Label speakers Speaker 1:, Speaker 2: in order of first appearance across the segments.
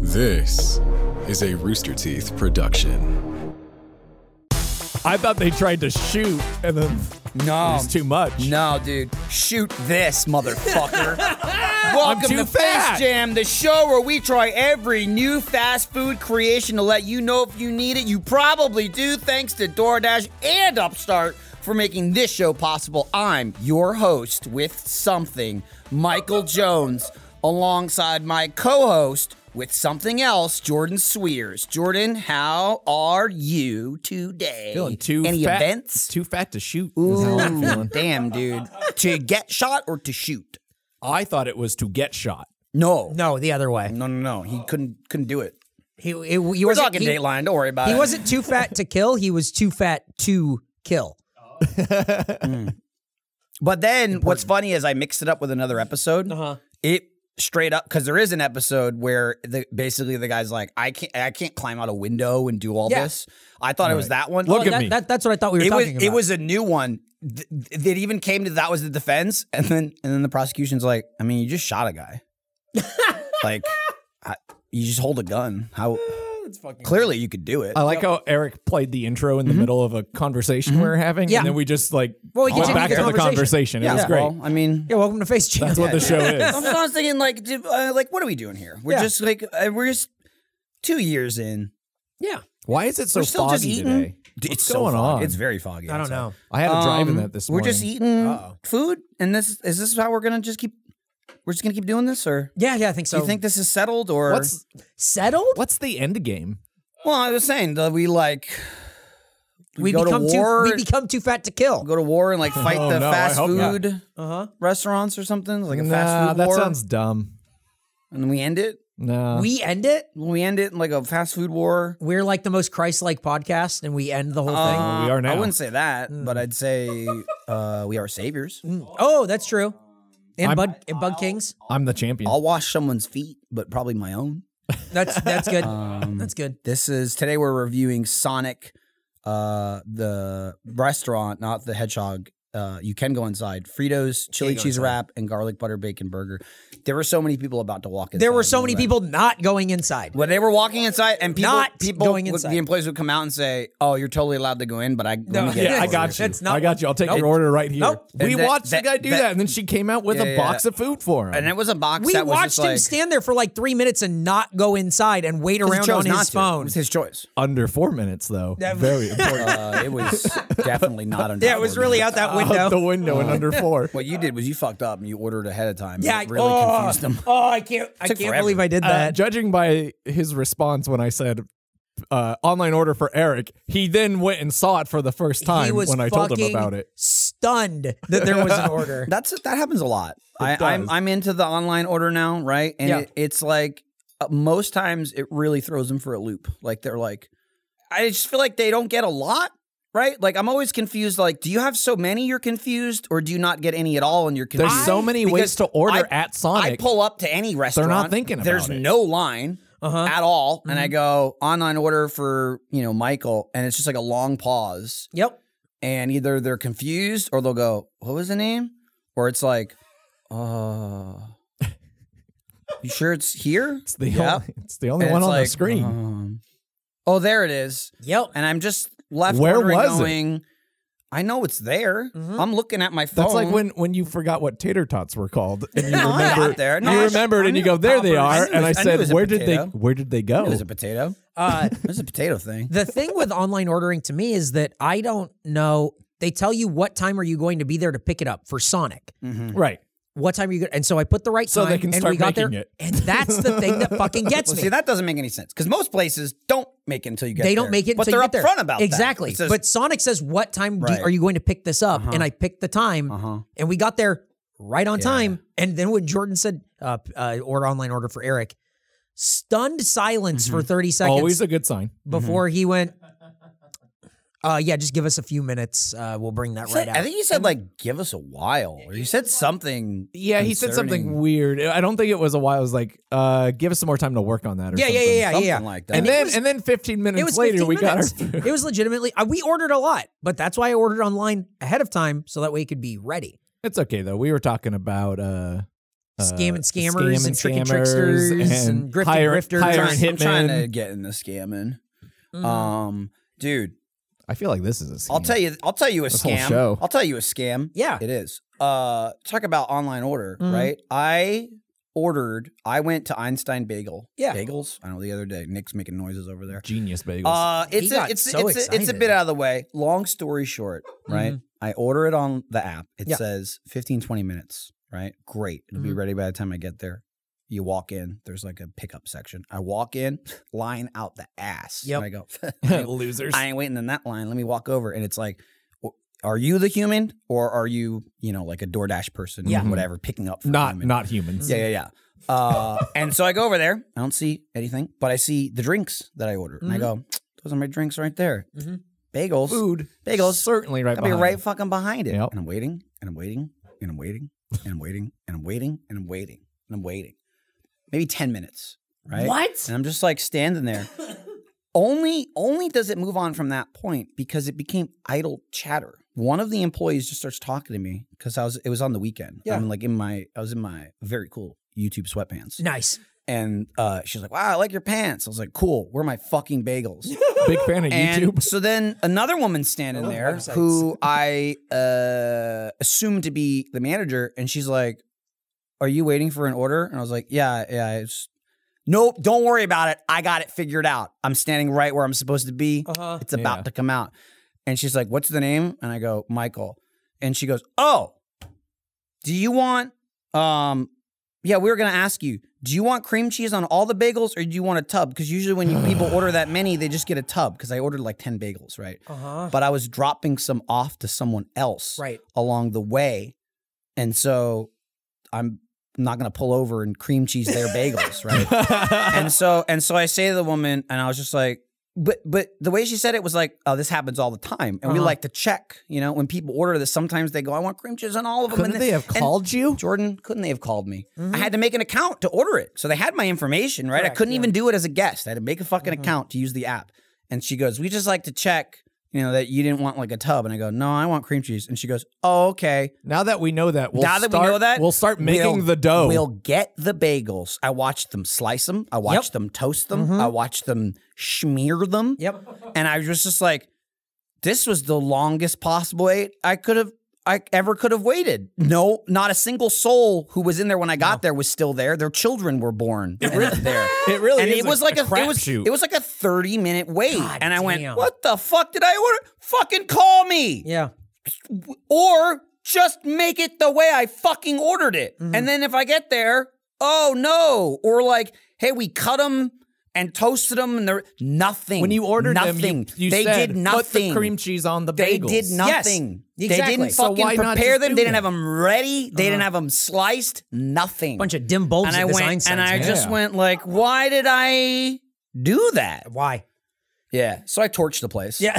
Speaker 1: This is a Rooster Teeth production.
Speaker 2: I thought they tried to shoot, and then
Speaker 3: No.
Speaker 2: it's too much.
Speaker 3: Um, No, dude. Shoot this, motherfucker.
Speaker 2: I'm
Speaker 3: Welcome
Speaker 2: too
Speaker 3: to
Speaker 2: fat.
Speaker 3: Face Jam, the show where we try every new fast food creation to let you know if you need it. You probably do, thanks to DoorDash and Upstart for making this show possible. I'm your host with something, Michael Jones, alongside my co host with something else, Jordan Swears. Jordan, how are you today?
Speaker 2: Feeling too
Speaker 3: Any
Speaker 2: fat,
Speaker 3: events?
Speaker 2: Too fat to shoot.
Speaker 3: Ooh, damn, dude. To get shot or to shoot?
Speaker 2: I thought it was to get shot.
Speaker 3: No.
Speaker 4: No, the other way.
Speaker 3: No, no, no. He couldn't couldn't do it.
Speaker 4: He, he, he
Speaker 3: Mm. We're
Speaker 4: wasn't,
Speaker 3: talking
Speaker 4: he,
Speaker 3: Dateline. Don't worry about
Speaker 4: he
Speaker 3: it.
Speaker 4: wasn't too fat to kill. He was too fat to kill.
Speaker 3: But then what's funny is I mixed it up with another episode. Uh-huh. It straight up because there is an episode where the basically the guy's like, I can't I can't climb out a window and do all
Speaker 4: Yeah.
Speaker 3: this. I thought it was that one.
Speaker 2: Look at
Speaker 4: that,
Speaker 2: me.
Speaker 4: That, that's what I thought we were
Speaker 3: it was
Speaker 4: talking
Speaker 3: it
Speaker 4: about.
Speaker 3: was a new one th- th- that even came to that was the defense, and then and then the prosecution's like, I mean, you just shot a guy, like I, you just hold a gun. How clearly you could do it.
Speaker 2: I like how Eric played the intro
Speaker 3: Mm-hmm.
Speaker 2: in the middle of a conversation we were having,
Speaker 4: Yeah.
Speaker 2: and then we just like
Speaker 4: Well, we
Speaker 2: went
Speaker 4: continued
Speaker 2: back
Speaker 4: the
Speaker 2: to the conversation.
Speaker 4: conversation.
Speaker 2: It was great.
Speaker 3: Well, I mean,
Speaker 4: Yeah, welcome to Face Jam.
Speaker 2: That's what the show is.
Speaker 3: I'm just thinking like, d- uh, like what are we doing here? We're
Speaker 4: Yeah.
Speaker 3: just like uh, we're just two years in.
Speaker 4: yeah.
Speaker 2: Why is it so
Speaker 3: We're still just
Speaker 2: foggy
Speaker 3: eating.
Speaker 2: today?
Speaker 3: D-
Speaker 2: What's
Speaker 3: it's
Speaker 2: going
Speaker 3: so foggy.
Speaker 2: on?
Speaker 3: It's very foggy.
Speaker 4: I don't
Speaker 3: outside.
Speaker 4: know.
Speaker 2: I had a drive in
Speaker 3: Um,
Speaker 2: that this
Speaker 3: we're
Speaker 2: morning.
Speaker 3: just eating food, and this is this how we're gonna just keep. We're just gonna keep doing this, or
Speaker 4: Yeah, yeah, I think so.
Speaker 3: do you think this is settled? Or
Speaker 2: What's
Speaker 4: settled?
Speaker 2: what's the end game?
Speaker 3: well, I was saying that we like we,
Speaker 4: We
Speaker 3: go
Speaker 4: become
Speaker 3: to war,
Speaker 4: too we become too fat to kill.
Speaker 3: go to war, and like fight
Speaker 2: Oh,
Speaker 3: the
Speaker 2: no, I
Speaker 3: fast
Speaker 2: hope not.
Speaker 3: food
Speaker 4: Uh-huh.
Speaker 3: restaurants or something, like a fast
Speaker 2: Nah,
Speaker 3: food
Speaker 2: that
Speaker 3: war,
Speaker 2: sounds dumb.
Speaker 3: and we end it.
Speaker 2: No,
Speaker 4: We end it.
Speaker 3: We end it in like a fast food war.
Speaker 4: We're like the most Christ-like podcast, and we end the whole
Speaker 3: Uh,
Speaker 2: we are now.
Speaker 3: I wouldn't say that,
Speaker 4: Hmm.
Speaker 3: but I'd say uh, we are saviors.
Speaker 4: thing. Oh, that's true. And
Speaker 2: I'm-
Speaker 4: Bud and Bud Kings.
Speaker 2: I'm the champion.
Speaker 3: I'll wash someone's feet, but probably my own.
Speaker 4: That's that's good.
Speaker 2: Um,
Speaker 4: that's good.
Speaker 3: This is today we're reviewing Sonic, uh, the restaurant, not the hedgehog. Uh, you can go inside. Fritos, chili cheese wrap, and garlic butter bacon burger. There were so many people about to walk in.
Speaker 4: There were so many people not going inside.
Speaker 3: When they were walking inside, and people,
Speaker 4: Not
Speaker 3: people,
Speaker 4: going
Speaker 3: would-
Speaker 4: inside.
Speaker 3: the employees would come out and say, "Oh, you're totally allowed to go in," but I let
Speaker 4: No.
Speaker 3: me get
Speaker 2: Yeah,
Speaker 3: it
Speaker 2: I
Speaker 3: for
Speaker 2: got you.
Speaker 4: That's not
Speaker 2: I got
Speaker 4: what-
Speaker 2: you. I'll take
Speaker 4: Nope.
Speaker 2: your order right here.
Speaker 4: Nope.
Speaker 2: We
Speaker 3: And that-
Speaker 2: watched
Speaker 3: that-
Speaker 2: the guy do
Speaker 3: that-
Speaker 2: that, and then she came out with
Speaker 3: Yeah,
Speaker 2: a
Speaker 3: yeah.
Speaker 2: box of food for him.
Speaker 3: And it was a box.
Speaker 4: We
Speaker 3: that was
Speaker 4: watched
Speaker 3: just
Speaker 4: him
Speaker 3: like,
Speaker 4: stand there for like three minutes and not go inside and wait
Speaker 3: he
Speaker 4: around
Speaker 3: chose
Speaker 4: on
Speaker 3: not
Speaker 4: his
Speaker 3: to.
Speaker 4: phone.
Speaker 3: It was his choice.
Speaker 2: under four minutes though. Very important.
Speaker 3: Uh, it was definitely not. under
Speaker 4: Yeah, it was
Speaker 3: four
Speaker 4: really
Speaker 3: minutes.
Speaker 4: out that
Speaker 2: Out Oh, the
Speaker 4: window.
Speaker 2: window and under four. Uh,
Speaker 3: What you did was you fucked up and you ordered ahead of time. and
Speaker 4: Yeah,
Speaker 3: it really
Speaker 4: oh,
Speaker 3: confused them.
Speaker 4: Oh, I can't, I
Speaker 3: Took
Speaker 4: can't
Speaker 3: forever.
Speaker 4: believe I did
Speaker 2: Uh,
Speaker 4: that.
Speaker 2: judging by his response when I said uh, online order for Eric, he then went and saw it for the first
Speaker 4: he
Speaker 2: time
Speaker 4: was
Speaker 2: when I told him
Speaker 4: fucking
Speaker 2: about it.
Speaker 4: Stunned that there was an order.
Speaker 3: That's that happens a lot. I,
Speaker 2: does.
Speaker 3: I'm I'm into the online order now, right? And
Speaker 4: Yeah.
Speaker 3: it, it's like uh, most times it really throws them for a loop. Like they're like, I just feel like they don't get a lot, right? Like I'm always confused. Like, do you have so many? You're confused, or do you not get any at all? And you're
Speaker 2: There's
Speaker 3: confused.
Speaker 2: so many ways
Speaker 3: because
Speaker 2: to order
Speaker 3: I-
Speaker 2: at
Speaker 3: I
Speaker 2: Sonic.
Speaker 3: pull up to any restaurant.
Speaker 2: thinking about
Speaker 3: There's
Speaker 2: it. Uh-huh. Mm-hmm.
Speaker 3: no line
Speaker 4: Uh-huh.
Speaker 3: at all, and I go online order for you know Michael, and it's just like a long pause
Speaker 4: yep.
Speaker 3: and either they're confused or they'll go, "What was the name?" or it's like, "Uh, you sure it's here?"
Speaker 2: it's the
Speaker 3: Yep.
Speaker 2: only, it's the only
Speaker 3: And
Speaker 2: one
Speaker 3: it's
Speaker 2: on
Speaker 3: like,
Speaker 2: the screen.
Speaker 3: um, oh, there it is.
Speaker 4: Yep.
Speaker 3: And I'm just left
Speaker 2: Where
Speaker 3: wondering,
Speaker 2: was it?
Speaker 3: going, I know it's there.
Speaker 4: Mm-hmm.
Speaker 3: I'm looking at my phone.
Speaker 2: That's like when when you forgot what tater tots were called, and you
Speaker 3: No, I got
Speaker 2: remember
Speaker 3: there. No, I
Speaker 2: you
Speaker 3: just-
Speaker 2: remembered,
Speaker 3: I
Speaker 2: and you
Speaker 3: knew
Speaker 2: go, "There they
Speaker 3: Popper's. I
Speaker 2: are,"
Speaker 3: knew it
Speaker 2: and
Speaker 3: was-
Speaker 2: I
Speaker 3: I knew it
Speaker 2: said,
Speaker 3: was a
Speaker 2: "Where did they?
Speaker 3: potato.
Speaker 2: Where did they go?"
Speaker 3: it was a potato.
Speaker 4: Uh,
Speaker 3: There's a potato thing.
Speaker 4: the thing with online ordering to me is that I don't know. They tell you what time are you going to be there to pick it up for Sonic.
Speaker 3: Mm-hmm.
Speaker 2: Right.
Speaker 4: What time are you? Go- and so I put the right
Speaker 2: So
Speaker 4: time,
Speaker 2: they can
Speaker 4: and
Speaker 2: start
Speaker 4: we got there,
Speaker 2: making it.
Speaker 4: and that's the thing that fucking gets
Speaker 3: Well,
Speaker 4: me.
Speaker 3: see, that doesn't make any sense because most places don't make it until you get.
Speaker 4: they don't
Speaker 3: there.
Speaker 4: make it
Speaker 3: but
Speaker 4: until
Speaker 3: they're
Speaker 4: you get there.
Speaker 3: upfront about that.
Speaker 4: exactly.
Speaker 3: It says,
Speaker 4: but Sonic says, "What time do,
Speaker 3: Right. Uh-huh.
Speaker 4: are you going to pick this up?" And I picked the time,
Speaker 2: Uh-huh.
Speaker 4: and we got there right on time. And then when Jordan said, uh, uh, "Order online order for Eric," stunned silence
Speaker 3: Mm-hmm.
Speaker 4: for thirty seconds
Speaker 2: Always a good sign.
Speaker 4: before he went. Uh, yeah, just give us a few minutes. Uh, we'll bring that
Speaker 3: Mm-hmm. He
Speaker 4: right
Speaker 3: said-
Speaker 4: out.
Speaker 3: I think you said like, "Give us a while," or you said something.
Speaker 2: Yeah, he said something
Speaker 3: concerning-
Speaker 2: weird. I don't think it was a while. I was like, uh, give us some more time to work on that. Or
Speaker 4: yeah, yeah,
Speaker 2: something.
Speaker 4: yeah, yeah,
Speaker 3: something
Speaker 4: yeah.
Speaker 3: like that.
Speaker 2: And
Speaker 3: I mean,
Speaker 2: then and then 15 minutes
Speaker 4: it was
Speaker 2: later,
Speaker 4: 15
Speaker 2: we got our
Speaker 4: minutes.
Speaker 2: food.
Speaker 4: it was legitimately. Uh, we ordered a lot, but that's why I ordered online ahead of time so that way it could be ready.
Speaker 2: It's okay though. We were talking about uh,
Speaker 4: Scam and
Speaker 2: scam
Speaker 4: scammers and, trick and tricksters and, grift
Speaker 2: hire,
Speaker 4: and grifters.
Speaker 2: hire
Speaker 4: Giant
Speaker 2: and
Speaker 3: trying, I'm trying to
Speaker 2: hitmen.
Speaker 3: get in the scamming.
Speaker 4: Mhm.
Speaker 3: Um, dude,
Speaker 2: I feel like this is a scam.
Speaker 3: I'll tell you. I'll tell you a
Speaker 2: This whole
Speaker 3: scam.
Speaker 2: show.
Speaker 3: I'll tell you a scam.
Speaker 4: yeah.
Speaker 3: It is. Uh, talk about online order,
Speaker 4: Mhm.
Speaker 3: right? I ordered. I went to Einstein Bagel.
Speaker 4: Yeah.
Speaker 3: bagels. I know the other day Nick's making noises over there.
Speaker 2: genius bagels.
Speaker 3: Uh,
Speaker 4: He
Speaker 3: it's a,
Speaker 4: got
Speaker 3: it's
Speaker 4: so
Speaker 3: it's a, it's a
Speaker 4: excited. Mm-hmm.
Speaker 3: bit out of the way. Long story short, right? I order it on the app. It
Speaker 4: Yeah.
Speaker 3: says 15, 20 minutes, right? Great. It'll be
Speaker 4: Mhm.
Speaker 3: ready by the time I get there. You walk in, there's like a pickup section. I walk in, line out the ass.
Speaker 4: Yep.
Speaker 3: And I go, I ain't-
Speaker 2: losers.
Speaker 3: I ain't waiting in that line. Let me walk over. And it's like, w- are you the human or are you, you know, like a DoorDash person,
Speaker 4: Yeah.
Speaker 3: yeah. whatever, picking up for
Speaker 2: not
Speaker 3: human?
Speaker 2: not humans.
Speaker 3: Yeah, yeah, yeah. Uh, and so I go over there. I don't see anything, but I see the drinks that I ordered, and I go, "Those are my drinks right there.
Speaker 4: Mhm.
Speaker 3: Bagels,
Speaker 2: Food.
Speaker 3: bagels.
Speaker 2: certainly right
Speaker 3: I'll be
Speaker 2: behind.
Speaker 3: right fucking behind it."
Speaker 2: Yep.
Speaker 3: And I'm waiting, and I'm waiting, and I'm waiting, and I'm waiting, and I'm waiting, and I'm waiting, and I'm waiting. Maybe ten minutes, right?
Speaker 4: What?
Speaker 3: And I'm just like standing there. only, only does it move on from that point because it became idle chatter. One of the employees just starts talking to me because I was. It was on the weekend.
Speaker 4: Yeah.
Speaker 3: I'm like in my. I was in my very cool YouTube sweatpants.
Speaker 4: Nice.
Speaker 3: And uh, she's like, "Wow, I like your pants." I was like, "Cool, where are my fucking bagels?"
Speaker 2: Big fan of
Speaker 3: and
Speaker 2: YouTube.
Speaker 3: so then another woman's standing
Speaker 4: I love
Speaker 3: there
Speaker 4: websites.
Speaker 3: who I uh, assumed to be the manager, and she's like, "Are you waiting for an order?" And I was like, "Yeah, yeah." It's... Nope, don't worry about it. I got it figured out. I'm standing right where I'm supposed to be.
Speaker 4: Uh-huh.
Speaker 3: It's about
Speaker 2: Yeah.
Speaker 3: to come out. And she's like, What's the name? And I go, Michael. And she goes, Oh, do you want um yeah, we were gonna ask you, do you want cream cheese on all the bagels or do you want a tub? Because usually when you people order that many, they just get a tub because I ordered like 10 bagels, right?
Speaker 4: Uh-huh.
Speaker 3: But I was dropping some off to someone else
Speaker 4: Right.
Speaker 3: along the way. And so I'm not gonna pull over and cream cheese their bagels, right? and so and so I say to the woman, and I was just like, but but the way she said it was like, oh, this happens all the time, and we
Speaker 4: Uh-huh.
Speaker 3: like to check, you know, when people order this. Sometimes they go, I want cream cheese on all of them.
Speaker 2: Couldn't
Speaker 3: and
Speaker 2: they have
Speaker 3: and
Speaker 2: called you?
Speaker 3: Jordan, couldn't they have called me? I had to make an account to order it, so they had my information, right? I
Speaker 4: Correct,
Speaker 3: couldn't
Speaker 4: yeah.
Speaker 3: even do it as a guest. I had to make a fucking account to use the app. And she goes, we just like to check. You know that you didn't want like a tub, and I go, no, I want cream cheese. And she goes, oh, okay.
Speaker 2: Now that we know that, we'll
Speaker 3: now that
Speaker 2: start,
Speaker 3: we know that,
Speaker 2: we'll start making
Speaker 3: we'll-
Speaker 2: the dough.
Speaker 3: We'll get the bagels. I watched them slice them. I watched them toast them. I watched them smear them.
Speaker 4: Yep.
Speaker 3: And I was just like, this was the longest possible wait I could have. I ever could have waited. No, not a single soul who was in there when I got there was still there. Their children were born in there.
Speaker 2: it really
Speaker 3: And
Speaker 2: is
Speaker 3: it was like a, it was
Speaker 2: crapshoot.
Speaker 3: it was like a 30 minute wait.
Speaker 4: God
Speaker 3: and I
Speaker 4: damn.
Speaker 3: went, "What the fuck did I order? Fucking call me."
Speaker 4: Yeah.
Speaker 3: or just make it the way I fucking ordered it.
Speaker 2: Mm-hmm.
Speaker 3: And then if I get there, oh no, or like, hey, we cut them and toasted them, and they're nothing.
Speaker 2: when you ordered
Speaker 3: nothing.
Speaker 2: them, you, you
Speaker 3: they
Speaker 2: said,
Speaker 3: did
Speaker 2: Put
Speaker 3: nothing.
Speaker 2: the cream cheese on the
Speaker 3: they
Speaker 2: bagels.
Speaker 3: did nothing.
Speaker 4: exactly.
Speaker 3: They didn't
Speaker 2: So
Speaker 3: fucking
Speaker 2: why not
Speaker 3: prepare
Speaker 2: just
Speaker 3: them.
Speaker 2: do
Speaker 3: They didn't
Speaker 2: that? Uh-huh.
Speaker 3: have them ready. They didn't have them sliced. Nothing.
Speaker 4: Bunch of dim bulbs
Speaker 3: and
Speaker 4: at
Speaker 3: I
Speaker 4: this
Speaker 3: went
Speaker 4: Einstein's,
Speaker 3: and I
Speaker 4: man.
Speaker 3: just
Speaker 2: Yeah.
Speaker 3: went like, why did I do that?
Speaker 4: Why?
Speaker 3: Yeah. So I torched the place.
Speaker 4: Yeah.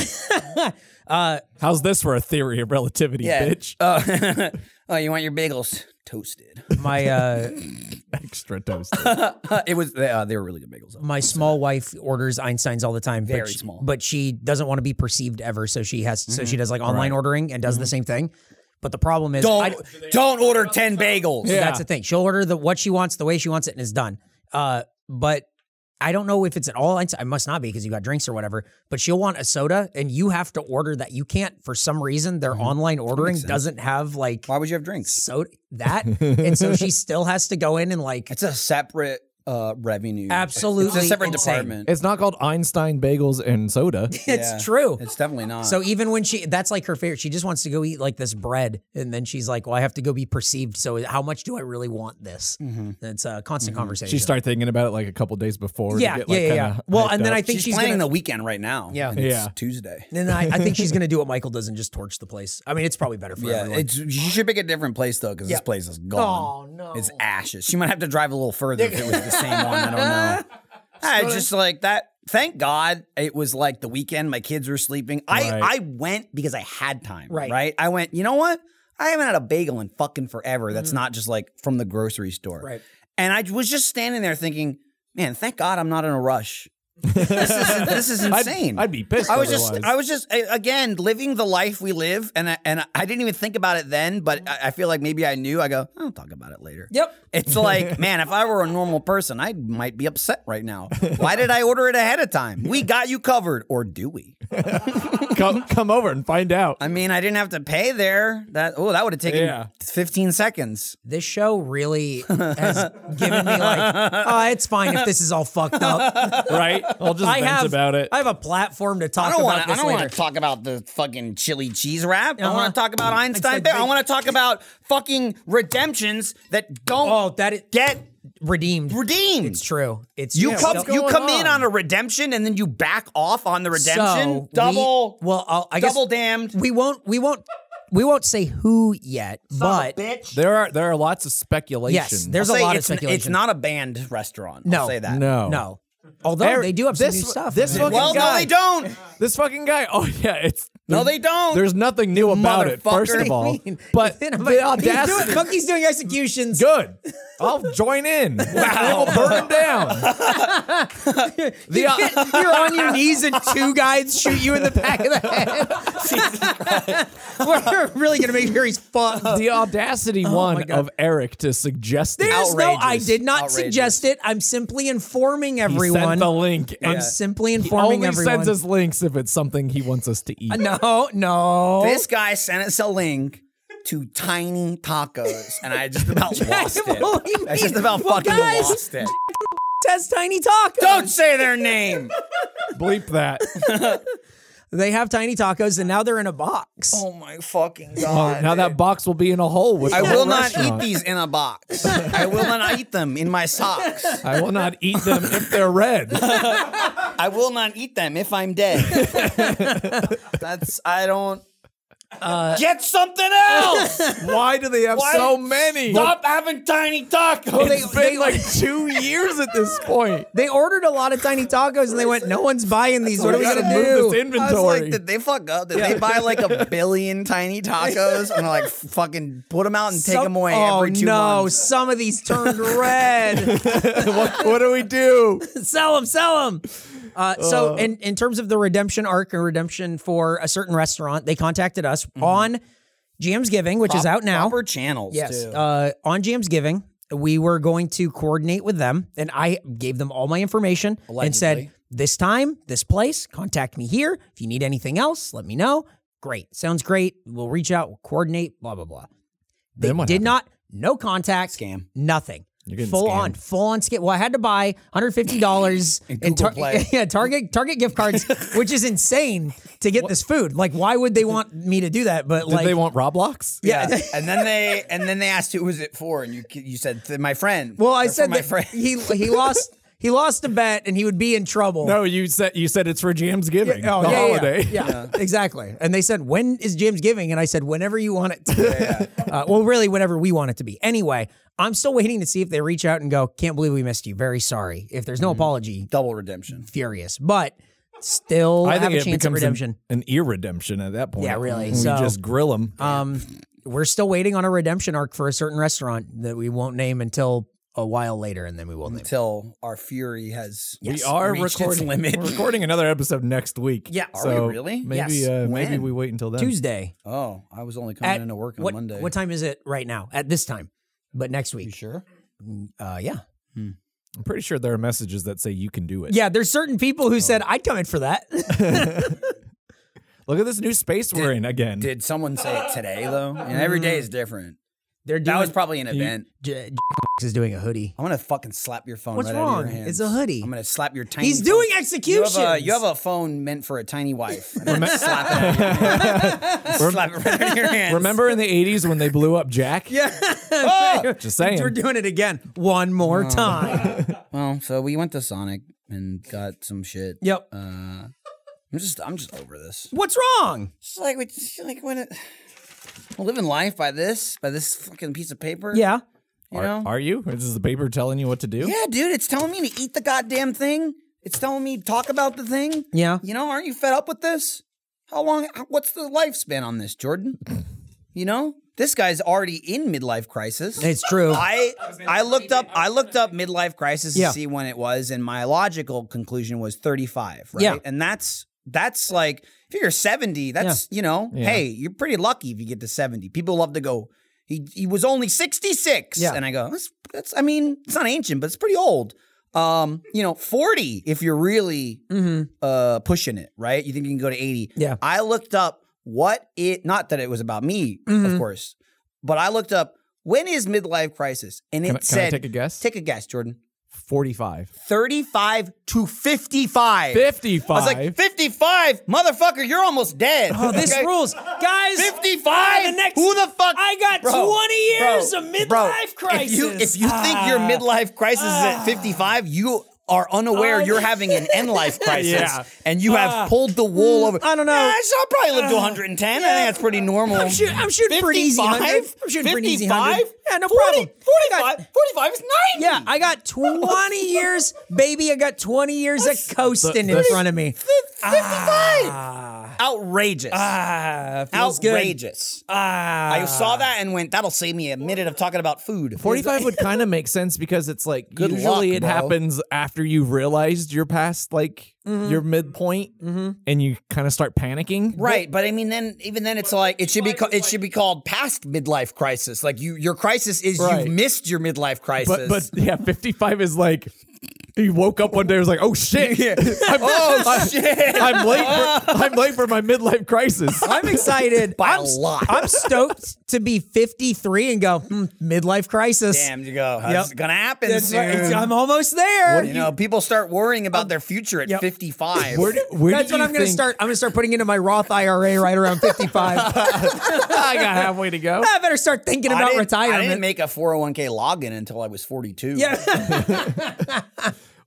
Speaker 4: uh,
Speaker 2: How's this for a theory of relativity,
Speaker 3: Yeah.
Speaker 2: bitch?
Speaker 3: Uh, oh, you want your bagels toasted?
Speaker 4: my uh,
Speaker 2: Extra toast.
Speaker 3: it was uh, they were really good bagels. Though.
Speaker 4: my small wife orders Einsteins all the time.
Speaker 3: Very
Speaker 4: but she,
Speaker 3: small.
Speaker 4: but she doesn't want to be perceived ever. So she has. So she does like online ordering and does the same thing. But the problem is, I-
Speaker 3: Don't don't order ten bagels.
Speaker 2: Yeah.
Speaker 4: that's the thing. She'll order the what she wants, the way she wants it, and it's done. Uh, but I don't know if it's at all. Einstein. I must not be because you got drinks or whatever. But she'll want a soda, and you have to order that. You can't for some reason. Their online ordering
Speaker 3: sense.
Speaker 4: doesn't have like
Speaker 3: Why would you have drinks?
Speaker 4: soda that, and so she still has to go in and like
Speaker 3: It's a separate uh, revenue.
Speaker 4: Absolutely
Speaker 3: it's a separate
Speaker 4: insane.
Speaker 3: department.
Speaker 2: it's not called Einstein bagels and soda.
Speaker 4: it's
Speaker 3: Yeah.
Speaker 4: true.
Speaker 3: It's definitely not.
Speaker 4: So even when she, that's like her favorite. She just wants to go eat like this bread, and then she's like, "Well, I have to go be perceived. So how much do I really want this?" It's a constant conversation.
Speaker 2: She started thinking about it like a couple days before.
Speaker 4: yeah,
Speaker 2: to get,
Speaker 4: yeah,
Speaker 2: like,
Speaker 4: yeah, yeah.
Speaker 2: kinda
Speaker 4: Well,
Speaker 2: hyped
Speaker 4: and then
Speaker 2: up.
Speaker 4: I think she's,
Speaker 3: she's planning
Speaker 4: gonna.
Speaker 3: the weekend right now.
Speaker 4: Yeah.
Speaker 3: and it's
Speaker 2: Yeah.
Speaker 3: Tuesday.
Speaker 4: and then I, I think she's gonna do what Michael does and just torch the place. I mean, it's probably better for
Speaker 3: Yeah,
Speaker 4: everyone.
Speaker 3: it's you should pick a different place though, because
Speaker 4: Yeah.
Speaker 3: this place is gone.
Speaker 4: Oh, no.
Speaker 3: it's ashes. She might have to drive a little further if it was the same one. I don't know. I just like that. Thank God it was like the weekend. My kids were sleeping. I
Speaker 2: Right.
Speaker 3: I went because I had time.
Speaker 4: Right.
Speaker 3: right. I went. You know what? I haven't had a bagel in fucking forever. That's not just like from the grocery store.
Speaker 4: Right.
Speaker 3: And I was just standing there thinking, man, thank God I'm not in a rush. This is this is
Speaker 2: I'd,
Speaker 3: insane.
Speaker 2: I'd be pissed.
Speaker 3: I was just,
Speaker 2: otherwise.
Speaker 3: I was just, a- again, living the life we live, and I, and I didn't even think about it then, but I, I feel like maybe I knew. I go, I'll talk about it later.
Speaker 4: Mm-hmm. Yep.
Speaker 3: It's like, man, if I were a normal person, I might be upset right now. Why did I order it ahead of time? We got you covered, or do we?
Speaker 2: come come over and find out.
Speaker 3: I mean, I didn't have to pay there. That oh, that would have taken
Speaker 2: Yeah.
Speaker 3: fifteen seconds.
Speaker 4: This show really has given me like, oh, it's fine if this is all fucked up.
Speaker 2: right? I'll just
Speaker 4: I
Speaker 2: vent
Speaker 4: have
Speaker 2: about it.
Speaker 4: I have a platform to
Speaker 3: I
Speaker 4: talk
Speaker 3: don't
Speaker 4: about
Speaker 3: want to. I
Speaker 4: this
Speaker 3: don't
Speaker 4: later.
Speaker 3: want to talk about the fucking chili cheese wrap. I
Speaker 4: Uh-huh.
Speaker 3: want to talk about Einstein.
Speaker 4: like
Speaker 3: Bear. I
Speaker 4: big-
Speaker 3: want to talk about fucking redemptions that don't
Speaker 4: oh, that it
Speaker 3: get
Speaker 4: redeemed.
Speaker 3: redeemed.
Speaker 4: It's true. It's
Speaker 3: You
Speaker 4: true.
Speaker 3: come,
Speaker 4: Yep.
Speaker 2: what's
Speaker 3: you
Speaker 2: going
Speaker 3: come
Speaker 2: on?
Speaker 3: in on a redemption and then you back off on the
Speaker 4: So,
Speaker 3: redemption.
Speaker 4: we-
Speaker 3: double.
Speaker 4: well, I'll, I guess
Speaker 3: double damned.
Speaker 4: we won't. We won't. We won't say who yet, but
Speaker 3: bitch.
Speaker 2: there are there are lots of speculation.
Speaker 4: yes, there's a
Speaker 3: Say
Speaker 4: lot of
Speaker 3: it's, n-
Speaker 4: speculation.
Speaker 3: it's not a banned restaurant.
Speaker 4: No,
Speaker 3: I'll say that.
Speaker 2: no,
Speaker 4: No, although
Speaker 2: There-
Speaker 4: they do have some
Speaker 2: this
Speaker 4: new
Speaker 2: w-
Speaker 4: stuff.
Speaker 2: this fucking
Speaker 3: Well, no,
Speaker 2: guy-
Speaker 3: they don't.
Speaker 2: This fucking guy. Oh yeah, it's
Speaker 3: No, they don't.
Speaker 2: There's nothing new about it. First
Speaker 3: motherfucker.
Speaker 2: of all,
Speaker 4: What do you mean?
Speaker 2: but
Speaker 4: Then
Speaker 2: the
Speaker 4: I'm like, He's
Speaker 2: audacity.
Speaker 4: doing, Monkey's doing executions.
Speaker 2: Good. I'll join in. Wow. We'll burn him down.
Speaker 4: You get- you're on your knees and two guys shoot you in the back of the head. We're really gonna make sure he's fucked.
Speaker 2: The audacity one
Speaker 4: Oh God.
Speaker 2: of Eric to suggest it.
Speaker 4: There's no. I
Speaker 3: Outrageous.
Speaker 4: did not
Speaker 3: Outrageous.
Speaker 4: suggest it. I'm simply informing
Speaker 2: He
Speaker 4: everyone.
Speaker 2: sent the link.
Speaker 4: I'm
Speaker 2: And
Speaker 4: simply
Speaker 2: he
Speaker 4: informing
Speaker 2: only
Speaker 4: everyone.
Speaker 2: sends us links if it's something he wants us to eat.
Speaker 4: no, no.
Speaker 3: This guy sent us a link to Tiny Tacos, and I just about lost
Speaker 4: What do you
Speaker 3: it. I just
Speaker 4: mean?
Speaker 3: about
Speaker 4: Well,
Speaker 3: fucking
Speaker 4: guys-
Speaker 3: lost it.
Speaker 4: says Tiny Tacos.
Speaker 3: Don't say their name.
Speaker 2: Bleep that.
Speaker 4: Oh, They have Tiny Tacos, and now they're in a box.
Speaker 3: Oh my fucking
Speaker 2: Oh,
Speaker 3: god!
Speaker 2: now that box will be in a hole with
Speaker 3: I
Speaker 2: the
Speaker 3: will not eat
Speaker 2: restaurant.
Speaker 3: these in a box. I will not eat them in my socks.
Speaker 2: I will not eat them if they're red.
Speaker 3: I will not eat them if I'm dead. That's I don't. Get something else.
Speaker 2: Why do they have
Speaker 3: Why-
Speaker 2: so many?
Speaker 3: Stop having tiny tacos.
Speaker 2: It's been like two years at this point.
Speaker 4: They ordered a lot of Tiny Tacos, and they went, "No one's buying these. What are we
Speaker 2: gotta
Speaker 4: gonna
Speaker 2: move
Speaker 4: do?"
Speaker 2: this
Speaker 3: I was
Speaker 2: inventory.
Speaker 3: like, did they fuck up? Did they buy like a billion tiny tacos and like fucking put them out and take
Speaker 4: Some-
Speaker 3: them away
Speaker 4: oh
Speaker 3: every two
Speaker 4: no!
Speaker 3: months?
Speaker 4: Some of these turned red.
Speaker 2: what, what do we do?
Speaker 4: sell them, sell them. Uh, so, in, in terms of the redemption arc and redemption for a certain restaurant, they contacted us on GM's Giving, which is out now.
Speaker 3: Mm-hmm. Proper channels.
Speaker 4: yes,
Speaker 3: too.
Speaker 4: uh, on GM's Giving, we were going to coordinate with them, and I gave them all my information and said, "This time, this place, contact me here. If you need anything else, let me know." Great, sounds great. We'll reach out, we'll coordinate, blah blah blah. They
Speaker 2: Then what
Speaker 4: did
Speaker 2: happened?
Speaker 4: not, no contact,
Speaker 3: Scam.
Speaker 4: nothing.
Speaker 2: You're getting
Speaker 4: full
Speaker 2: scammed.
Speaker 4: on, full on scam. Well, I had to buy $150 in,
Speaker 3: Google Play.
Speaker 4: yeah, Target Target gift cards, which is insane to get this food. Like, why would they want me to do that? But
Speaker 2: Did
Speaker 4: like,
Speaker 2: they want Roblox?
Speaker 4: yeah.
Speaker 3: Yeah. and then they and then they asked who was it for, and you you said "Th- my friend.
Speaker 4: Well, I
Speaker 3: Or, "For
Speaker 4: said
Speaker 3: my
Speaker 4: that
Speaker 3: friend.
Speaker 4: he he lost he lost a bet and he would be in trouble.
Speaker 2: No, you said you said it's for GM's giving.
Speaker 4: Oh,
Speaker 2: the
Speaker 4: yeah, yeah,
Speaker 2: holiday.
Speaker 4: Yeah, exactly. And they said, "When is James giving?" And I said, "Whenever you want it." To. Uh, well, really, whenever we want it to be. Anyway, I'm still waiting to see if they reach out and go. Can't believe we missed you. Very sorry. If there's no
Speaker 2: Mm-hmm.
Speaker 4: apology,
Speaker 3: Double redemption.
Speaker 4: furious, but still
Speaker 2: I
Speaker 4: have
Speaker 2: think
Speaker 4: a
Speaker 2: it
Speaker 4: chance at
Speaker 2: becomes
Speaker 4: redemption.
Speaker 2: an, an irredemption at that point.
Speaker 4: Yeah, really.
Speaker 2: We
Speaker 4: So-
Speaker 2: just grill them.
Speaker 4: Um, we're still waiting on a redemption arc for a certain restaurant that we won't name until a while later, and then we will name. it.
Speaker 3: Till our fury has
Speaker 2: Mm. we are
Speaker 3: reached its
Speaker 2: recording.
Speaker 3: limit.
Speaker 2: We're recording another episode next week.
Speaker 4: Yeah. Are
Speaker 3: we
Speaker 2: so
Speaker 3: really?
Speaker 2: Maybe
Speaker 4: Yes.
Speaker 2: uh, maybe
Speaker 3: When?
Speaker 2: we wait until then.
Speaker 4: Tuesday.
Speaker 3: Oh, I was only
Speaker 4: At
Speaker 3: coming into work on
Speaker 4: what,
Speaker 3: Monday.
Speaker 4: What time is it right now? At this time, but next week.
Speaker 3: sure?
Speaker 4: Uh, yeah,
Speaker 2: I'm pretty sure there are messages that say you can do it.
Speaker 4: yeah. There's certain people who
Speaker 3: Oh.
Speaker 4: said I'd come in for that.
Speaker 2: Look at this new space we're in again.
Speaker 3: Did someone say it today though? And every
Speaker 4: Mm.
Speaker 3: day is different.
Speaker 4: They're doing.
Speaker 3: That was probably an event.
Speaker 4: J- J- is doing a hoodie.
Speaker 3: I'm gonna fucking slap your phone.
Speaker 4: What's
Speaker 3: right Out
Speaker 4: wrong?
Speaker 3: of your hands.
Speaker 4: It's a hoodie.
Speaker 3: I'm gonna slap your tiny.
Speaker 4: He's
Speaker 3: phone.
Speaker 4: doing
Speaker 3: You
Speaker 4: executions.
Speaker 3: have, a, you have a phone meant for a tiny wife. And I'm gonna slap it. Out of your hands. slap it right out of your hands.
Speaker 2: Remember in the 80s when they blew up Jack? Yeah.
Speaker 3: Ah!
Speaker 2: Just saying.
Speaker 4: We're doing it again one
Speaker 3: Oh.
Speaker 4: more time.
Speaker 3: Well, so we went to Sonic and got some shit.
Speaker 4: yep.
Speaker 3: I'm just I'm just over this.
Speaker 4: What's wrong?
Speaker 3: It's like we just like when it living life by this by this fucking piece of paper.
Speaker 4: Yeah.
Speaker 3: you
Speaker 2: Are,
Speaker 3: know.
Speaker 2: are you? Is the paper telling you what to do?
Speaker 3: yeah, dude, it's telling me to eat the goddamn thing. It's telling me to talk about the thing.
Speaker 4: Yeah.
Speaker 3: You know, aren't you fed up with this? How long? What's the lifespan on this, Jordan? You know, this guy's already in midlife crisis.
Speaker 4: It's true.
Speaker 3: I I looked up I looked up midlife crisis
Speaker 4: Yeah.
Speaker 3: to see when it was, and my logical conclusion was 35. Right,
Speaker 4: Yeah.
Speaker 3: and that's that's like if you're 70, that's you know, hey, you're pretty lucky if you get to 70. People love to go. He he was only 66,
Speaker 4: Yeah.
Speaker 3: and I go, that's, that's I mean, it's not ancient, but it's pretty old. Um, you know, 40 if you're really
Speaker 4: Mm-hmm.
Speaker 3: uh pushing it, right? You think you can go to 80.
Speaker 4: Yeah.
Speaker 3: I looked up what it not that it was about me,
Speaker 2: Mm-hmm.
Speaker 3: of course, but I looked up when is midlife crisis? And it
Speaker 2: Can I- can I
Speaker 3: said
Speaker 2: take a guess?
Speaker 3: Take a guess, Jordan.
Speaker 2: 45.
Speaker 3: 35 to 55.
Speaker 2: 55.
Speaker 3: I was like 55, motherfucker, you're almost dead.
Speaker 4: Oh, this
Speaker 3: Okay?
Speaker 4: rules, guys.
Speaker 3: 55?
Speaker 4: The next-
Speaker 3: Who the fuck?
Speaker 4: I got 20 years
Speaker 3: bro,
Speaker 4: of midlife
Speaker 3: bro, If you,
Speaker 4: crisis.
Speaker 3: if you think your
Speaker 4: Ah.
Speaker 3: midlife crisis is at 55, you are unaware
Speaker 4: Oh,
Speaker 3: you're
Speaker 4: this-
Speaker 3: having an end life crisis.
Speaker 2: Yeah.
Speaker 3: And you
Speaker 4: Ah.
Speaker 3: have pulled the wool over.
Speaker 4: I don't know. Ah.
Speaker 3: Yeah, so I'll probably live to 110. I think
Speaker 4: Yeah.
Speaker 3: that's pretty normal.
Speaker 4: I'm, shoot, I'm shooting pretty easy. 100.
Speaker 3: 55?
Speaker 4: I'm shooting pretty easy.
Speaker 3: 55?
Speaker 4: 100. Yeah, no
Speaker 3: 40,
Speaker 4: problem. I
Speaker 3: 45,
Speaker 4: got-
Speaker 3: 45 is 90.
Speaker 4: Yeah, I got 20 years, baby. I got 20 years of coasting in
Speaker 2: that's-
Speaker 4: front of me.
Speaker 3: 55. Ah. Outrageous.
Speaker 4: Ah, feels good.
Speaker 3: Outrageous.
Speaker 4: Ah,
Speaker 3: I saw that and went, that'll save me a minute of talking about food.
Speaker 2: 45 would kind of make sense because it's like
Speaker 3: Good
Speaker 2: usually
Speaker 3: luck,
Speaker 2: it
Speaker 3: bro.
Speaker 2: happens after you've realized your past like
Speaker 3: Mm-hmm.
Speaker 2: your midpoint and you kind of start panicking.
Speaker 3: Right, but I mean, then even then, it's like it should be ca- it should be called past midlife crisis. Like you, your crisis is
Speaker 2: Right.
Speaker 3: you've missed your midlife
Speaker 2: But
Speaker 3: crisis.
Speaker 2: but yeah, 55 is like he woke up one day and was like, "Oh shit. I'm, oh, I'm, shit. I'm late for I'm late for my midlife crisis."
Speaker 4: I'm excited.
Speaker 3: By a
Speaker 4: I'm, s-
Speaker 3: lot.
Speaker 4: I'm stoked to be 53 and go hmm, midlife crisis.
Speaker 3: damn, you go. It's gonna happen
Speaker 4: That's
Speaker 3: soon.
Speaker 4: right. It's- I'm almost there.
Speaker 3: you know, people start worrying about their future at
Speaker 4: Yep.
Speaker 3: fifty five.
Speaker 2: Where do, where do
Speaker 4: That's what
Speaker 2: you
Speaker 4: I'm going to
Speaker 2: think-
Speaker 4: start. I'm going to start putting into my Roth IRA right around 55.
Speaker 2: I got halfway to go.
Speaker 4: I better start thinking
Speaker 3: I
Speaker 4: about
Speaker 3: didn't, I
Speaker 4: retirement.
Speaker 3: didn't make a four hundred one k login until I was forty two.
Speaker 4: yeah.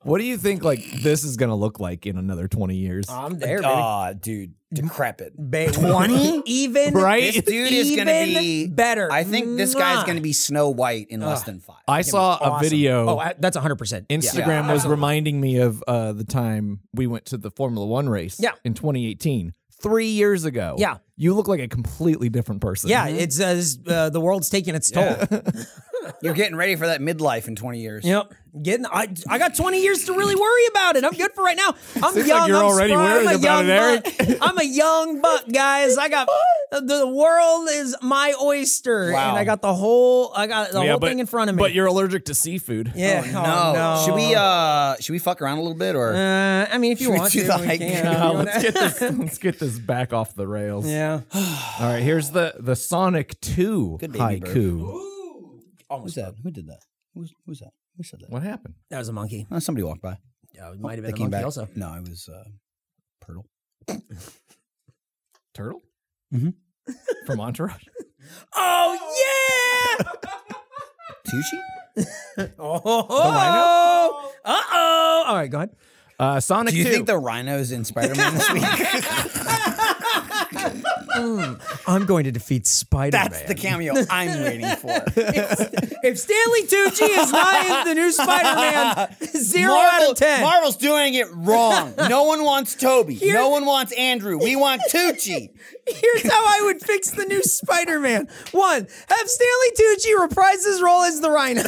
Speaker 2: What do you think like this is going to look like in another 20 years?
Speaker 4: I'm there, baby.
Speaker 3: Ah, dude, decrepit.
Speaker 4: Ba- 20? Even
Speaker 2: Right?
Speaker 3: This dude is gonna
Speaker 4: Even
Speaker 3: be
Speaker 4: better.
Speaker 3: I think this guy's
Speaker 4: Mwah.
Speaker 3: gonna be Snow White in less than five.
Speaker 2: I saw a
Speaker 4: Awesome.
Speaker 2: video
Speaker 4: Oh, I, that's 100%.
Speaker 2: Instagram was reminding me of uh, the time we went to the Formula One race
Speaker 4: Yeah.
Speaker 2: in 2018, three years ago.
Speaker 4: Yeah.
Speaker 2: You look like a completely different person.
Speaker 4: Yeah,
Speaker 3: Mm-hmm.
Speaker 4: it's uh, s- uh, the world's taking its toll.
Speaker 3: You're getting ready for that midlife in twenty years.
Speaker 4: Yep, getting. I I got 20 years to really worry about it. I'm good for right now. I'm
Speaker 2: Seems like
Speaker 4: young.
Speaker 2: you're
Speaker 4: I'm
Speaker 2: already
Speaker 4: spry,
Speaker 2: worried
Speaker 4: I'm a
Speaker 2: about
Speaker 4: young
Speaker 2: it,
Speaker 4: buck. I'm a young buck, guys. I got the, the world is my oyster,
Speaker 3: Wow.
Speaker 4: and I got the whole I got the
Speaker 2: Yeah,
Speaker 4: whole
Speaker 2: but-
Speaker 4: thing in front of me.
Speaker 2: But you're allergic to seafood.
Speaker 4: yeah.
Speaker 3: No.
Speaker 4: oh, no.
Speaker 3: Should we uh should we fuck around a little bit or
Speaker 4: Uh, I mean, if you
Speaker 3: Should we
Speaker 4: want
Speaker 3: do
Speaker 4: to,
Speaker 3: the
Speaker 4: we
Speaker 3: hike?
Speaker 4: can.
Speaker 2: Uh, let's
Speaker 4: If you wanna-
Speaker 2: get this. let's get this back off the rails.
Speaker 4: Yeah.
Speaker 2: All right. Here's the the Sonic Two
Speaker 3: Good baby burp.
Speaker 2: haiku.
Speaker 3: Who's that? Who did that? Who's who's that? Who said that?
Speaker 2: What happened?
Speaker 4: That was a monkey.
Speaker 3: Uh, somebody walked by.
Speaker 4: Yeah, it might have
Speaker 3: They
Speaker 4: been a
Speaker 3: came
Speaker 4: monkey
Speaker 3: back.
Speaker 4: also.
Speaker 3: No, it was uh, Purtle.
Speaker 2: Turtle.
Speaker 3: Mhm.
Speaker 2: From Entourage.
Speaker 4: Oh yeah!
Speaker 3: Tucci?
Speaker 4: oh, uh oh! All right, go ahead.
Speaker 2: Uh, Sonic
Speaker 3: Do you
Speaker 2: Two.
Speaker 3: think the rhino's in Spider Man this week?
Speaker 4: I'm going to defeat Spider Man.
Speaker 3: That's the cameo I'm waiting for.
Speaker 4: If Stanley Tucci is not in the new Spider-Man, zero out of ten.
Speaker 3: Marvel's doing it wrong. No one wants Toby. no one wants Andrew. We want Tucci.
Speaker 4: Here's how I would fix the new Spider-Man. One, have Stanley Tucci reprise his role as the Rhino.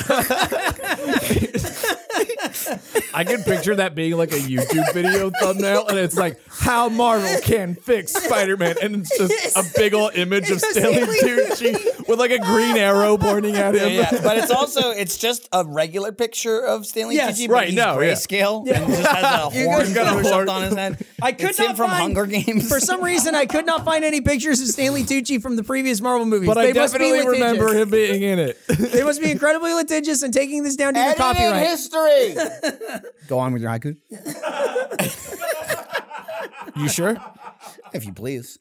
Speaker 2: I can picture that being like a YouTube video thumbnail, and it's like how Marvel can fix Spider-Man, and it's just a big old image of Stanley Tucci with like a green arrow pointing at him.
Speaker 3: Yeah, but it's also it's just a regular picture of Stanley
Speaker 4: Yes,
Speaker 3: Tucci, but
Speaker 2: right,
Speaker 3: he's
Speaker 2: no, yeah.
Speaker 3: grayscale and just has a
Speaker 4: You
Speaker 3: horn
Speaker 4: guys got a
Speaker 3: pushed
Speaker 2: horn.
Speaker 3: up on his head.
Speaker 4: I could
Speaker 3: it's
Speaker 4: not
Speaker 3: him from
Speaker 4: find-
Speaker 3: Hunger Games.
Speaker 4: For some reason, I could not find any pictures of Stanley Tucci from the previous Marvel movies.
Speaker 2: But I
Speaker 4: they must be
Speaker 2: definitely
Speaker 4: litigious.
Speaker 2: remember him being in it.
Speaker 4: They must be incredibly litigious and taking this down due to
Speaker 3: Edited
Speaker 4: copyright.
Speaker 3: history. Go on with your haiku,
Speaker 2: You sure?
Speaker 3: if you please.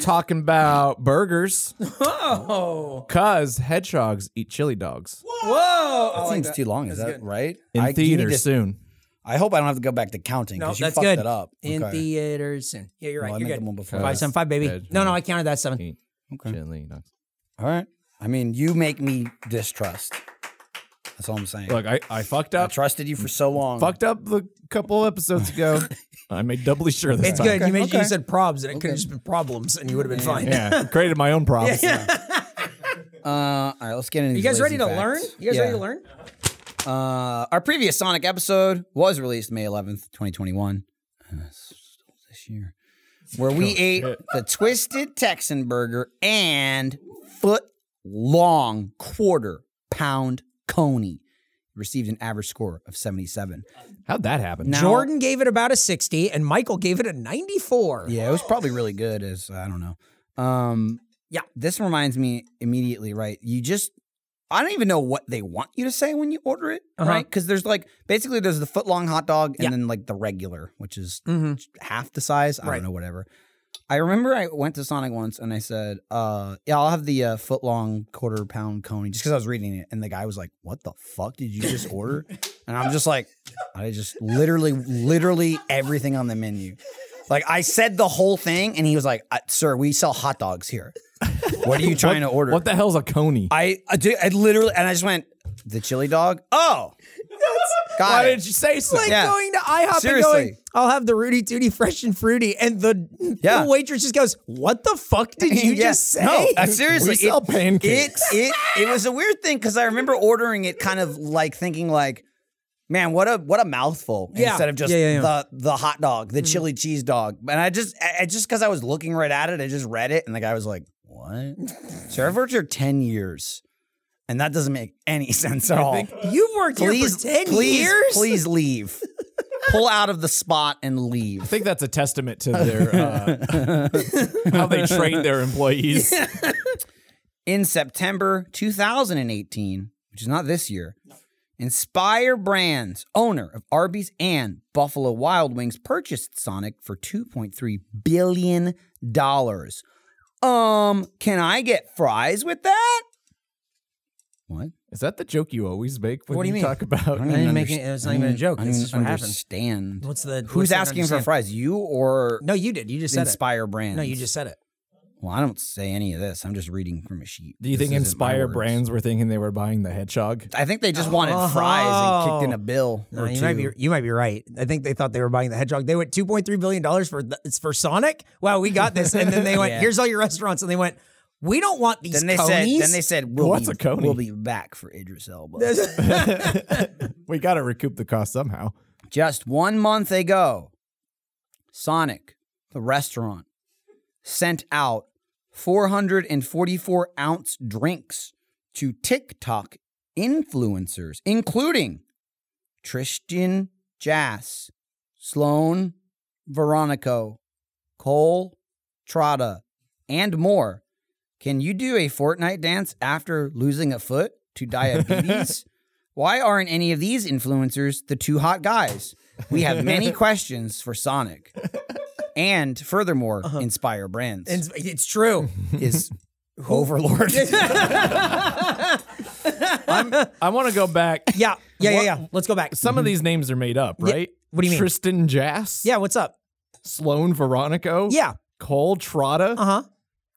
Speaker 2: Talking about burgers. Oh. Cause hedgehogs eat chili dogs
Speaker 4: Whoa!
Speaker 3: That seems too long. Is that right?
Speaker 2: in
Speaker 3: I, you need
Speaker 2: theater
Speaker 3: to-
Speaker 2: soon.
Speaker 3: I hope I don't have to go back to counting
Speaker 4: No,
Speaker 3: because you
Speaker 4: that's
Speaker 3: fucked
Speaker 4: good.
Speaker 3: it up.
Speaker 4: In
Speaker 3: Okay.
Speaker 4: theaters soon. Yeah, you're right.
Speaker 3: Well, I
Speaker 4: you're
Speaker 3: meant
Speaker 4: good.
Speaker 3: the one before.
Speaker 4: Five seven five, baby. No, no, I counted that seven.
Speaker 2: Eat chili dogs.
Speaker 3: All right. I mean, you make me distrust. That's all I'm saying.
Speaker 2: Look, I, I fucked
Speaker 3: I
Speaker 2: up.
Speaker 3: trusted you for so long.
Speaker 2: Fucked up a couple episodes ago. I made doubly sure this
Speaker 4: It's
Speaker 2: time.
Speaker 4: good. You, made,
Speaker 3: okay.
Speaker 4: you said probs, and it could have just been problems, and you would have been fine.
Speaker 2: Yeah, created my own problems.
Speaker 3: Uh, all right, let's get into.
Speaker 4: You guys ready to learn? You guys ready to learn?
Speaker 3: Uh, our previous Sonic episode was released May 11th, 2021. Uh, still this year. Where we ate the Twisted Texan Burger and foot long quarter pound coney. Received an average score of 77.
Speaker 2: How'd that happen?
Speaker 3: Now-
Speaker 4: Jordan gave it about a 60, and Michael gave it a 94.
Speaker 3: Yeah, it was probably really good. As I don't know. Um,
Speaker 4: Yeah.
Speaker 3: this reminds me immediately. Right, you just I don't even know what they want you to say when you order it,
Speaker 4: Uh-huh.
Speaker 3: right? Because there's like basically there's the foot long hot dog and
Speaker 4: Yeah.
Speaker 3: then like the regular, which is
Speaker 4: Mhm.
Speaker 3: half the size. I
Speaker 4: Right.
Speaker 3: don't know, whatever. I remember I went to Sonic once and I said, uh, "Yeah, I'll have the uh, foot long quarter pound coney," just because I was reading it, and the guy was like, "What the fuck did you just order?" And I'm just like, I just literally, literally everything on the menu. Like I said the whole thing, and he was like, "Uh, "Sir, we sell hot dogs here. What are you trying to order?"
Speaker 2: What the hell's a coney?
Speaker 3: I, I, do- I literally, and I just went, "The chili dog." Oh,
Speaker 2: Why
Speaker 3: got it.
Speaker 2: did you say so?
Speaker 4: like
Speaker 3: Yeah.
Speaker 4: going to IHOP and going,
Speaker 3: Seriously.
Speaker 4: I'll have the Rudy Tooty fresh and fruity. And the,
Speaker 3: Yeah.
Speaker 4: the waitress just goes, What the fuck did you
Speaker 3: Yeah.
Speaker 4: just say?
Speaker 3: No, uh, seriously,
Speaker 2: We sell pancakes.
Speaker 3: It, it it was a weird thing because I remember ordering it, kind of like thinking like, man, what a what a mouthful
Speaker 4: Yeah.
Speaker 3: instead of just
Speaker 4: Yeah, yeah, Mm-hmm. yeah.
Speaker 3: the the hot dog, the chili cheese dog. And I just I, I- just because I was looking right at it, I just read it, and the guy was like, "What? Sir, I've worked here ten years, and that doesn't make any sense at all.
Speaker 4: You've worked here
Speaker 3: please,
Speaker 4: for 10
Speaker 3: please,
Speaker 4: years?
Speaker 3: please leave. Pull out of the spot and leave."
Speaker 2: I think that's a testament to their uh, how they train their employees.
Speaker 3: in September 2018, which is not this year, Inspire Brands, owner of Arby's and Buffalo Wild Wings, purchased Sonic for $2.3 billion. Um, can I get fries with that? What?
Speaker 2: Is that the joke you always make when
Speaker 4: What do you mean?
Speaker 2: talk about?
Speaker 4: didn't make it- it's not even a joke.
Speaker 3: I
Speaker 4: It's
Speaker 3: don't
Speaker 4: just what happened.
Speaker 3: understand.
Speaker 4: What's the-
Speaker 3: Who's
Speaker 4: what's the
Speaker 3: asking for
Speaker 4: understand?
Speaker 3: fries? You or
Speaker 4: No, you did. You just said
Speaker 3: Inspire
Speaker 4: it.
Speaker 3: Brands?
Speaker 4: No, you just said it.
Speaker 3: Well, I don't say any of this. I'm just reading from a sheet.
Speaker 2: Do you
Speaker 3: This
Speaker 2: think
Speaker 3: isn't my
Speaker 2: Inspire
Speaker 3: words.
Speaker 2: brands were thinking they were buying the hedgehog?
Speaker 3: I think they just wanted fries and kicked in a bill
Speaker 4: No,
Speaker 3: or
Speaker 4: Oh. you
Speaker 3: two.
Speaker 4: might be you might be right. I think they thought they were buying the hedgehog. They went two point three billion dollars for th- it's for Sonic. Wow, we got this. And then they went,
Speaker 3: Yeah.
Speaker 4: here's all your restaurants. And they went, we don't want these.
Speaker 3: then they
Speaker 4: conies."
Speaker 3: said, then they said, we'll,
Speaker 2: What's
Speaker 3: be,
Speaker 2: a coney?
Speaker 3: we'll be back for Idris Elba.
Speaker 2: We got to recoup the cost somehow.
Speaker 3: Just one month ago, Sonic, the restaurant, sent out 444 ounce drinks to TikTok influencers, including Tristan Jass, Sloan Veronico, Cole Trotta, and more. Can you do a Fortnite dance after losing a foot to diabetes? Why aren't any of these influencers the two hot guys? We have many questions for Sonic. And furthermore, Inspire Brands
Speaker 4: And it's- it's true.
Speaker 3: is overlord.
Speaker 2: I want to go back.
Speaker 4: Yeah, yeah, yeah,
Speaker 2: What-
Speaker 4: yeah. Let's go back.
Speaker 2: Some of these names are made up, right?
Speaker 4: Mm-hmm. What do you mean?
Speaker 2: Tristan Jass,
Speaker 4: Yeah, what's up?
Speaker 2: Sloan Veronico,
Speaker 4: Yeah.
Speaker 2: Cole Trotta,
Speaker 4: Uh huh.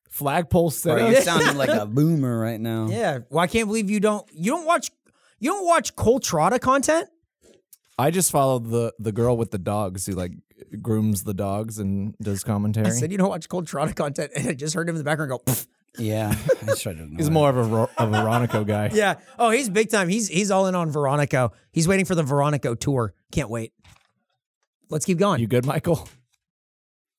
Speaker 2: Flagpole
Speaker 3: Bro,
Speaker 2: Senna.
Speaker 3: you sounding like a boomer right now.
Speaker 4: Yeah. Well, I can't believe you don't you don't watch you don't watch Cole Trotta content.
Speaker 2: I just followed the the girl with the dogs who like grooms the dogs and does commentary.
Speaker 4: I said you don't watch Cole Trotta content, and I just heard him in the background go. "Pff."
Speaker 3: Yeah. I just tried to
Speaker 2: He's
Speaker 3: ignore
Speaker 2: more of a, Ro- a Veronico guy.
Speaker 4: Yeah. Oh, he's big time. He's he's all in on Veronico. He's waiting for the Veronico tour. Can't wait. Let's keep going.
Speaker 2: You good, Michael?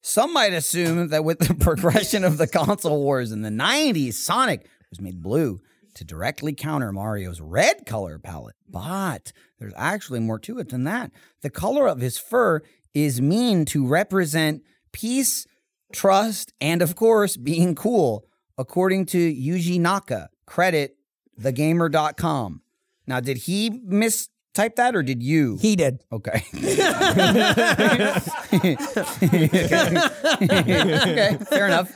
Speaker 3: Some might assume that with the progression of the console wars in the 90s, Sonic was made blue to directly counter Mario's red color palette. But there's actually more to it than that. The color of his fur is mean to represent peace, trust, and of course, being cool, according to Yuji Naka. Credit thegamer.com. Now, did he mistype that or did you?
Speaker 4: he did.
Speaker 3: Okay. okay, fair enough.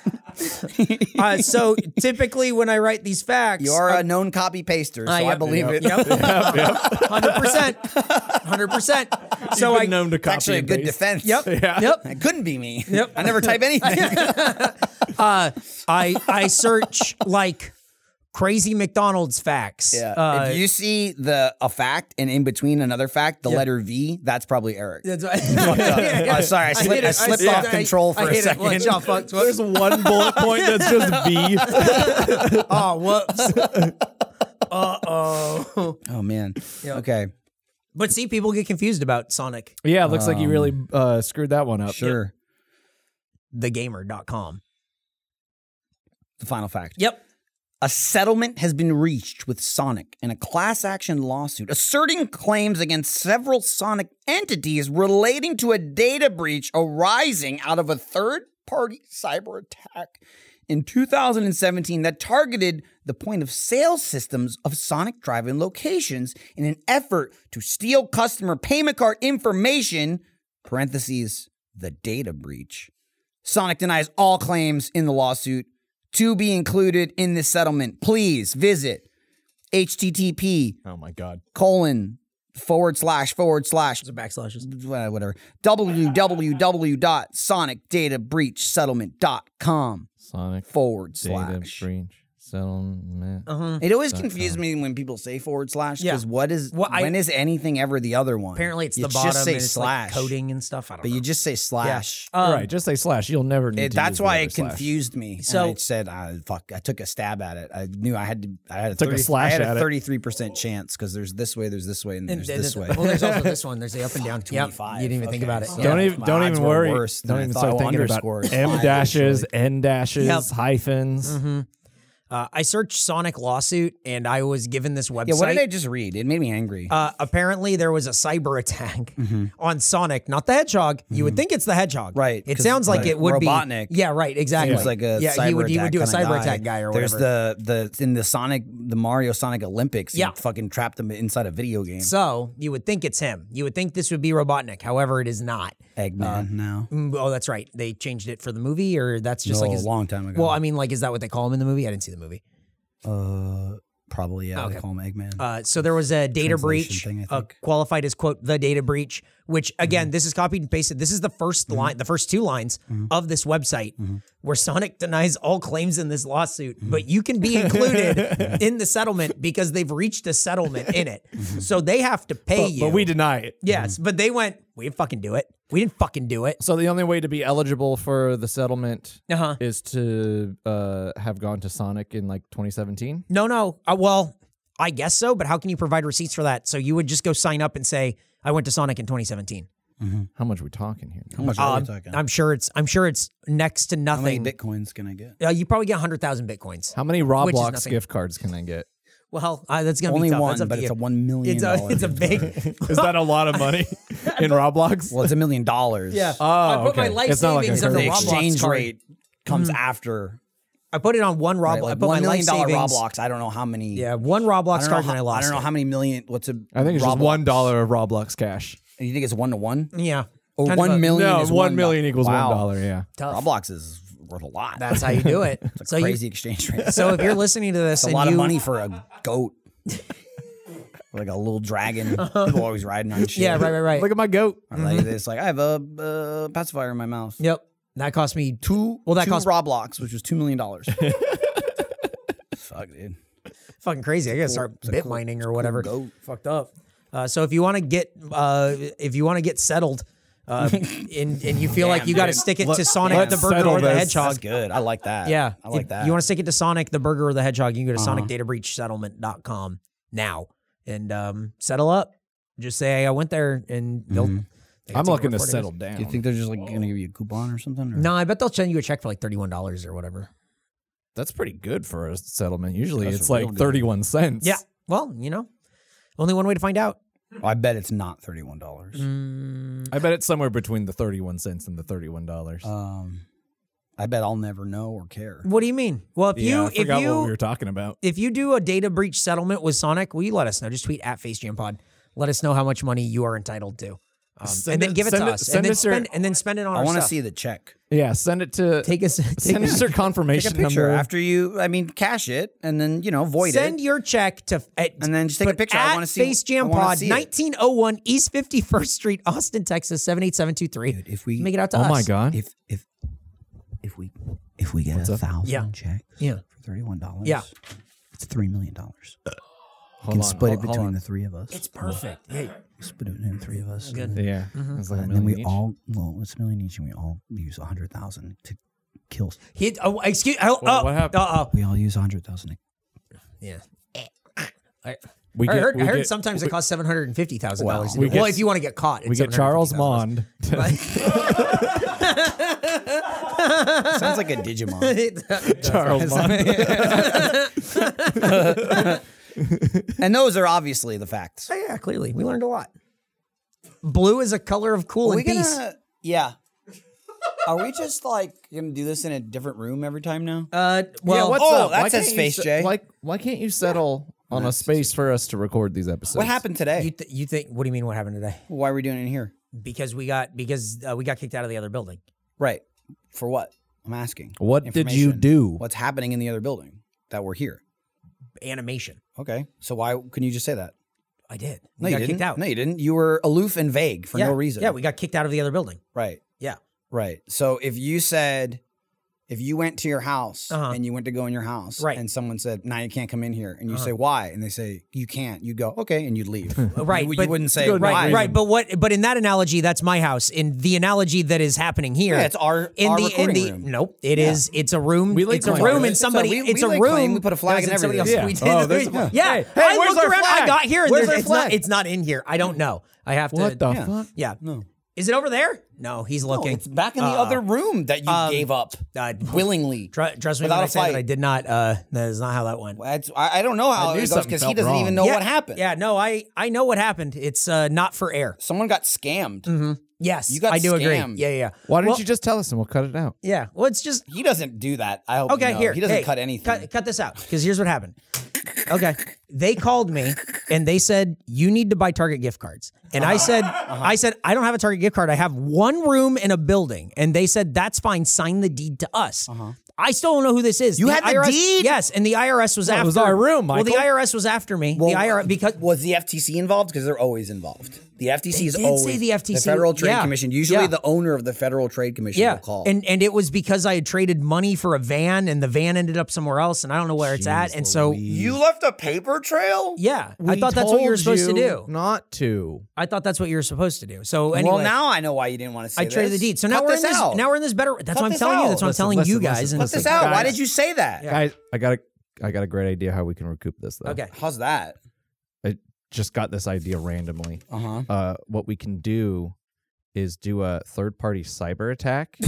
Speaker 4: Uh, so typically when I write these facts,
Speaker 3: You are a known copy paster, so I, believe it.
Speaker 4: hundred percent, hundred percent. So
Speaker 2: You've
Speaker 4: I
Speaker 2: been known to
Speaker 3: It's
Speaker 2: copy
Speaker 3: actually a
Speaker 2: and
Speaker 3: good
Speaker 2: paste.
Speaker 3: defense.
Speaker 4: Yep.
Speaker 2: Yeah.
Speaker 4: Yep.
Speaker 3: It couldn't be me.
Speaker 4: Yep.
Speaker 3: I never type anything.
Speaker 4: uh, I I search like crazy McDonald's facts.
Speaker 3: Yeah.
Speaker 4: Uh,
Speaker 3: if you see the a fact and in between another fact, the letter V, that's probably Eric.
Speaker 4: that's
Speaker 3: I'm sorry, I slipped-
Speaker 4: hit it.
Speaker 3: I slipped off
Speaker 4: I-
Speaker 3: control for
Speaker 4: I
Speaker 3: a
Speaker 4: hit it.
Speaker 3: second.
Speaker 4: Watch out, fuck.
Speaker 2: There's one bullet point that's just V.
Speaker 4: Oh, whoops. uh oh.
Speaker 3: Oh man. Okay.
Speaker 4: But see, people get confused about Sonic
Speaker 2: Yeah, it looks like you really
Speaker 4: Um,
Speaker 2: uh, screwed that one up.
Speaker 3: Sure.
Speaker 4: thegamer.com.
Speaker 3: The final fact.
Speaker 4: Yep.
Speaker 3: A settlement has been reached with Sonic in a class action lawsuit asserting claims against several Sonic entities relating to a data breach arising out of a third party cyber attack in 2017 that targeted the point of sale systems of Sonic drive in locations in an effort to steal customer payment card information, parentheses, the data breach. Sonic denies all claims in the lawsuit to be included in this settlement. Please visit http
Speaker 2: Oh my god.
Speaker 3: colon forward slash forward slash
Speaker 4: The backslashes.
Speaker 3: uh, whatever www.sonicdatabreachsettlement.com
Speaker 2: Sonic
Speaker 3: forward slash. Uh,
Speaker 2: breach settlement.
Speaker 3: It always confuses me when people say forward slash because
Speaker 4: Yeah.
Speaker 3: what is
Speaker 4: Well, I-
Speaker 3: when is anything ever the other one?
Speaker 4: Apparently, it's
Speaker 3: You
Speaker 4: the
Speaker 3: just
Speaker 4: bottom
Speaker 3: say
Speaker 4: and it's
Speaker 3: slash,
Speaker 4: like coding and stuff. I don't
Speaker 3: but
Speaker 4: know.
Speaker 3: you just say slash.
Speaker 4: Um,
Speaker 2: right, just say slash. You'll never need.
Speaker 3: It,
Speaker 2: to
Speaker 3: that's
Speaker 2: use the
Speaker 3: why
Speaker 2: other
Speaker 3: it
Speaker 2: slash.
Speaker 3: confused me. So
Speaker 4: So-
Speaker 3: I said, ah, "Fuck!" I took a stab at it. I knew I had to. I had a,
Speaker 2: Took a
Speaker 3: 30,
Speaker 2: slash
Speaker 3: I had
Speaker 2: at
Speaker 3: a
Speaker 2: it.
Speaker 3: thirty-three percent chance because there's this way, there's this way, and
Speaker 4: And
Speaker 3: there's
Speaker 4: th-
Speaker 3: this
Speaker 4: th-
Speaker 3: way.
Speaker 4: well, there's also this one. There's the up and down. Yep.
Speaker 3: 25.
Speaker 4: You didn't even think
Speaker 3: Okay.
Speaker 4: about it.
Speaker 3: So-
Speaker 4: Yeah.
Speaker 2: Don't e- even
Speaker 3: my
Speaker 2: don't
Speaker 3: odds
Speaker 2: even
Speaker 3: were
Speaker 2: worry.
Speaker 3: worse than
Speaker 2: Don't
Speaker 3: I
Speaker 2: even
Speaker 3: thought.
Speaker 2: start
Speaker 3: Oh,
Speaker 2: thinking
Speaker 3: underscores,
Speaker 2: about M
Speaker 3: five,
Speaker 2: dashes,
Speaker 3: actually.
Speaker 2: N dashes,
Speaker 4: Yep.
Speaker 2: hyphens.
Speaker 3: Mm-hmm.
Speaker 4: Uh, I searched Sonic lawsuit and I was given this website.
Speaker 3: Yeah, what did I just read? It made me angry.
Speaker 4: uh, apparently, there was a cyber attack
Speaker 2: Mm-hmm.
Speaker 4: on Sonic, not the Hedgehog. You would think it's the Hedgehog,
Speaker 3: Right,
Speaker 4: It
Speaker 3: 'cause
Speaker 4: sounds like
Speaker 3: like
Speaker 4: it would
Speaker 3: Robotnik.
Speaker 4: be. Yeah, right. Exactly.
Speaker 3: It's like a
Speaker 4: yeah.
Speaker 3: cyber
Speaker 4: he would he would
Speaker 3: attack
Speaker 4: do a
Speaker 3: kinda
Speaker 4: cyber
Speaker 3: guy.
Speaker 4: attack guy or
Speaker 3: There's
Speaker 4: whatever.
Speaker 3: the the in the Sonic the Mario Sonic Olympics.
Speaker 4: Yeah.
Speaker 3: you fucking trapped them inside a video game.
Speaker 4: so you would think it's him. You would think this would be Robotnik. However, it is not.
Speaker 3: Eggman. no,
Speaker 4: Mm, Oh, that's right. They changed it for the movie, or that's just
Speaker 3: No,
Speaker 4: like his
Speaker 3: a long time ago.
Speaker 4: Well, I mean, like, is that what they call him in the movie? I didn't see the movie.
Speaker 3: uh, probably yeah. They
Speaker 4: Okay.
Speaker 3: call him Eggman.
Speaker 4: Uh, so there was a data
Speaker 3: Translation
Speaker 4: breach,
Speaker 3: thing, I
Speaker 4: uh,
Speaker 3: think. Mm-hmm.
Speaker 4: qualified as quote the data breach, which again, this is copied and pasted. This is the 1st line, the first two lines
Speaker 3: Mm-hmm.
Speaker 4: of this website where Sonic denies all claims in this lawsuit,
Speaker 3: Mm-hmm.
Speaker 4: but you can be included in the settlement because they've reached a settlement in it.
Speaker 3: Mm-hmm.
Speaker 4: So they have to pay
Speaker 2: But,
Speaker 4: you.
Speaker 2: but we deny it.
Speaker 4: yes, but they went, we didn't fucking do it. We didn't fucking do it.
Speaker 2: So the only way to be eligible for the settlement
Speaker 4: Uh
Speaker 3: Uh-huh.
Speaker 4: huh.
Speaker 2: is to uh, have gone to Sonic in like 2017.
Speaker 4: No, no. Uh, well, I guess so, but how can you provide receipts for that? So you would just go sign up and say, I went to Sonic in 2017.
Speaker 2: How much are we talking here?
Speaker 3: How much are we talking?
Speaker 4: I'm sure it's I'm sure it's next to
Speaker 3: How many
Speaker 4: nothing.
Speaker 3: bitcoins can I get?
Speaker 4: uh, you probably get 100,000 bitcoins.
Speaker 2: How many
Speaker 4: is
Speaker 2: Roblox
Speaker 4: nothing.
Speaker 2: gift cards can I get?
Speaker 4: Well, uh, that's going to be
Speaker 3: Only
Speaker 4: tough.
Speaker 3: one,
Speaker 4: That's up
Speaker 3: but
Speaker 4: to
Speaker 3: it's a
Speaker 4: you.
Speaker 3: one million.
Speaker 4: It's a
Speaker 3: dollar
Speaker 4: it's a
Speaker 3: gift.
Speaker 4: big
Speaker 2: Is that a lot of money in Roblox?
Speaker 3: Well, it's a million dollars.
Speaker 4: Yeah.
Speaker 2: Oh,
Speaker 4: I put my
Speaker 2: okay.
Speaker 4: life
Speaker 2: It's not like a
Speaker 4: savings on
Speaker 2: curve.
Speaker 4: the
Speaker 3: The
Speaker 2: Roblox
Speaker 3: exchange
Speaker 4: card.
Speaker 3: rate comes after.
Speaker 4: I put it on one Roblox.
Speaker 3: Right,
Speaker 4: I
Speaker 3: like
Speaker 4: put my
Speaker 3: one
Speaker 4: life
Speaker 3: million dollar
Speaker 4: savings.
Speaker 3: Roblox. I don't know how many.
Speaker 4: Yeah, one
Speaker 3: I
Speaker 4: Roblox
Speaker 3: don't know
Speaker 4: card
Speaker 3: how,
Speaker 4: and I lost.
Speaker 3: don't know how many million. What's a?
Speaker 2: I think it's just
Speaker 3: Roblox?
Speaker 2: one dollar of Roblox cash.
Speaker 3: You think it's one to one
Speaker 4: it. Yeah.
Speaker 3: or
Speaker 4: Mm, Kind of a-
Speaker 3: one million?
Speaker 2: No,
Speaker 3: is
Speaker 2: one million
Speaker 3: do-
Speaker 2: equals
Speaker 3: Wow.
Speaker 2: one dollar. Yeah.
Speaker 4: Tough.
Speaker 3: Roblox is worth a lot.
Speaker 4: That's how you do it. so you,
Speaker 3: crazy exchange rate.
Speaker 4: so if you're listening to this
Speaker 3: It's a
Speaker 4: and
Speaker 3: lot
Speaker 4: you
Speaker 3: of money for a goat, like a little dragon. People always riding on shit.
Speaker 4: Uh-huh. Yeah, right, Mm-hmm. right, right.
Speaker 2: Look at my goat.
Speaker 3: Or Like this, like I have a uh, pacifier in my mouth.
Speaker 4: Yep. That cost me
Speaker 3: Two.
Speaker 4: Well, that
Speaker 3: two
Speaker 4: cost-
Speaker 3: Roblox, which was two million dollars. Fuck, dude.
Speaker 4: fucking crazy. I gotta start
Speaker 3: It's a
Speaker 4: bit
Speaker 3: cool-
Speaker 4: mining
Speaker 3: it's
Speaker 4: or
Speaker 3: a cool
Speaker 4: whatever.
Speaker 3: goat.
Speaker 4: Fucked up. Uh, so if you want to get uh, if you want to get settled, uh, and and you feel like
Speaker 3: Damn,
Speaker 4: you got to
Speaker 3: dude.
Speaker 4: stick it to
Speaker 2: Let-
Speaker 4: Sonic
Speaker 2: let's
Speaker 4: the Burger
Speaker 2: settle
Speaker 4: or the
Speaker 2: this.
Speaker 3: That's
Speaker 4: Hedgehog.
Speaker 3: good. I like that.
Speaker 4: Yeah,
Speaker 3: I like
Speaker 4: If
Speaker 3: that. Uh-huh.
Speaker 4: You want to stick it to Sonic the Burger or the Hedgehog? You can go to sonicdatabreachsettlement.com now and um, settle up. Just say I went there and they'll.
Speaker 3: Mm-hmm.
Speaker 4: they can
Speaker 2: I'm
Speaker 4: take
Speaker 2: looking
Speaker 4: word
Speaker 2: to
Speaker 4: for it, I
Speaker 2: settle
Speaker 4: guess.
Speaker 2: down.
Speaker 3: Do you think they're just like going to give you a coupon or something? Or?
Speaker 4: No, I bet they'll send you a check for like thirty one dollars or whatever.
Speaker 2: That's pretty good for a settlement. Usually
Speaker 3: That's
Speaker 2: it's
Speaker 3: a real
Speaker 2: like
Speaker 3: deal.
Speaker 2: 31 cents.
Speaker 4: Yeah. Well, you know, only one way to find out.
Speaker 3: I bet it's not thirty-one dollars.
Speaker 4: Mm.
Speaker 2: I bet it's somewhere between the 31 cents and the $31.
Speaker 3: Um, I bet I'll never know or care.
Speaker 4: What do you mean? Well, if
Speaker 2: yeah,
Speaker 4: you
Speaker 2: I
Speaker 4: if
Speaker 2: forgot
Speaker 4: you
Speaker 2: what we were talking about.
Speaker 4: if you do a data breach settlement with Sonic, will you let us know? Just tweet at FaceJamPod. Let us know how much money you are entitled to. Um,
Speaker 2: Send
Speaker 4: and then
Speaker 2: it-
Speaker 4: give it to
Speaker 2: send it-
Speaker 4: us.
Speaker 2: send
Speaker 4: and, then
Speaker 2: us your-
Speaker 4: spend, and then spend it on
Speaker 3: I
Speaker 4: our
Speaker 3: want to
Speaker 4: stuff.
Speaker 3: see the check.
Speaker 2: Yeah, send it to
Speaker 4: Take us. Take
Speaker 2: send us your confirmation
Speaker 3: Take a picture
Speaker 2: number.
Speaker 3: after you. I mean, cash it and then you know void
Speaker 4: Send
Speaker 2: eh?
Speaker 3: it.
Speaker 4: your check to at,
Speaker 3: And then just take a
Speaker 4: put
Speaker 3: picture. I
Speaker 4: at
Speaker 3: wanna see-
Speaker 4: Face Jam
Speaker 3: I wanna
Speaker 4: Pod,
Speaker 3: see it.
Speaker 4: 1901 East 51st Street, Austin, Texas 78723.
Speaker 3: Dude, if we-
Speaker 4: make it out to
Speaker 2: oh
Speaker 4: us,
Speaker 2: my god.
Speaker 3: if if if we if we get a thousand
Speaker 4: Yeah.
Speaker 3: checks
Speaker 4: Yeah.
Speaker 3: for thirty-one dollars,
Speaker 4: Yeah.
Speaker 5: It's three million dollars. We
Speaker 2: Hold
Speaker 5: can
Speaker 2: on,
Speaker 5: split
Speaker 2: hold-
Speaker 5: it
Speaker 2: hold
Speaker 5: between
Speaker 2: on.
Speaker 5: the three of us.
Speaker 4: It's perfect. Hey,
Speaker 5: split it in three of us.
Speaker 4: Good.
Speaker 5: And,
Speaker 2: Yeah, it's like a
Speaker 5: and then we
Speaker 2: million each.
Speaker 5: all well, it's a million each, and we all use a hundred thousand to kill.
Speaker 4: he, oh, excuse. Oh,
Speaker 2: Well,
Speaker 4: oh,
Speaker 2: what happened?
Speaker 4: Uh, oh,
Speaker 5: We all use a hundred thousand.
Speaker 4: yeah. Eh. I,
Speaker 2: We
Speaker 4: I
Speaker 2: get-
Speaker 4: heard,
Speaker 2: we
Speaker 4: I heard
Speaker 2: get-
Speaker 4: sometimes
Speaker 2: we-
Speaker 4: it costs seven hundred and fifty thousand dollars.
Speaker 2: We
Speaker 4: Well,
Speaker 2: get-
Speaker 4: if you want to get caught, it's
Speaker 2: We get Charles
Speaker 4: $750,000.
Speaker 2: Mond.
Speaker 5: Sounds like a Digimon.
Speaker 2: Charles Mond.
Speaker 3: And those are obviously the facts.
Speaker 4: Oh, yeah, clearly we learned a lot. Blue is a color of cool
Speaker 3: Are we
Speaker 4: and peace.
Speaker 3: gonna? Yeah. Are we just like gonna do this in a different room every time now?
Speaker 4: Uh, well,
Speaker 3: what's- oh, that says
Speaker 2: can't you
Speaker 3: Face
Speaker 2: se-
Speaker 3: Jay.
Speaker 2: Why, why can't you settle on a space for us to record these episodes?
Speaker 3: what happened today?
Speaker 4: you, th- you think? What do you mean? What happened today?
Speaker 3: Why are we doing it in here?
Speaker 4: Because we got because uh, we got kicked out of the other building.
Speaker 3: Right. For what? I'm asking.
Speaker 2: What did you
Speaker 3: Information.
Speaker 2: do?
Speaker 3: What's happening in the other building that we're here?
Speaker 4: Animation.
Speaker 3: Okay. So why couldn't you just say that?
Speaker 4: I did. We
Speaker 3: No,
Speaker 4: got
Speaker 3: you didn't.
Speaker 4: kicked out
Speaker 3: No, you didn't. You were aloof and vague for
Speaker 4: yeah.
Speaker 3: no reason.
Speaker 4: Yeah, we got kicked out of the other building.
Speaker 3: right.
Speaker 4: Yeah.
Speaker 3: Right. So if you said, if you went to your house
Speaker 4: Uh-huh.
Speaker 3: and you went to go in your house,
Speaker 4: Right. Uh-huh.
Speaker 3: and someone said, "Now you can't come in here," and you say, "Why?" and they say, "You can't," you'd go, "Okay," and you'd leave.
Speaker 4: Right,
Speaker 3: You, you
Speaker 4: but-
Speaker 3: wouldn't say
Speaker 2: Good
Speaker 3: why.
Speaker 4: Right, right. But what? But in that analogy, that's my house. In the analogy that is happening here,
Speaker 3: Yeah, it's our-
Speaker 4: in
Speaker 3: our
Speaker 4: the in
Speaker 3: recording
Speaker 4: the
Speaker 3: room.
Speaker 4: nope. It is. It's a room.
Speaker 2: We like
Speaker 4: it's a
Speaker 2: claim
Speaker 4: room,
Speaker 2: it.
Speaker 4: and somebody.
Speaker 3: So we-
Speaker 4: it's
Speaker 3: we
Speaker 4: a
Speaker 3: like
Speaker 4: room.
Speaker 3: claim, we put a flag
Speaker 4: That was
Speaker 3: and
Speaker 4: in somebody
Speaker 3: everything.
Speaker 4: else's-
Speaker 2: Yeah.
Speaker 4: We did.
Speaker 2: Oh, there's a flag.
Speaker 4: yeah.
Speaker 2: Hey,
Speaker 4: I
Speaker 2: hey, where's
Speaker 4: looked
Speaker 2: our
Speaker 4: around, I
Speaker 2: flag?
Speaker 4: got here, and
Speaker 2: Where's
Speaker 4: there's-
Speaker 2: our
Speaker 4: it's not.
Speaker 2: flag?
Speaker 4: It's not in here. I don't know. I have to.
Speaker 2: What the fuck?
Speaker 4: Yeah.
Speaker 3: No.
Speaker 4: Is it over there? No. He's looking. Uh,
Speaker 3: It's back in the other room that you gave up
Speaker 4: um,
Speaker 3: uh,
Speaker 4: I-
Speaker 3: willingly.
Speaker 4: Tr- trust me when
Speaker 3: Without
Speaker 4: I
Speaker 3: a
Speaker 4: say that
Speaker 3: fight.
Speaker 4: I did not. Uh, that is not how that went.
Speaker 3: That's- I, I don't know how
Speaker 2: I knew
Speaker 3: it goes
Speaker 2: something
Speaker 3: because he
Speaker 2: felt
Speaker 3: doesn't
Speaker 2: wrong.
Speaker 3: even know
Speaker 4: yeah,
Speaker 3: what happened.
Speaker 4: Yeah. No. I I know what happened. It's uh, not for air.
Speaker 3: Someone got scammed.
Speaker 4: Mm-hmm. Yes.
Speaker 3: You got
Speaker 4: I do agree. Yeah.
Speaker 3: scammed.
Speaker 4: Yeah. Yeah.
Speaker 2: Why didn't
Speaker 4: Well-
Speaker 2: you just tell us and we'll cut it out?
Speaker 4: Yeah. Well, it's just
Speaker 3: He doesn't do that. I hope. you
Speaker 4: Okay,
Speaker 3: know.
Speaker 4: here.
Speaker 3: he doesn't
Speaker 4: hey,
Speaker 3: cut anything.
Speaker 4: Cut, cut this out because here's what happened. Okay. They called me and they said, You need to buy Target gift cards. And I said,
Speaker 3: Uh-huh.
Speaker 4: I said, I don't have a Target gift card. I have one room in a building. And they said, That's fine. Sign the deed to us. I still don't know who this is. You
Speaker 3: Uh-huh. had the deed?
Speaker 4: Yes. And the IRS was after
Speaker 2: it was our room,
Speaker 4: Well, the
Speaker 2: Michael.
Speaker 4: IRS was after me. the IRS, because.
Speaker 3: Oh, uh, was the FTC involved? Because they're always involved. The FTC is
Speaker 4: did say
Speaker 3: always
Speaker 4: the FTC
Speaker 3: Federal Trade
Speaker 4: yeah,
Speaker 3: Commission. Usually,
Speaker 4: yeah.
Speaker 3: the owner of the Federal Trade Commission will call.
Speaker 4: And and it was because I had traded money for a van and the van ended up somewhere else and I don't know where it's at. And so
Speaker 3: you left a paper trail.
Speaker 4: yeah, I thought that's what you were supposed to do.
Speaker 2: Not to.
Speaker 4: I thought that's what you were supposed to do. So anyway,
Speaker 3: well, now I know why you didn't want to say.
Speaker 4: I traded the
Speaker 3: this.
Speaker 4: deed. So now
Speaker 3: Cut
Speaker 4: we're in this.
Speaker 3: out.
Speaker 4: Now we're in this better. That's
Speaker 3: Cut
Speaker 4: what I'm
Speaker 3: this
Speaker 4: telling you.
Speaker 3: out.
Speaker 4: That's what I'm
Speaker 2: Listen,
Speaker 4: telling you
Speaker 2: listen,
Speaker 4: guys.
Speaker 2: listen,
Speaker 4: and
Speaker 3: Cut this
Speaker 2: Listen,
Speaker 3: out. Why
Speaker 2: guys.
Speaker 3: did you say that?
Speaker 2: Guys, I got a I got a great idea how we can recoup this though.
Speaker 4: Okay.
Speaker 3: How's that?
Speaker 2: I just got this idea randomly.
Speaker 3: Uh huh.
Speaker 2: Uh what we can do is do a third party cyber attack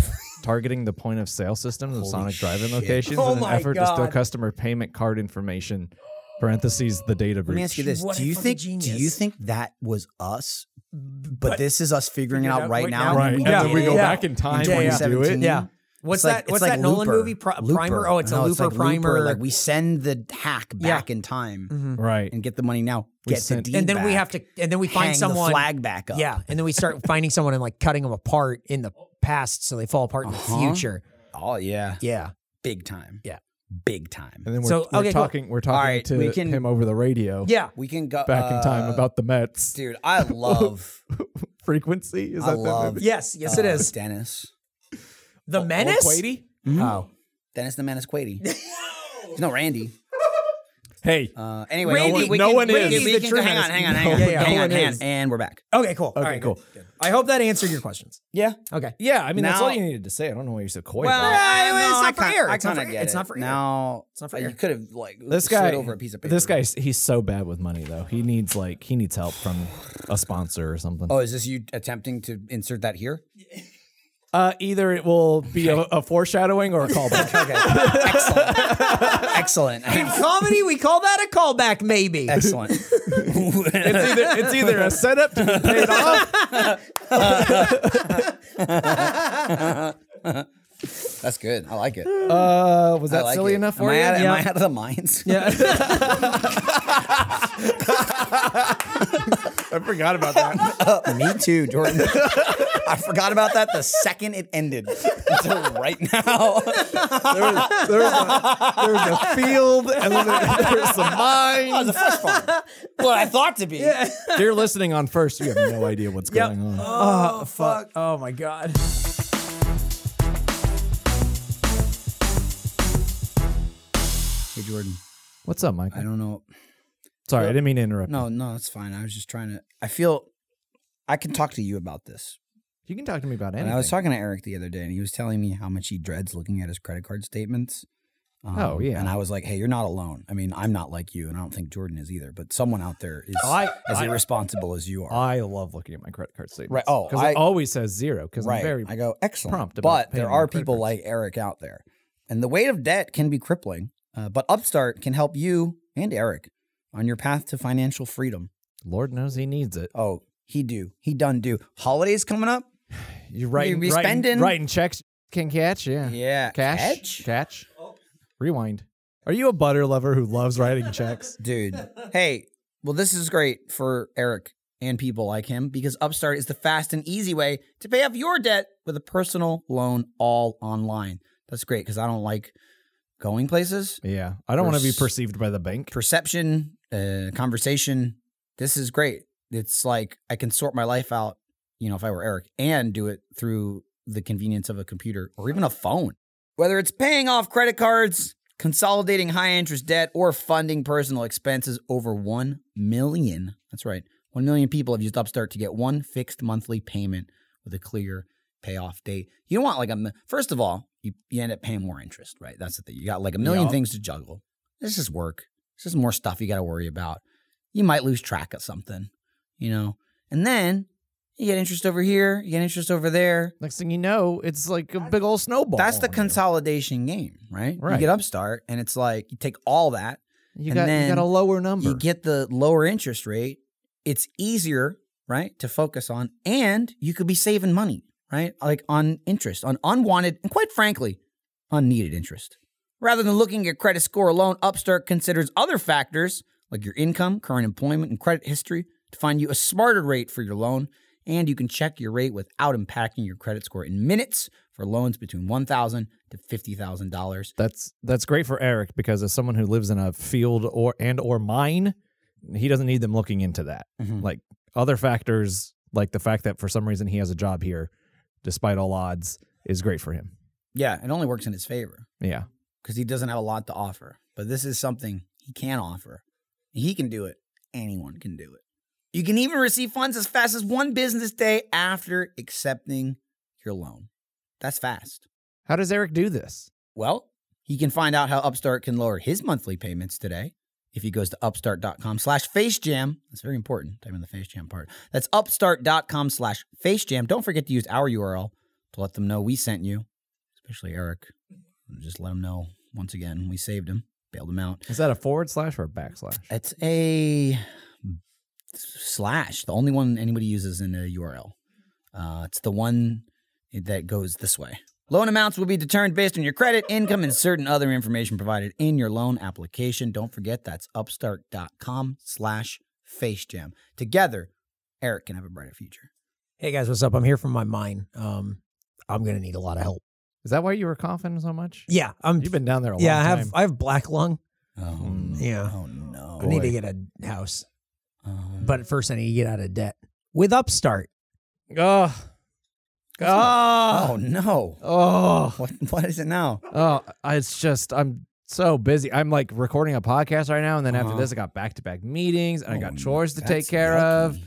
Speaker 2: targeting the point of sale systems of Sonic drive-in locations
Speaker 4: Oh
Speaker 2: in an
Speaker 4: my
Speaker 2: effort to steal
Speaker 4: God.
Speaker 2: customer payment card information. Parentheses the data breach.
Speaker 3: Let me ask you this:
Speaker 4: What a
Speaker 3: Do you
Speaker 4: fucking
Speaker 3: think? Do you
Speaker 4: genius.
Speaker 3: think that was us? But, this is us figuring it
Speaker 4: Figured
Speaker 3: out right, now.
Speaker 2: Right.
Speaker 3: and
Speaker 2: And
Speaker 3: we
Speaker 4: Yeah.
Speaker 2: then we go
Speaker 4: Yeah.
Speaker 2: back in time
Speaker 4: Yeah,
Speaker 2: when
Speaker 4: yeah.
Speaker 2: we do it.
Speaker 4: Yeah. What's
Speaker 3: It's like-
Speaker 4: that? What's
Speaker 3: it's
Speaker 4: that
Speaker 3: like
Speaker 4: Nolan
Speaker 3: Looper.
Speaker 4: movie? Pri-
Speaker 3: Looper.
Speaker 4: Primer. Oh, it's a
Speaker 3: No,
Speaker 4: Looper
Speaker 3: like
Speaker 4: primer.
Speaker 3: Like we send the hack
Speaker 4: Yeah. Mm-hmm.
Speaker 3: back in time
Speaker 2: Right.
Speaker 3: and get the money now.
Speaker 2: We
Speaker 3: Get the
Speaker 2: sent-
Speaker 3: deed
Speaker 4: and then we
Speaker 3: back,
Speaker 4: have to. And then we find
Speaker 3: hang
Speaker 4: someone.
Speaker 3: the flag back up.
Speaker 4: Yeah. And then we start finding someone and like cutting them apart in the past so they fall apart in the future.
Speaker 3: Oh yeah.
Speaker 4: Yeah.
Speaker 3: Big time.
Speaker 4: Yeah.
Speaker 3: Big time.
Speaker 2: And then we're,
Speaker 4: So,
Speaker 2: we're
Speaker 4: okay, cool.
Speaker 2: talking we're talking
Speaker 3: right,
Speaker 2: to
Speaker 3: we can-
Speaker 2: him over the radio
Speaker 4: Yeah.
Speaker 3: We can go
Speaker 2: back in time
Speaker 3: uh,
Speaker 2: about the Mets
Speaker 3: Dude, I love.
Speaker 2: frequency. Is that
Speaker 3: I
Speaker 2: the
Speaker 3: love
Speaker 2: movie?
Speaker 4: Yes. Yes, it
Speaker 3: uh,
Speaker 4: is.
Speaker 3: Dennis. Uh,
Speaker 4: The Menace.
Speaker 2: Quady?
Speaker 4: Oh.
Speaker 3: Dennis the Menace Quady. no, Randy.
Speaker 2: Hey,
Speaker 3: Uh, anyway,
Speaker 4: Randy-
Speaker 3: we- we
Speaker 2: no
Speaker 3: can-
Speaker 2: one
Speaker 3: we can-
Speaker 2: is.
Speaker 3: we
Speaker 4: The
Speaker 3: can-
Speaker 4: true
Speaker 3: hang on,
Speaker 4: menace.
Speaker 3: hang on,
Speaker 4: No
Speaker 3: hang on,
Speaker 4: one- no
Speaker 3: hang on,
Speaker 4: one
Speaker 3: hang on,
Speaker 4: is.
Speaker 3: and we're back.
Speaker 4: Okay. Cool. All
Speaker 2: Okay,
Speaker 4: right.
Speaker 2: cool.
Speaker 4: good, good. I hope that answered your questions.
Speaker 3: Yeah.
Speaker 4: Okay.
Speaker 2: yeah. I mean, that's
Speaker 3: Now-
Speaker 2: all you needed to say. I don't know why you're so coy.
Speaker 3: Well,
Speaker 2: about it.
Speaker 4: Yeah,
Speaker 3: Uh, no,
Speaker 4: it's
Speaker 3: I
Speaker 4: not for
Speaker 3: kinda-
Speaker 4: air.
Speaker 3: I
Speaker 4: It's not
Speaker 3: kinda
Speaker 4: for-
Speaker 3: get
Speaker 4: it's
Speaker 3: it.
Speaker 4: not for air.
Speaker 3: Now,
Speaker 4: It's not for
Speaker 3: you
Speaker 4: air.
Speaker 3: could have like
Speaker 2: this
Speaker 3: slid
Speaker 2: guy,
Speaker 3: over a piece of paper.
Speaker 2: this guy, he's so bad with money though. He needs like he needs help from a sponsor or something.
Speaker 3: Oh, is this you attempting to insert that here?
Speaker 2: Uh, either it will be a, a foreshadowing or a callback.
Speaker 3: Okay. Excellent. Excellent.
Speaker 4: Comedy, we call that a callback, maybe.
Speaker 3: Excellent.
Speaker 2: it's either it's either a setup to be paid off.
Speaker 3: That's good. I like it.
Speaker 2: Uh, was
Speaker 3: I
Speaker 2: that
Speaker 3: like
Speaker 2: silly
Speaker 3: it.
Speaker 2: enough
Speaker 3: am
Speaker 2: for
Speaker 3: I
Speaker 2: you?
Speaker 3: Out,
Speaker 2: Yeah.
Speaker 3: Am I out of the minds?
Speaker 2: I forgot about that.
Speaker 3: Me too, Jordan. I forgot about that the second it ended until right now.
Speaker 2: There was, there was a, there was a field and then there, there was some mines.
Speaker 3: what I thought to be.
Speaker 2: You're listening on first. You have no idea what's going on.
Speaker 4: Oh, fuck. Oh, my God.
Speaker 3: Hey, Jordan.
Speaker 2: What's up, Michael?
Speaker 5: I don't know.
Speaker 2: Sorry, I didn't mean to interrupt.
Speaker 5: No, no, that's fine. I was just trying to. I feel I can talk to you about this.
Speaker 2: you can talk to me about
Speaker 5: And
Speaker 2: anything.
Speaker 5: I was talking to Eric the other day, and he was telling me how much he dreads looking at his credit card statements. Um,
Speaker 2: Oh, yeah.
Speaker 5: And I was like, hey, you're not alone. I mean, I'm not like you, and I don't think Jordan is either. But someone out there is
Speaker 2: Oh, I,
Speaker 5: as
Speaker 2: I,
Speaker 5: irresponsible as you are.
Speaker 2: I love looking at my credit card statements.
Speaker 5: Right, oh,
Speaker 2: because
Speaker 5: I-
Speaker 2: it always says zero. Because
Speaker 5: right.
Speaker 2: I'm very.
Speaker 5: I go excellent.
Speaker 2: prompt about
Speaker 5: but
Speaker 2: paying
Speaker 5: there
Speaker 2: my
Speaker 5: are
Speaker 2: credit
Speaker 5: people
Speaker 2: cards.
Speaker 5: like Eric out there, and the weight of debt can be crippling. Uh, but Upstart can help you and Eric on your path to financial freedom.
Speaker 2: Lord knows he needs it.
Speaker 5: Oh, he do. He done do. Holidays coming up.
Speaker 2: You writing,
Speaker 5: be
Speaker 2: writing,
Speaker 5: spending-
Speaker 2: writing checks can catch. Yeah,
Speaker 5: Yeah.
Speaker 2: Cash,
Speaker 5: Catch?
Speaker 2: catch.
Speaker 3: Oh.
Speaker 2: Rewind. Are you a butter lover who loves writing checks?
Speaker 5: Dude.
Speaker 3: Hey,
Speaker 5: Well, this is great for Eric and people like him because Upstart is the fast and easy way
Speaker 3: to pay off your debt with a personal loan all online.
Speaker 5: That's great because I don't like going places.
Speaker 2: Yeah, I don't want to be
Speaker 5: Pers-
Speaker 2: perceived by the bank.
Speaker 5: Perception, uh, conversation. This is great. It's like I can sort my life out, you know, if I were Eric and do it through the convenience of a computer or even a phone.
Speaker 3: Whether it's paying off credit cards, consolidating high interest debt, or funding personal expenses, over 1 million, that's right, 1 million people have used Upstart to get one fixed monthly payment with a clear payoff date. You don't want like a, mi- first of all, you, you end up paying more interest, right? That's the thing. You got like a million
Speaker 2: Yup.
Speaker 3: things to juggle. This is work. This is more stuff you got to worry about. You might lose track of something, you know? And then you get interest over here, you get interest over there.
Speaker 2: Next thing you know, it's like a big old snowball.
Speaker 3: That's the
Speaker 2: on you.
Speaker 3: consolidation game, right?
Speaker 2: Right.
Speaker 3: You get Upstart, and it's like you take all that,
Speaker 2: You
Speaker 3: and
Speaker 2: got you
Speaker 3: then
Speaker 2: got a lower number.
Speaker 3: you get the lower interest rate. It's easier, right, to focus on, and you could be saving money, right, like on interest, on unwanted and quite frankly, unneeded interest. Rather than looking at credit score alone, Upstart considers other factors like your income, current employment, and credit history to find you a smarter rate for your loan. And you can check your rate without impacting your credit score in minutes for loans between $1,000 to $50,000.
Speaker 2: that's that's great for Eric because as someone who lives in a field or and or mine, he doesn't need them looking into that.
Speaker 4: Mm-hmm.
Speaker 5: Mhm.
Speaker 2: Like other factors, like the fact that for some reason he has a job here, despite all odds, is great for him.
Speaker 5: Yeah.
Speaker 3: it only works in his favor
Speaker 2: Yeah.
Speaker 3: because he doesn't have a lot to offer. But this is something he can offer. He can do it. Anyone can do it. You can even receive funds as fast as one business day after accepting your loan. That's fast.
Speaker 2: How does Eric do this?
Speaker 3: Well, he can find out how Upstart can lower his monthly payments today if he goes to upstart.com slash facejam. That's very important. Type in the facejam part. That's upstart.com slash facejam. Don't forget to use our URL to let them know we sent you, especially Eric. Just let him know once again we saved him, bailed him out.
Speaker 2: Is that a forward slash or a backslash?
Speaker 3: It's a slash, the only one anybody uses in a URL. Uh, it's the one that goes this way. Loan amounts will be determined based on your credit, income, and certain other information provided in your loan application. Don't forget that's upstart.com slash facejam. Together, Eric can have a brighter future.
Speaker 4: Hey guys, what's up? I'm here from my mine. Um, I'm gonna need a lot of help.
Speaker 2: Is that why you were coughing so much?
Speaker 4: Yeah, I'm.
Speaker 2: You've been down there a
Speaker 4: yeah,
Speaker 2: long
Speaker 4: I have.
Speaker 2: time.
Speaker 4: I have black lung.
Speaker 5: Oh,
Speaker 2: Mm.
Speaker 4: Yeah,
Speaker 5: oh no.
Speaker 4: I need to
Speaker 2: boy.
Speaker 4: get a house,
Speaker 3: Oh,
Speaker 5: Um,
Speaker 4: but first I need to get out of debt with Upstart.
Speaker 2: Ugh.
Speaker 5: oh
Speaker 2: Oh,
Speaker 5: no.
Speaker 2: oh,
Speaker 5: What, what is it now?
Speaker 2: oh, it's just I'm so busy. I'm like recording a podcast right now, and then after
Speaker 5: Uh-huh.
Speaker 2: this, I got back to back meetings, and I
Speaker 5: Oh,
Speaker 2: got chores to take
Speaker 5: that's
Speaker 2: care of.
Speaker 5: yucky.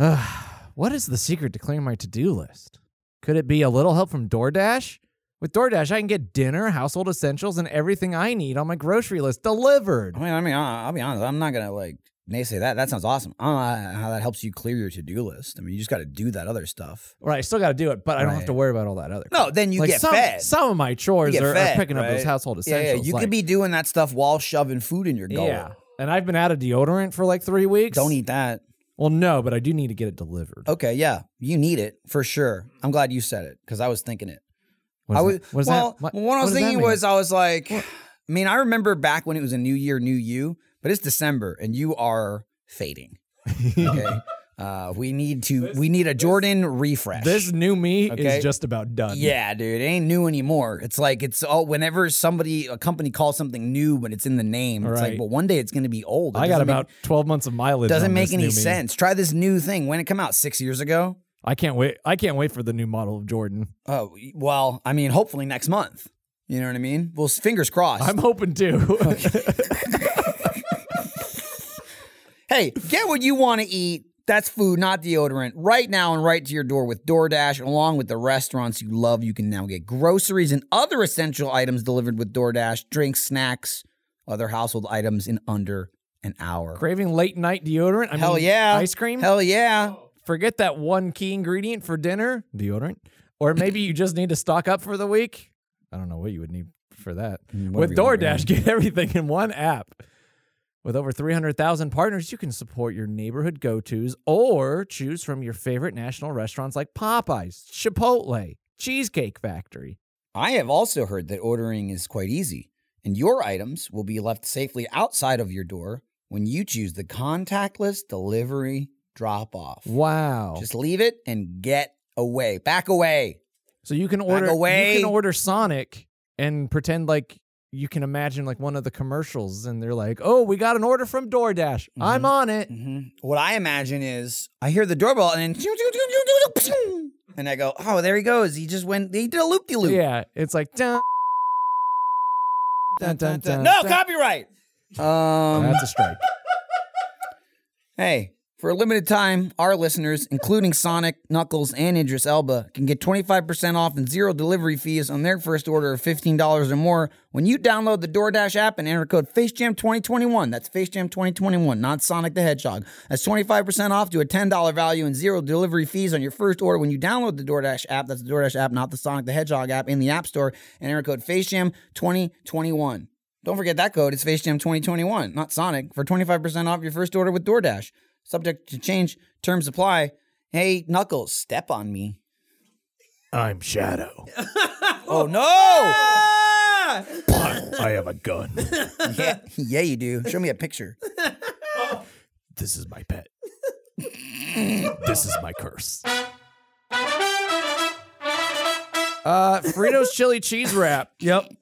Speaker 2: Ugh. what is the secret to clearing my to do list? Could it be a little help from DoorDash? With DoorDash, I can get dinner, household essentials, and everything I need on my grocery list delivered.
Speaker 5: I mean, I mean, I- I'll be honest. I'm not gonna like naysay that. That sounds awesome. I don't know how that helps you clear your to do list. I mean, you just got to do that other stuff.
Speaker 2: Right, I still got to do it, but I don't have
Speaker 5: Right.
Speaker 2: to worry about all that other.
Speaker 5: No,
Speaker 2: crap.
Speaker 5: then you
Speaker 2: Like,
Speaker 5: get
Speaker 2: some,
Speaker 5: fed.
Speaker 2: Some of my chores
Speaker 5: get
Speaker 2: are, are
Speaker 5: fed,
Speaker 2: picking up those
Speaker 5: right?
Speaker 2: household
Speaker 5: yeah, yeah,
Speaker 2: essentials.
Speaker 5: you
Speaker 2: like-
Speaker 5: could be doing that stuff while shoving food in your gullet.
Speaker 2: yeah. And I've been out of deodorant for like three weeks.
Speaker 5: Don't eat that.
Speaker 2: Well, no, but I do need to get it delivered.
Speaker 5: Okay, yeah, you need it for sure. I'm glad you said it because I was thinking it.
Speaker 2: What is
Speaker 5: I
Speaker 2: that-
Speaker 5: was
Speaker 2: what is that-
Speaker 5: well.
Speaker 2: what-
Speaker 5: what I
Speaker 2: what
Speaker 5: was
Speaker 2: does that
Speaker 5: thinking
Speaker 2: mean?
Speaker 5: was I was like, I mean, I remember back when it was a new year, new you, but it's December and you are fading. Okay, uh, we need to we need a Jordan refresh.
Speaker 2: this new me
Speaker 5: Okay.
Speaker 2: is just about done.
Speaker 5: Yeah, dude, it ain't new anymore. It's like it's all whenever somebody a company calls something new, but it's in the name. It's
Speaker 2: Right.
Speaker 5: like, well, one day it's gonna be old. It
Speaker 2: I got
Speaker 5: doesn't make-
Speaker 2: about 12 months of mileage.
Speaker 5: doesn't
Speaker 2: on
Speaker 5: make
Speaker 2: this
Speaker 5: any
Speaker 2: new me.
Speaker 5: sense. Try this new thing. When it come out six years ago?
Speaker 2: I can't wait. I can't wait for the new model of Jordan.
Speaker 5: Oh well, I mean, hopefully next month. You know what I mean? Well, s- fingers crossed.
Speaker 2: I'm hoping to.
Speaker 3: Hey, get what you want to eat. That's food, not deodorant, right now and right to your door with DoorDash. Along with the restaurants you love, you can now get groceries and other essential items delivered with DoorDash, drinks, snacks, other household items in under an hour.
Speaker 2: Craving late night deodorant? I
Speaker 3: Hell
Speaker 2: mean,
Speaker 3: yeah.
Speaker 2: Ice cream?
Speaker 3: Hell yeah.
Speaker 2: Forget that one key ingredient for dinner deodorant. Or maybe you just need to stock up for the week. I don't know what you would need for that. With
Speaker 3: you want,
Speaker 2: DoorDash, get everything in one app. With over 300,000 partners, you can support your neighborhood go tos or choose from your favorite national restaurants like Popeyes, Chipotle, Cheesecake Factory.
Speaker 3: I have also heard that ordering is quite easy, and your items will be left safely outside of your door when you choose the contactless delivery drop off.
Speaker 2: Wow.
Speaker 3: Just leave it and get away. Back away.
Speaker 2: So you can order
Speaker 3: away.
Speaker 2: you can order Sonic and pretend like you can imagine like one of the commercials and they're like, "Oh, we got an order from DoorDash.
Speaker 3: Mm-hmm.
Speaker 2: I'm on it."
Speaker 3: What I imagine is I hear the doorbell and then and I go, oh, there he goes. He just went, he did a loop de loop.
Speaker 2: Yeah, it's like dun, dun, dun, dun,
Speaker 3: No,
Speaker 2: dun.
Speaker 3: copyright. Um,
Speaker 2: That's a strike.
Speaker 3: Hey, for a limited time, our listeners, including Sonic, Knuckles, and Idris Elba, can get 25% off and zero delivery fees on their first order of $15 or more when you download the DoorDash app and enter code FaceJam2021. That's FaceJam2021, not Sonic the Hedgehog. That's 25% off to a $10 value and zero delivery fees on your first order when you download the DoorDash app. That's the DoorDash app, not the Sonic the Hedgehog app in the App Store and enter code FaceJam2021. Don't forget that code. It's FaceJam 2021, not Sonic, for 25% off your first order with DoorDash. Subject to change, terms apply. Hey, Knuckles, step on me.
Speaker 2: I'm Shadow.
Speaker 3: Oh, no!
Speaker 2: I have a gun.
Speaker 3: yeah, yeah, you do. Show me a picture.
Speaker 2: This is my pet. this is my curse. Uh, Fritos chili cheese wrap. Yep.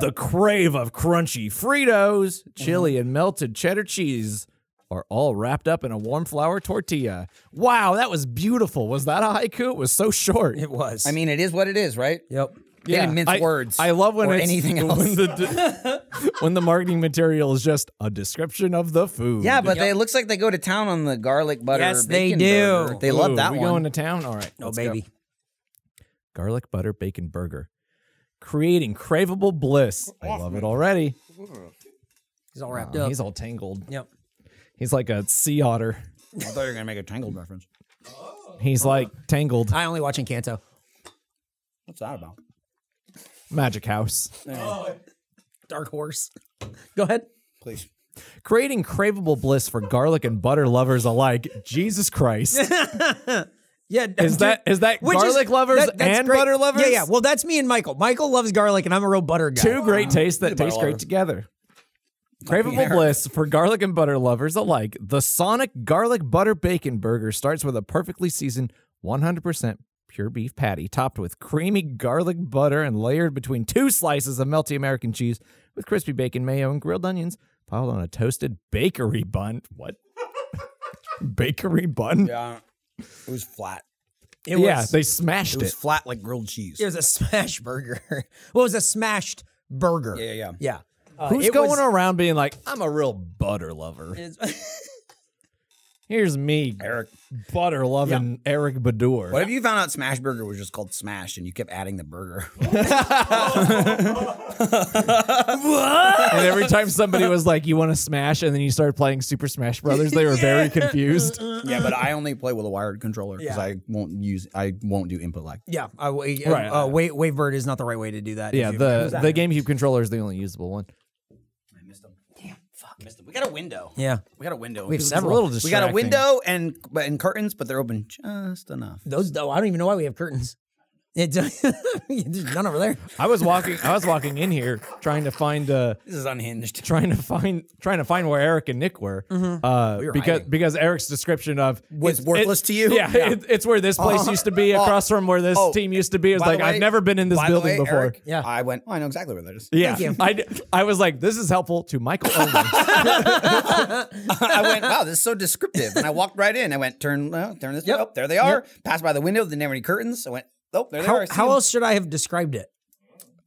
Speaker 2: The crave of crunchy Fritos, chili, and melted cheddar cheese are all wrapped up in a warm flour tortilla. Wow, that was beautiful. Was that a haiku? It was so short.
Speaker 4: It was.
Speaker 3: I mean, it is what it is, right?
Speaker 4: yep.
Speaker 3: They didn't mince
Speaker 2: I,
Speaker 3: words.
Speaker 2: I love when
Speaker 3: or
Speaker 2: it's-
Speaker 3: anything else.
Speaker 2: When the, when the marketing material is just a description of the food.
Speaker 3: yeah, but they, it looks like they go to town on the garlic butter.
Speaker 4: Yes, they
Speaker 3: bacon
Speaker 4: do.
Speaker 3: burger. They
Speaker 2: Ooh,
Speaker 3: love that
Speaker 2: we
Speaker 3: one. Oh,
Speaker 2: going to town? All right.
Speaker 4: No
Speaker 2: let's go.
Speaker 4: baby.
Speaker 2: garlic butter bacon burger, creating craveable bliss. I love it already.
Speaker 4: He's all wrapped
Speaker 2: Oh,
Speaker 4: up.
Speaker 2: he's all tangled.
Speaker 4: yep.
Speaker 2: He's like a sea otter.
Speaker 3: I thought you were gonna make a Tangled reference.
Speaker 2: He's like tangled.
Speaker 4: I only watch Encanto.
Speaker 3: What's that about?
Speaker 2: Magic House.
Speaker 4: Dark Horse. Go ahead.
Speaker 3: Please.
Speaker 2: Creating craveable bliss for garlic and butter lovers alike. Jesus Christ.
Speaker 4: Yeah.
Speaker 2: Is that is that garlic lovers
Speaker 4: that's
Speaker 2: and
Speaker 4: great.
Speaker 2: butter lovers?
Speaker 4: Yeah, yeah. Well, that's me and Michael. Michael loves garlic, and I'm a real butter guy.
Speaker 2: Two great tastes that taste
Speaker 3: butter
Speaker 2: great
Speaker 3: lovers.
Speaker 2: together. Craveable bliss for garlic and butter lovers alike. The Sonic Garlic Butter Bacon Burger starts with a perfectly seasoned 100% pure beef patty topped with creamy garlic butter and layered between two slices of melty American cheese with crispy bacon, mayo, and grilled onions piled on a toasted bakery bun. What? bakery bun? Yeah,
Speaker 3: Yeah. It was flat.
Speaker 4: It was,
Speaker 2: they smashed
Speaker 3: It
Speaker 2: it.
Speaker 3: was flat like grilled cheese.
Speaker 4: it was a smash burger. well, it was a smashed burger.
Speaker 3: Yeah, yeah,
Speaker 4: Yeah. Uh,
Speaker 2: Who's
Speaker 4: it
Speaker 2: going
Speaker 4: was-
Speaker 2: around being like, I'm a real butter lover? Here's me,
Speaker 3: Eric.
Speaker 2: butter loving Eric Badur.
Speaker 3: What if you found out Smash Burger was just called Smash and you kept adding the burger?
Speaker 2: And every time somebody was like, "You want to smash," and then you started playing Super Smash Brothers, they were very confused.
Speaker 3: yeah, but I only play with a wired controller because
Speaker 4: Yeah.
Speaker 3: I won't use I won't do input lag.
Speaker 4: Yeah, uh, wait,
Speaker 2: Right.
Speaker 4: uh, wave Wavebird is not the right way to do that.
Speaker 2: Yeah,
Speaker 4: If you-
Speaker 2: the the GameCube controller is the only usable one.
Speaker 3: Fuck, missed them. We got a window.
Speaker 4: yeah,
Speaker 3: We got a window.
Speaker 4: we have
Speaker 2: It's a
Speaker 4: several.
Speaker 2: little
Speaker 3: we got a
Speaker 2: distracting.
Speaker 3: window and but and curtains, but they're open just enough.
Speaker 4: Those though, I don't even know why we have curtains. It, there's none over there.
Speaker 2: I was walking. I was walking in here trying to find. Uh,
Speaker 3: This is unhinged.
Speaker 2: Trying to find, trying to find where Eric and Nick were,
Speaker 3: Mm-hmm.
Speaker 2: uh, because because Eric's description of
Speaker 3: Oh, Was
Speaker 2: it's-
Speaker 3: worthless
Speaker 2: it's-
Speaker 3: to you?
Speaker 2: Yeah,
Speaker 3: Yeah. Uh-huh.
Speaker 2: It, it's where this place used to be, across from where this
Speaker 3: oh,
Speaker 2: team used to be. It's
Speaker 3: by the
Speaker 2: like I've
Speaker 3: way-
Speaker 2: never been in this
Speaker 3: by the
Speaker 2: building
Speaker 3: way,
Speaker 2: before.
Speaker 3: Eric,
Speaker 4: Yeah.
Speaker 3: I went. Oh, I know exactly where that is.
Speaker 2: yeah,
Speaker 4: Thank you.
Speaker 2: I, d- I was like, this is helpful to Michael only.
Speaker 3: I went. Wow, this is so descriptive. And I walked right in. I went. Turn. Uh, turn this. way. Oh, there they are. Passed by the window. Didn't have any curtains. I went. Oh, there they are. I
Speaker 4: How,
Speaker 3: see
Speaker 4: how
Speaker 3: them.
Speaker 4: else should I have described it?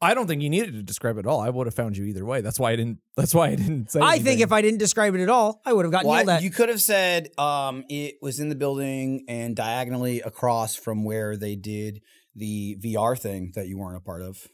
Speaker 2: I don't think you needed to describe it at all. I would have found you either way. That's why I didn't. That's why I didn't say.
Speaker 4: I think if I didn't describe it at all, I would have gotten
Speaker 3: Well,
Speaker 4: yelled
Speaker 3: I-
Speaker 4: at.
Speaker 3: you could have said um, it was in the building and diagonally across from where they did the VR thing that you weren't a part of.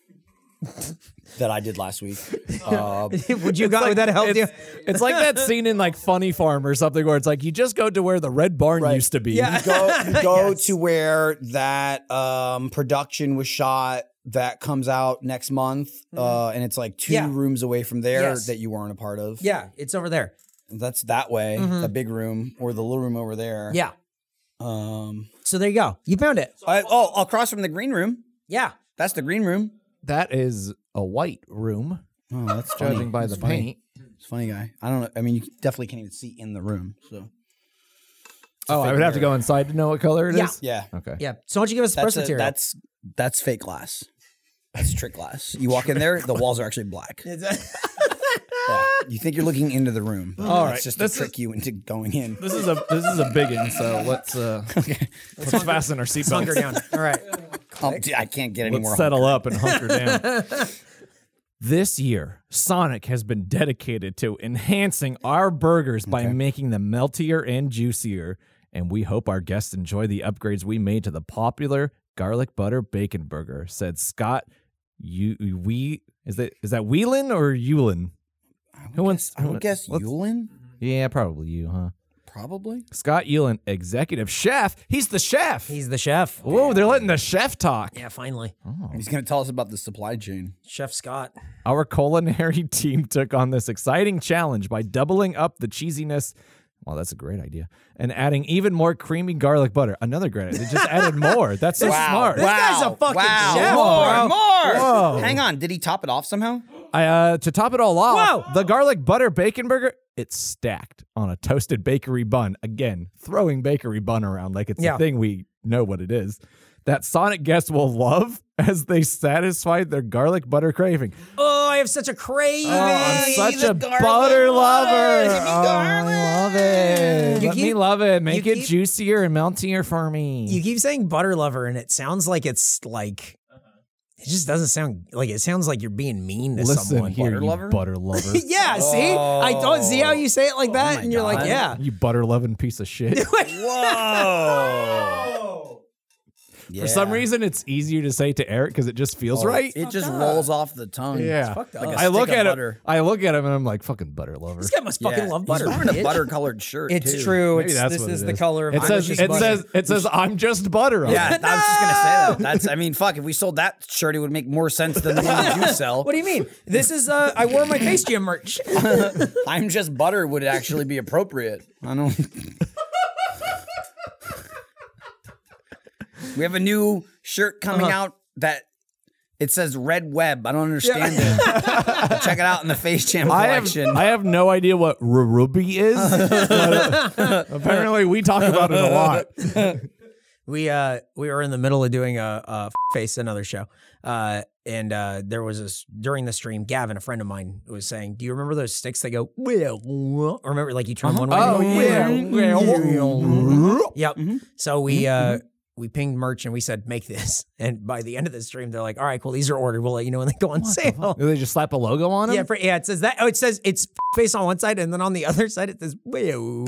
Speaker 3: that I did last week. Uh,
Speaker 4: would you got would that help you?
Speaker 2: it's, it's like that scene in like Funny Farm or something where it's like you just go to where the red barn used to be.
Speaker 3: you go, you go to where that um, production was shot that comes out next month, uh, and it's like two
Speaker 4: Mm-hmm. Yeah.
Speaker 3: rooms away from there
Speaker 4: Yes.
Speaker 3: that you weren't a part of.
Speaker 4: Yeah, it's over there.
Speaker 3: that's that way, the big room or the little room over there.
Speaker 4: Yeah.
Speaker 3: Um,
Speaker 4: So there you go. You found it.
Speaker 3: I, oh, across from the green room.
Speaker 4: Yeah.
Speaker 3: That's the green room.
Speaker 2: That is a white room,
Speaker 3: Oh, that's
Speaker 2: judging by the paint.
Speaker 3: It's funny guy. I don't know. I mean, you definitely can't even see in the room. So
Speaker 2: Oh, I would have to go inside to know what color it is.
Speaker 4: Yeah.
Speaker 3: yeah,
Speaker 2: Okay.
Speaker 4: Yeah. So why don't you give us the
Speaker 3: that's
Speaker 4: first
Speaker 3: a-
Speaker 4: material?
Speaker 3: that's that's fake glass. That's trick glass. You walk in there, the walls are actually black. Yeah. You think you're looking into the room. but
Speaker 2: All
Speaker 3: it's
Speaker 2: right,
Speaker 3: just to
Speaker 2: this
Speaker 3: trick you into going in. Um,
Speaker 2: This is a this is a big one, so let's uh let's fasten our
Speaker 4: Hunker
Speaker 2: seatbelts.
Speaker 4: down. All right.
Speaker 3: Oh, dude, I can't get any more.
Speaker 2: Let's settle up and hunker down. This year, Sonic has been dedicated to enhancing our burgers by making them meltier and juicier, and we hope our guests enjoy the upgrades we made to the popular garlic butter bacon burger, said Scott you we is that is that Whelan or Yulin? Who wants
Speaker 3: I
Speaker 2: who-
Speaker 3: would guess
Speaker 2: let's-
Speaker 3: Yulin,
Speaker 2: Yeah, probably you, huh?
Speaker 3: probably.
Speaker 2: Scott Yulin, executive chef. He's the chef.
Speaker 4: He's the chef.
Speaker 2: Whoa, they're letting the chef talk.
Speaker 4: Yeah, finally.
Speaker 3: He's going to tell us about the supply chain.
Speaker 4: Chef Scott.
Speaker 2: Our culinary team took on this exciting challenge by doubling up the cheesiness. Well, that's a great idea. And adding even more creamy garlic butter. Another great idea. They just added more. That's so smart.
Speaker 4: This guy's a fucking
Speaker 3: wow,
Speaker 4: chef, bro.
Speaker 3: More, more.
Speaker 2: Whoa.
Speaker 3: Hang on. Did he top it off somehow?
Speaker 2: I, uh, to top it all off,
Speaker 4: Whoa.
Speaker 2: the garlic butter bacon burger, it's stacked on a toasted bakery bun. Again, throwing bakery bun around like it's
Speaker 4: Yeah.
Speaker 2: a thing we know what it is. That Sonic guests will love as they satisfy their garlic butter craving.
Speaker 4: Oh, I have such a craving.
Speaker 2: Oh, I'm such a
Speaker 3: garlic
Speaker 2: butter lover.
Speaker 3: lover. Give me
Speaker 2: Oh, I love it.
Speaker 4: You
Speaker 2: Let me
Speaker 4: keep-
Speaker 2: love it. Make
Speaker 4: you
Speaker 2: it
Speaker 4: keep-
Speaker 2: juicier and meltier for me.
Speaker 4: you keep saying butter lover, and it sounds like it's like
Speaker 3: Uh-huh.
Speaker 4: it just doesn't sound like it sounds like you're being mean to
Speaker 2: Listen
Speaker 4: someone.
Speaker 2: here,
Speaker 3: Butter
Speaker 2: you
Speaker 3: lover?
Speaker 2: butter lover.
Speaker 4: yeah, see, I don't see how you say it
Speaker 3: Oh
Speaker 4: like that, and you're like, yeah.
Speaker 2: you butter loving piece of shit.
Speaker 3: Whoa.
Speaker 2: For some reason, it's easier to say to Eric because Oh, it just feels right.
Speaker 3: It just rolls off the tongue.
Speaker 2: yeah,
Speaker 3: It's fucked up.
Speaker 2: I look
Speaker 3: stick of
Speaker 2: at him.
Speaker 3: butter.
Speaker 2: I look at him and I'm like, fucking butter lover.
Speaker 4: This guy must fucking
Speaker 3: Yeah.
Speaker 4: love butter.
Speaker 3: He's wearing a
Speaker 4: bitch.
Speaker 3: butter colored shirt.
Speaker 4: It's
Speaker 3: too.
Speaker 4: true.
Speaker 2: Maybe
Speaker 4: It's,
Speaker 2: that's
Speaker 4: this
Speaker 2: what
Speaker 4: is
Speaker 2: it
Speaker 4: the color of
Speaker 2: It says.
Speaker 4: Irish's
Speaker 2: It
Speaker 4: butter.
Speaker 2: says. It says. I'm just butter. on
Speaker 3: Yeah, I
Speaker 2: it."
Speaker 3: was just gonna say that. That's. I mean, fuck. If we sold that shirt, it would make more sense than the one that you sell.
Speaker 4: What do you mean? This is uh, I wore my face jam merch.
Speaker 3: I'm just butter would actually be appropriate. I don't. we have a new shirt coming out that it says Red Web. I don't understand it. Check it out in the Face Jam
Speaker 2: I have,
Speaker 3: collection.
Speaker 2: I have no idea what rurubi is. but, uh, apparently, we talk about it a lot.
Speaker 4: we uh we were in the middle of doing a, a face another show uh and uh there was this during the stream gavin a friend of mine was saying do you remember those sticks that go well well?" or remember like you turn one way
Speaker 2: Oh, yeah. Mm-hmm.
Speaker 4: yep so we uh we pinged merch and we said make this and by the end of the stream they're like all right cool these are ordered we'll let you know when they go on sale
Speaker 2: Do they just slap a logo on them?
Speaker 4: yeah, for, yeah. It says that. Oh, it says it's face on one side, and then on the other side it says. "Well."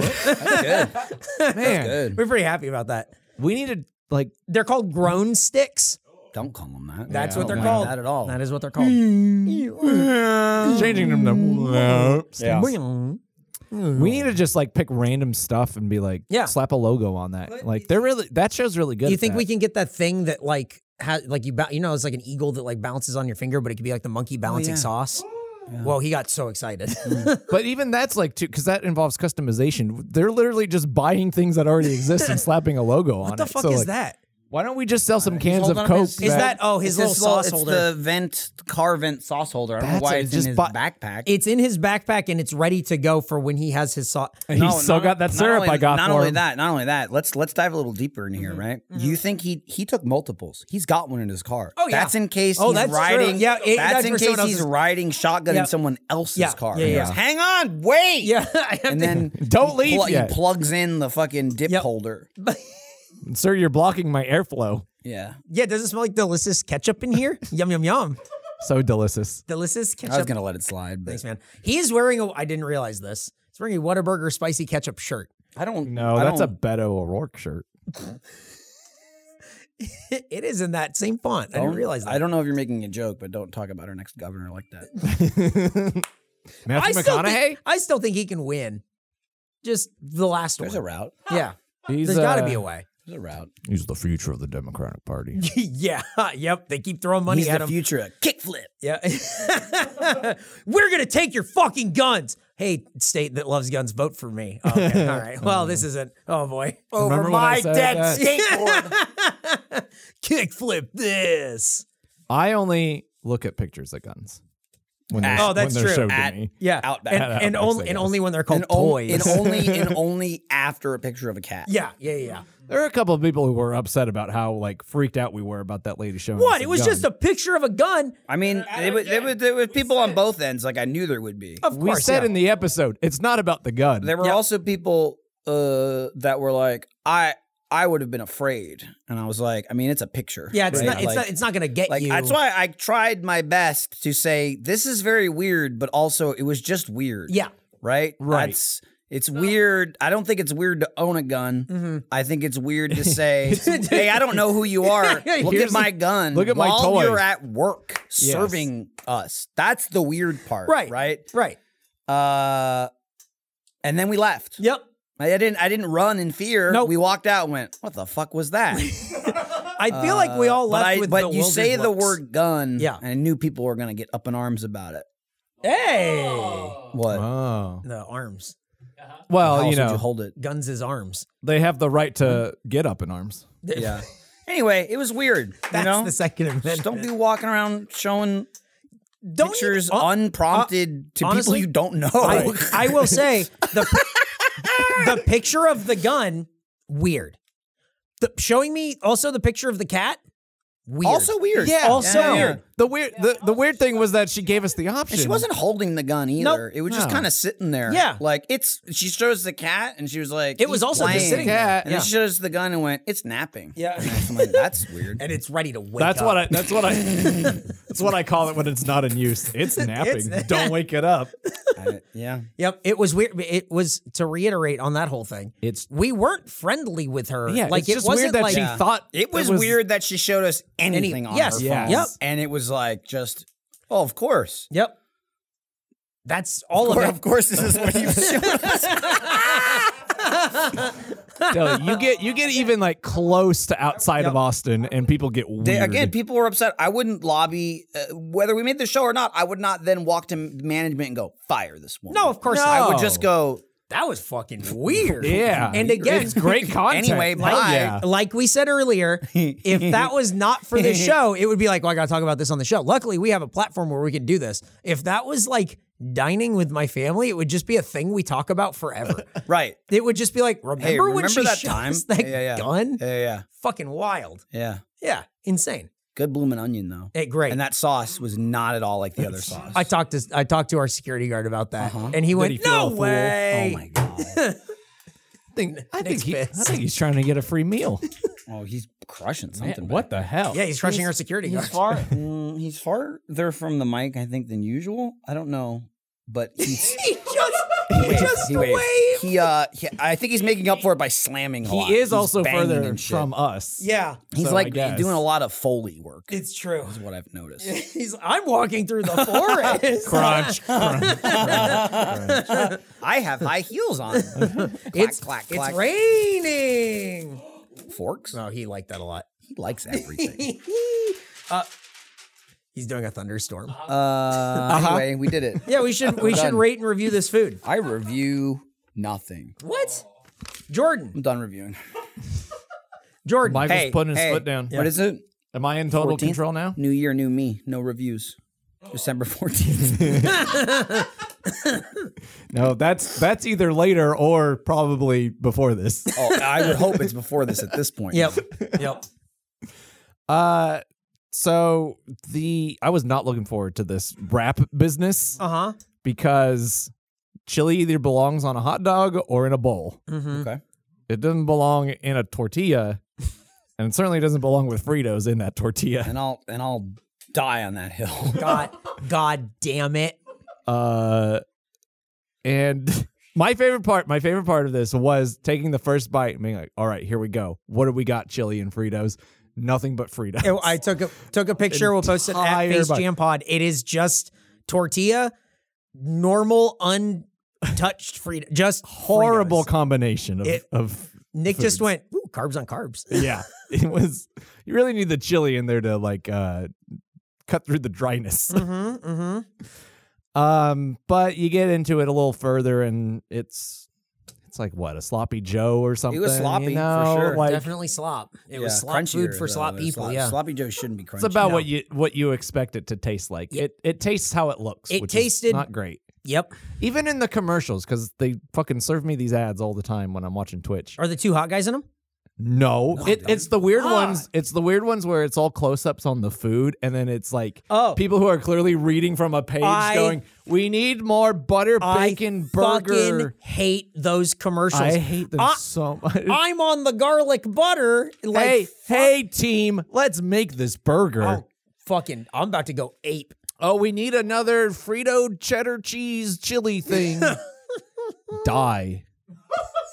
Speaker 2: man.
Speaker 4: We're pretty happy about that.
Speaker 2: We need to like.
Speaker 4: They're called grown sticks.
Speaker 3: Don't call them that.
Speaker 4: That's
Speaker 3: Yeah,
Speaker 4: what
Speaker 3: I
Speaker 4: they're
Speaker 3: don't
Speaker 4: called.
Speaker 3: like That at all.
Speaker 4: That is what they're called. Um,
Speaker 2: Changing them to
Speaker 3: Yeah.
Speaker 2: we need to just like pick random stuff and be like,
Speaker 4: Yeah.
Speaker 2: slap a logo on that. Like they're really that show's really good.
Speaker 4: You
Speaker 2: at
Speaker 4: think
Speaker 2: that.
Speaker 4: we can get that thing that like has like you ba- you know it's like an eagle that like bounces on your finger, but it could be like the
Speaker 3: Oh,
Speaker 4: monkey balancing sauce. Well, he got so excited.
Speaker 3: Mm.
Speaker 2: But even that's like too because that involves customization. They're literally just buying things that already exist and slapping a logo on
Speaker 4: what the
Speaker 2: it.
Speaker 4: fuck
Speaker 2: So,
Speaker 4: is
Speaker 2: like,
Speaker 4: that? Uh,
Speaker 2: Why don't we just sell some cans of
Speaker 3: holding up
Speaker 2: Coke?
Speaker 3: his-
Speaker 4: Is that oh his
Speaker 3: It's
Speaker 4: little
Speaker 3: this little-
Speaker 4: sauce
Speaker 3: it's
Speaker 4: holder?
Speaker 3: the vent car vent sauce holder. I don't
Speaker 2: That's
Speaker 3: know why
Speaker 2: it,
Speaker 3: it's
Speaker 2: just
Speaker 3: in his
Speaker 2: bu-
Speaker 3: backpack.
Speaker 4: it's in his backpack and it's ready to go for when he has his sauce.
Speaker 2: he's still got that
Speaker 3: not
Speaker 2: syrup
Speaker 3: only-
Speaker 2: I got
Speaker 3: Not
Speaker 2: for
Speaker 3: only
Speaker 2: him.
Speaker 3: that, not only that. Let's let's dive a little deeper in
Speaker 4: Mm-hmm.
Speaker 3: here, right? You think he he took multiples? He's got one in his car.
Speaker 4: Oh, yeah.
Speaker 3: That's in case
Speaker 4: Oh,
Speaker 3: he's
Speaker 4: that's true.
Speaker 3: riding.
Speaker 4: Yeah, it-
Speaker 3: that's,
Speaker 4: that's
Speaker 3: in
Speaker 4: for someone
Speaker 3: case he's
Speaker 4: else's-
Speaker 3: riding shotgun
Speaker 4: Yeah.
Speaker 3: in someone else's
Speaker 4: Yeah,
Speaker 3: car.
Speaker 4: yeah,
Speaker 3: He
Speaker 4: yeah.
Speaker 3: goes, Hang on, wait.
Speaker 4: Yeah, I have
Speaker 3: And
Speaker 4: to-
Speaker 3: then
Speaker 2: Don't leave
Speaker 3: pl-
Speaker 2: yet.
Speaker 3: he plugs in the fucking dip
Speaker 4: Yep.
Speaker 3: holder.
Speaker 2: Sir, you're blocking my airflow.
Speaker 3: Yeah.
Speaker 4: yeah. Does it smell like delicious ketchup in here? yum yum yum.
Speaker 2: So delicious.
Speaker 4: Delicious ketchup.
Speaker 3: I was gonna let it slide, but
Speaker 4: Thanks, man. He is wearing a. I didn't realize this. He's wearing a Whataburger spicy ketchup shirt.
Speaker 3: I don't.
Speaker 2: No,
Speaker 3: I
Speaker 2: that's a
Speaker 3: don't-
Speaker 2: Beto O'Rourke shirt.
Speaker 4: it is in that same font. I didn't
Speaker 3: don't-
Speaker 4: realize that.
Speaker 3: I don't know if you're making a joke, but don't talk about our next governor like that.
Speaker 4: I
Speaker 2: Matthew
Speaker 4: still, think, I still think he can win. Just the last
Speaker 3: There's a
Speaker 4: one.
Speaker 3: route.
Speaker 4: yeah.
Speaker 2: He's,
Speaker 4: There's got to
Speaker 2: uh,
Speaker 4: be a way.
Speaker 3: There's a route.
Speaker 2: He's the future of the Democratic Party.
Speaker 4: yeah. Yep. They keep throwing money
Speaker 3: He's
Speaker 4: at
Speaker 3: the
Speaker 4: him.
Speaker 3: future of kickflip.
Speaker 4: Yeah. We're going to take your fucking guns. Hey, state that loves guns, vote for me. Okay. All right. Well, this isn't. Oh, boy.
Speaker 2: Remember when I said that?
Speaker 6: skateboard.
Speaker 4: Kickflip this.
Speaker 2: I only look at pictures of guns. When they're-
Speaker 4: Oh, that's
Speaker 2: when they're
Speaker 4: true.
Speaker 2: showed to
Speaker 3: At-
Speaker 2: me.
Speaker 4: Yeah.
Speaker 3: Outback.
Speaker 4: And,
Speaker 2: Outback,
Speaker 4: and, only,
Speaker 2: I
Speaker 4: and
Speaker 2: guess.
Speaker 4: only when they're called
Speaker 3: And, o-
Speaker 4: toys.
Speaker 3: and only and only after a picture of a cat.
Speaker 4: yeah. Yeah. Yeah.
Speaker 2: There are a couple of people who were upset about how like freaked out we were about that lady showing. us
Speaker 4: What?
Speaker 2: a
Speaker 4: It was
Speaker 2: gun.
Speaker 4: just a picture of a gun.
Speaker 3: I mean, there was, there, was, there was people on both ends. Like I knew there would be.
Speaker 4: Of
Speaker 2: We
Speaker 4: course.
Speaker 2: said
Speaker 4: yeah.
Speaker 2: in the episode, it's not about the gun.
Speaker 3: There were
Speaker 4: Yeah.
Speaker 3: also people uh, that were like, I I would have been afraid, and I was like, I mean, it's a picture.
Speaker 4: Yeah, it's
Speaker 3: right?
Speaker 4: not. It's
Speaker 3: Like-
Speaker 4: not. It's not going to get
Speaker 3: Like
Speaker 4: you.
Speaker 3: that's why I tried my best to say this is very weird, but also it was just weird.
Speaker 4: Yeah.
Speaker 3: Right.
Speaker 2: Right.
Speaker 3: That's it's weird. I don't think it's weird to own a gun.
Speaker 4: Mm-hmm.
Speaker 3: I think it's weird to say, "Hey, I don't know who you are. Look
Speaker 2: Here's
Speaker 3: at my
Speaker 2: the-
Speaker 3: gun.
Speaker 2: look at my
Speaker 3: while
Speaker 2: toy."
Speaker 3: You're at work serving us. That's the weird part.
Speaker 4: Right.
Speaker 3: Right.
Speaker 4: Right.
Speaker 3: Uh, and then we left.
Speaker 4: Yep.
Speaker 3: I I didn't. I didn't run in fear.
Speaker 4: Nope.
Speaker 3: We walked out. and Went. What the fuck was that? Uh,
Speaker 4: I feel like we all
Speaker 3: But
Speaker 4: left
Speaker 3: I-
Speaker 4: with.
Speaker 3: But you
Speaker 4: bewildered
Speaker 3: say the
Speaker 4: looks.
Speaker 3: word gun.
Speaker 4: Yeah.
Speaker 3: And I knew people were gonna get up in arms about it.
Speaker 4: Hey.
Speaker 3: What?
Speaker 2: Oh.
Speaker 4: The arms.
Speaker 3: How
Speaker 2: Well, you
Speaker 3: else would
Speaker 2: know,
Speaker 3: you hold it.
Speaker 4: Guns is arms.
Speaker 2: they have the right to get up in arms.
Speaker 3: Yeah. anyway, it was weird.
Speaker 4: That's
Speaker 3: you know.
Speaker 4: the Second Amendment.
Speaker 3: Just don't be walking around showing
Speaker 4: uh, Don't you-
Speaker 3: pictures Oh.
Speaker 4: hon-
Speaker 3: unprompted to
Speaker 4: honestly,
Speaker 3: people you don't know.
Speaker 4: I, I will say the the picture of the gun weird. The, showing me also the picture of the cat weird.
Speaker 3: also weird.
Speaker 4: Also
Speaker 3: Yeah.
Speaker 4: weird.
Speaker 2: The weird the, the weird thing was that she gave us the option.
Speaker 3: And she wasn't holding the gun either.
Speaker 4: Nope.
Speaker 3: It was just
Speaker 2: No.
Speaker 3: kind of sitting there.
Speaker 4: Yeah.
Speaker 3: Like it's she shows the cat and she was like
Speaker 4: It was
Speaker 3: "He's
Speaker 4: also just
Speaker 3: playing."
Speaker 4: sitting
Speaker 2: there.
Speaker 3: And then she shows the gun and went, It's napping.
Speaker 4: Yeah.
Speaker 3: And I'm like, that's weird.
Speaker 4: and it's ready to wake
Speaker 2: That's
Speaker 4: up.
Speaker 2: what I that's what I that's what I call it when it's not in use. It's napping. Don't wake it up.
Speaker 3: I- yeah.
Speaker 4: Yep, it was weird. It was to reiterate on that whole thing.
Speaker 2: It's-
Speaker 4: we weren't friendly with her.
Speaker 2: Yeah,
Speaker 4: like
Speaker 2: it's
Speaker 4: it
Speaker 2: just
Speaker 4: wasn't
Speaker 2: weird that
Speaker 4: like
Speaker 2: she thought
Speaker 3: It was,
Speaker 2: that
Speaker 3: weird that she showed us anything on
Speaker 4: yes,
Speaker 3: her
Speaker 2: yes.
Speaker 3: phone.
Speaker 4: Yep.
Speaker 3: And it was like just oh, of course.
Speaker 4: Yep, that's all of,
Speaker 3: Or
Speaker 4: it.
Speaker 3: of course this is what you showed us.
Speaker 2: No, you get you get even like close to outside of Austin, and people get weird.
Speaker 3: They- again, people were upset. I wouldn't lobby uh, whether we made the show or not. I would not then walk to m- management and go fire this woman.
Speaker 4: No, of course
Speaker 3: I
Speaker 4: not.
Speaker 3: would just go.
Speaker 4: That was fucking weird.
Speaker 2: yeah,
Speaker 4: and again,
Speaker 2: it's great content.
Speaker 3: Anyway,
Speaker 2: Hell
Speaker 3: bye.
Speaker 2: yeah.
Speaker 4: like we said earlier, if that was not for the show, it would be like, well, I got to talk about this on the show. Luckily, we have a platform where we can do this. If that was like dining with my family, it would just be a thing we talk about forever.
Speaker 3: Right.
Speaker 4: it would just be like, remember,
Speaker 3: Hey, remember,
Speaker 4: when she
Speaker 3: that
Speaker 4: shot
Speaker 3: time?
Speaker 4: us that
Speaker 3: yeah, yeah.
Speaker 4: gun?
Speaker 3: Yeah, yeah,
Speaker 4: Fucking wild.
Speaker 3: yeah.
Speaker 4: Yeah, insane.
Speaker 3: Good blooming onion though.
Speaker 4: Hey, great.
Speaker 3: And that sauce was not at all like the other sauce.
Speaker 4: I talked to I talked to our security guard about that,
Speaker 3: Uh-huh.
Speaker 4: and he went,
Speaker 2: he feel
Speaker 4: "No
Speaker 2: a fool?"
Speaker 4: way."
Speaker 3: oh my god.
Speaker 2: I think, I, think
Speaker 4: Next
Speaker 2: he, I
Speaker 4: bits.
Speaker 2: think he's trying to get a free meal.
Speaker 3: Oh, he's crushing
Speaker 2: Man,
Speaker 3: something.
Speaker 2: what the hell?
Speaker 4: Yeah, he's crushing our security guard.
Speaker 3: far? mm, he's farther from the mic, I think, than usual. I don't know, but he's.
Speaker 4: he just, he just
Speaker 3: he
Speaker 4: waved.
Speaker 3: waved. He, uh, he- I think he's making up for it by slamming. A lot.
Speaker 2: he is
Speaker 3: He's
Speaker 2: also
Speaker 3: banging
Speaker 2: further
Speaker 3: and shit.
Speaker 2: from us.
Speaker 4: Yeah,
Speaker 3: He's
Speaker 2: so I
Speaker 3: like
Speaker 2: guess.
Speaker 3: doing a lot of foley work. Is
Speaker 4: it's true.
Speaker 3: what I've noticed.
Speaker 4: He's I'm walking through the forest.
Speaker 2: crunch. crunch.
Speaker 3: I have high heels on.
Speaker 4: it's
Speaker 3: clack,
Speaker 4: it's
Speaker 3: clack.
Speaker 4: raining.
Speaker 3: Forks.
Speaker 4: No, he liked that a lot.
Speaker 3: He likes everything.
Speaker 4: Uh, He's doing a thunderstorm.
Speaker 2: Uh-huh.
Speaker 3: uh, Anyway, we did it.
Speaker 4: Yeah, we should we should
Speaker 3: Done.
Speaker 4: rate and review this food.
Speaker 3: I review nothing.
Speaker 4: What? Jordan,
Speaker 3: I'm done reviewing.
Speaker 4: Jordan.
Speaker 2: Michael's
Speaker 3: Hey,
Speaker 2: putting his
Speaker 3: hey,
Speaker 2: foot down.
Speaker 3: What is it?
Speaker 2: Am I in total
Speaker 3: 14th?
Speaker 2: control now? Oh.
Speaker 3: New year, new me. No reviews. December 14th.
Speaker 2: No, that's that's either later or probably before this.
Speaker 3: oh, I would hope it's before this at this point.
Speaker 4: Yep. Yep.
Speaker 2: Uh, so the I was not looking forward to this wrap business
Speaker 4: Uh huh.
Speaker 2: because chili either belongs on a hot dog or in a bowl.
Speaker 4: Mm-hmm.
Speaker 3: Okay.
Speaker 2: It doesn't belong in a tortilla, and it certainly doesn't belong with Fritos in that tortilla.
Speaker 3: And I'll and I'll die on that hill.
Speaker 4: God, God damn it.
Speaker 2: Uh, and my favorite part, my favorite part of this was taking the first bite and being like, "All right, here we go. What do we got? Chili and Fritos. Nothing but Fritos."
Speaker 4: It- I took a took a picture. We'll post it at
Speaker 2: Entire
Speaker 4: Face
Speaker 2: bun-
Speaker 4: Jam Pod. It is just tortilla, normal, untouched free, just
Speaker 2: Horrible
Speaker 4: Fritos.
Speaker 2: combination of,
Speaker 4: It-
Speaker 2: of
Speaker 4: Nick just
Speaker 2: foods.
Speaker 4: went Ooh, carbs on carbs.
Speaker 2: yeah. It was. You really need the chili in there to like uh, cut through the dryness.
Speaker 4: Mm-hmm, mm-hmm.
Speaker 2: Um, but you get into it a little further, and it's it's like what a sloppy Joe or something.
Speaker 3: was
Speaker 2: you
Speaker 3: sloppy, for
Speaker 2: know?
Speaker 3: sure.
Speaker 2: Like,
Speaker 4: Definitely slop. It was
Speaker 3: Yeah,
Speaker 4: slop
Speaker 3: crunchier,
Speaker 4: food for
Speaker 3: though.
Speaker 4: slop
Speaker 3: They're
Speaker 4: people.
Speaker 3: slop-
Speaker 4: yeah,
Speaker 3: sloppy Joe shouldn't be crunchy.
Speaker 2: It's about what you what you expect it to taste like.
Speaker 4: Yeah.
Speaker 2: It it tastes how it looks.
Speaker 4: It
Speaker 2: which is
Speaker 4: tasted-
Speaker 2: not great,
Speaker 4: yep.
Speaker 2: even in the commercials, because they fucking serve me these ads all the time when I'm watching Twitch.
Speaker 4: Are the two hot guys in them?
Speaker 2: No, it, it's the weird ones. It's the weird ones where it's all close ups on the food, and then it's like
Speaker 4: Oh.
Speaker 2: people who are clearly reading from a page,
Speaker 4: I-
Speaker 2: going, "We need more butter bacon
Speaker 4: I
Speaker 2: burger."
Speaker 4: fucking hate those commercials.
Speaker 2: I hate them
Speaker 4: I,
Speaker 2: so much.
Speaker 4: I'm on the garlic butter. Like,
Speaker 2: Uh, hey, hey, team, let's make this burger.
Speaker 4: oh,
Speaker 2: Oh.
Speaker 4: fucking, I'm about to go ape.
Speaker 2: we need another Frito cheddar cheese chili thing. Die.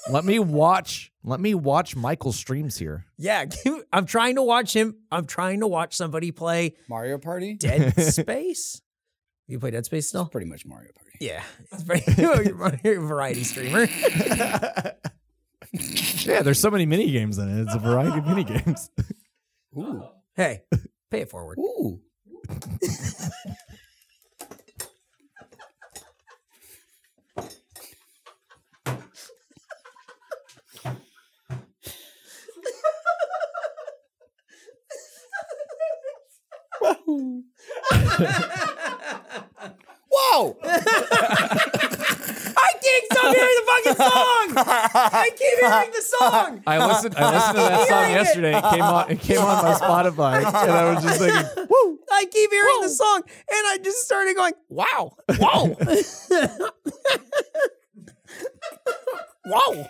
Speaker 2: let me watch. Let me watch Michael streams here.
Speaker 4: Yeah, give- I'm trying to watch him. I'm trying to watch somebody play
Speaker 3: Mario Party?
Speaker 4: Dead Space. You play Dead Space still?
Speaker 3: Pretty much Mario Party.
Speaker 4: Yeah, it's pretty, you're a variety streamer.
Speaker 2: Yeah, there's so many mini games in it. It's a variety of mini games.
Speaker 3: Ooh.
Speaker 4: Hey, pay it forward.
Speaker 3: Ooh. Whoa!
Speaker 4: I can't stop hearing the fucking song. I keep hearing the song.
Speaker 2: I listened. I listened to that song yesterday. It came on. It came on my Spotify, and I was just thinking, "Woo!"
Speaker 4: I keep hearing the song, and I just started going, "Wow, wow, wow."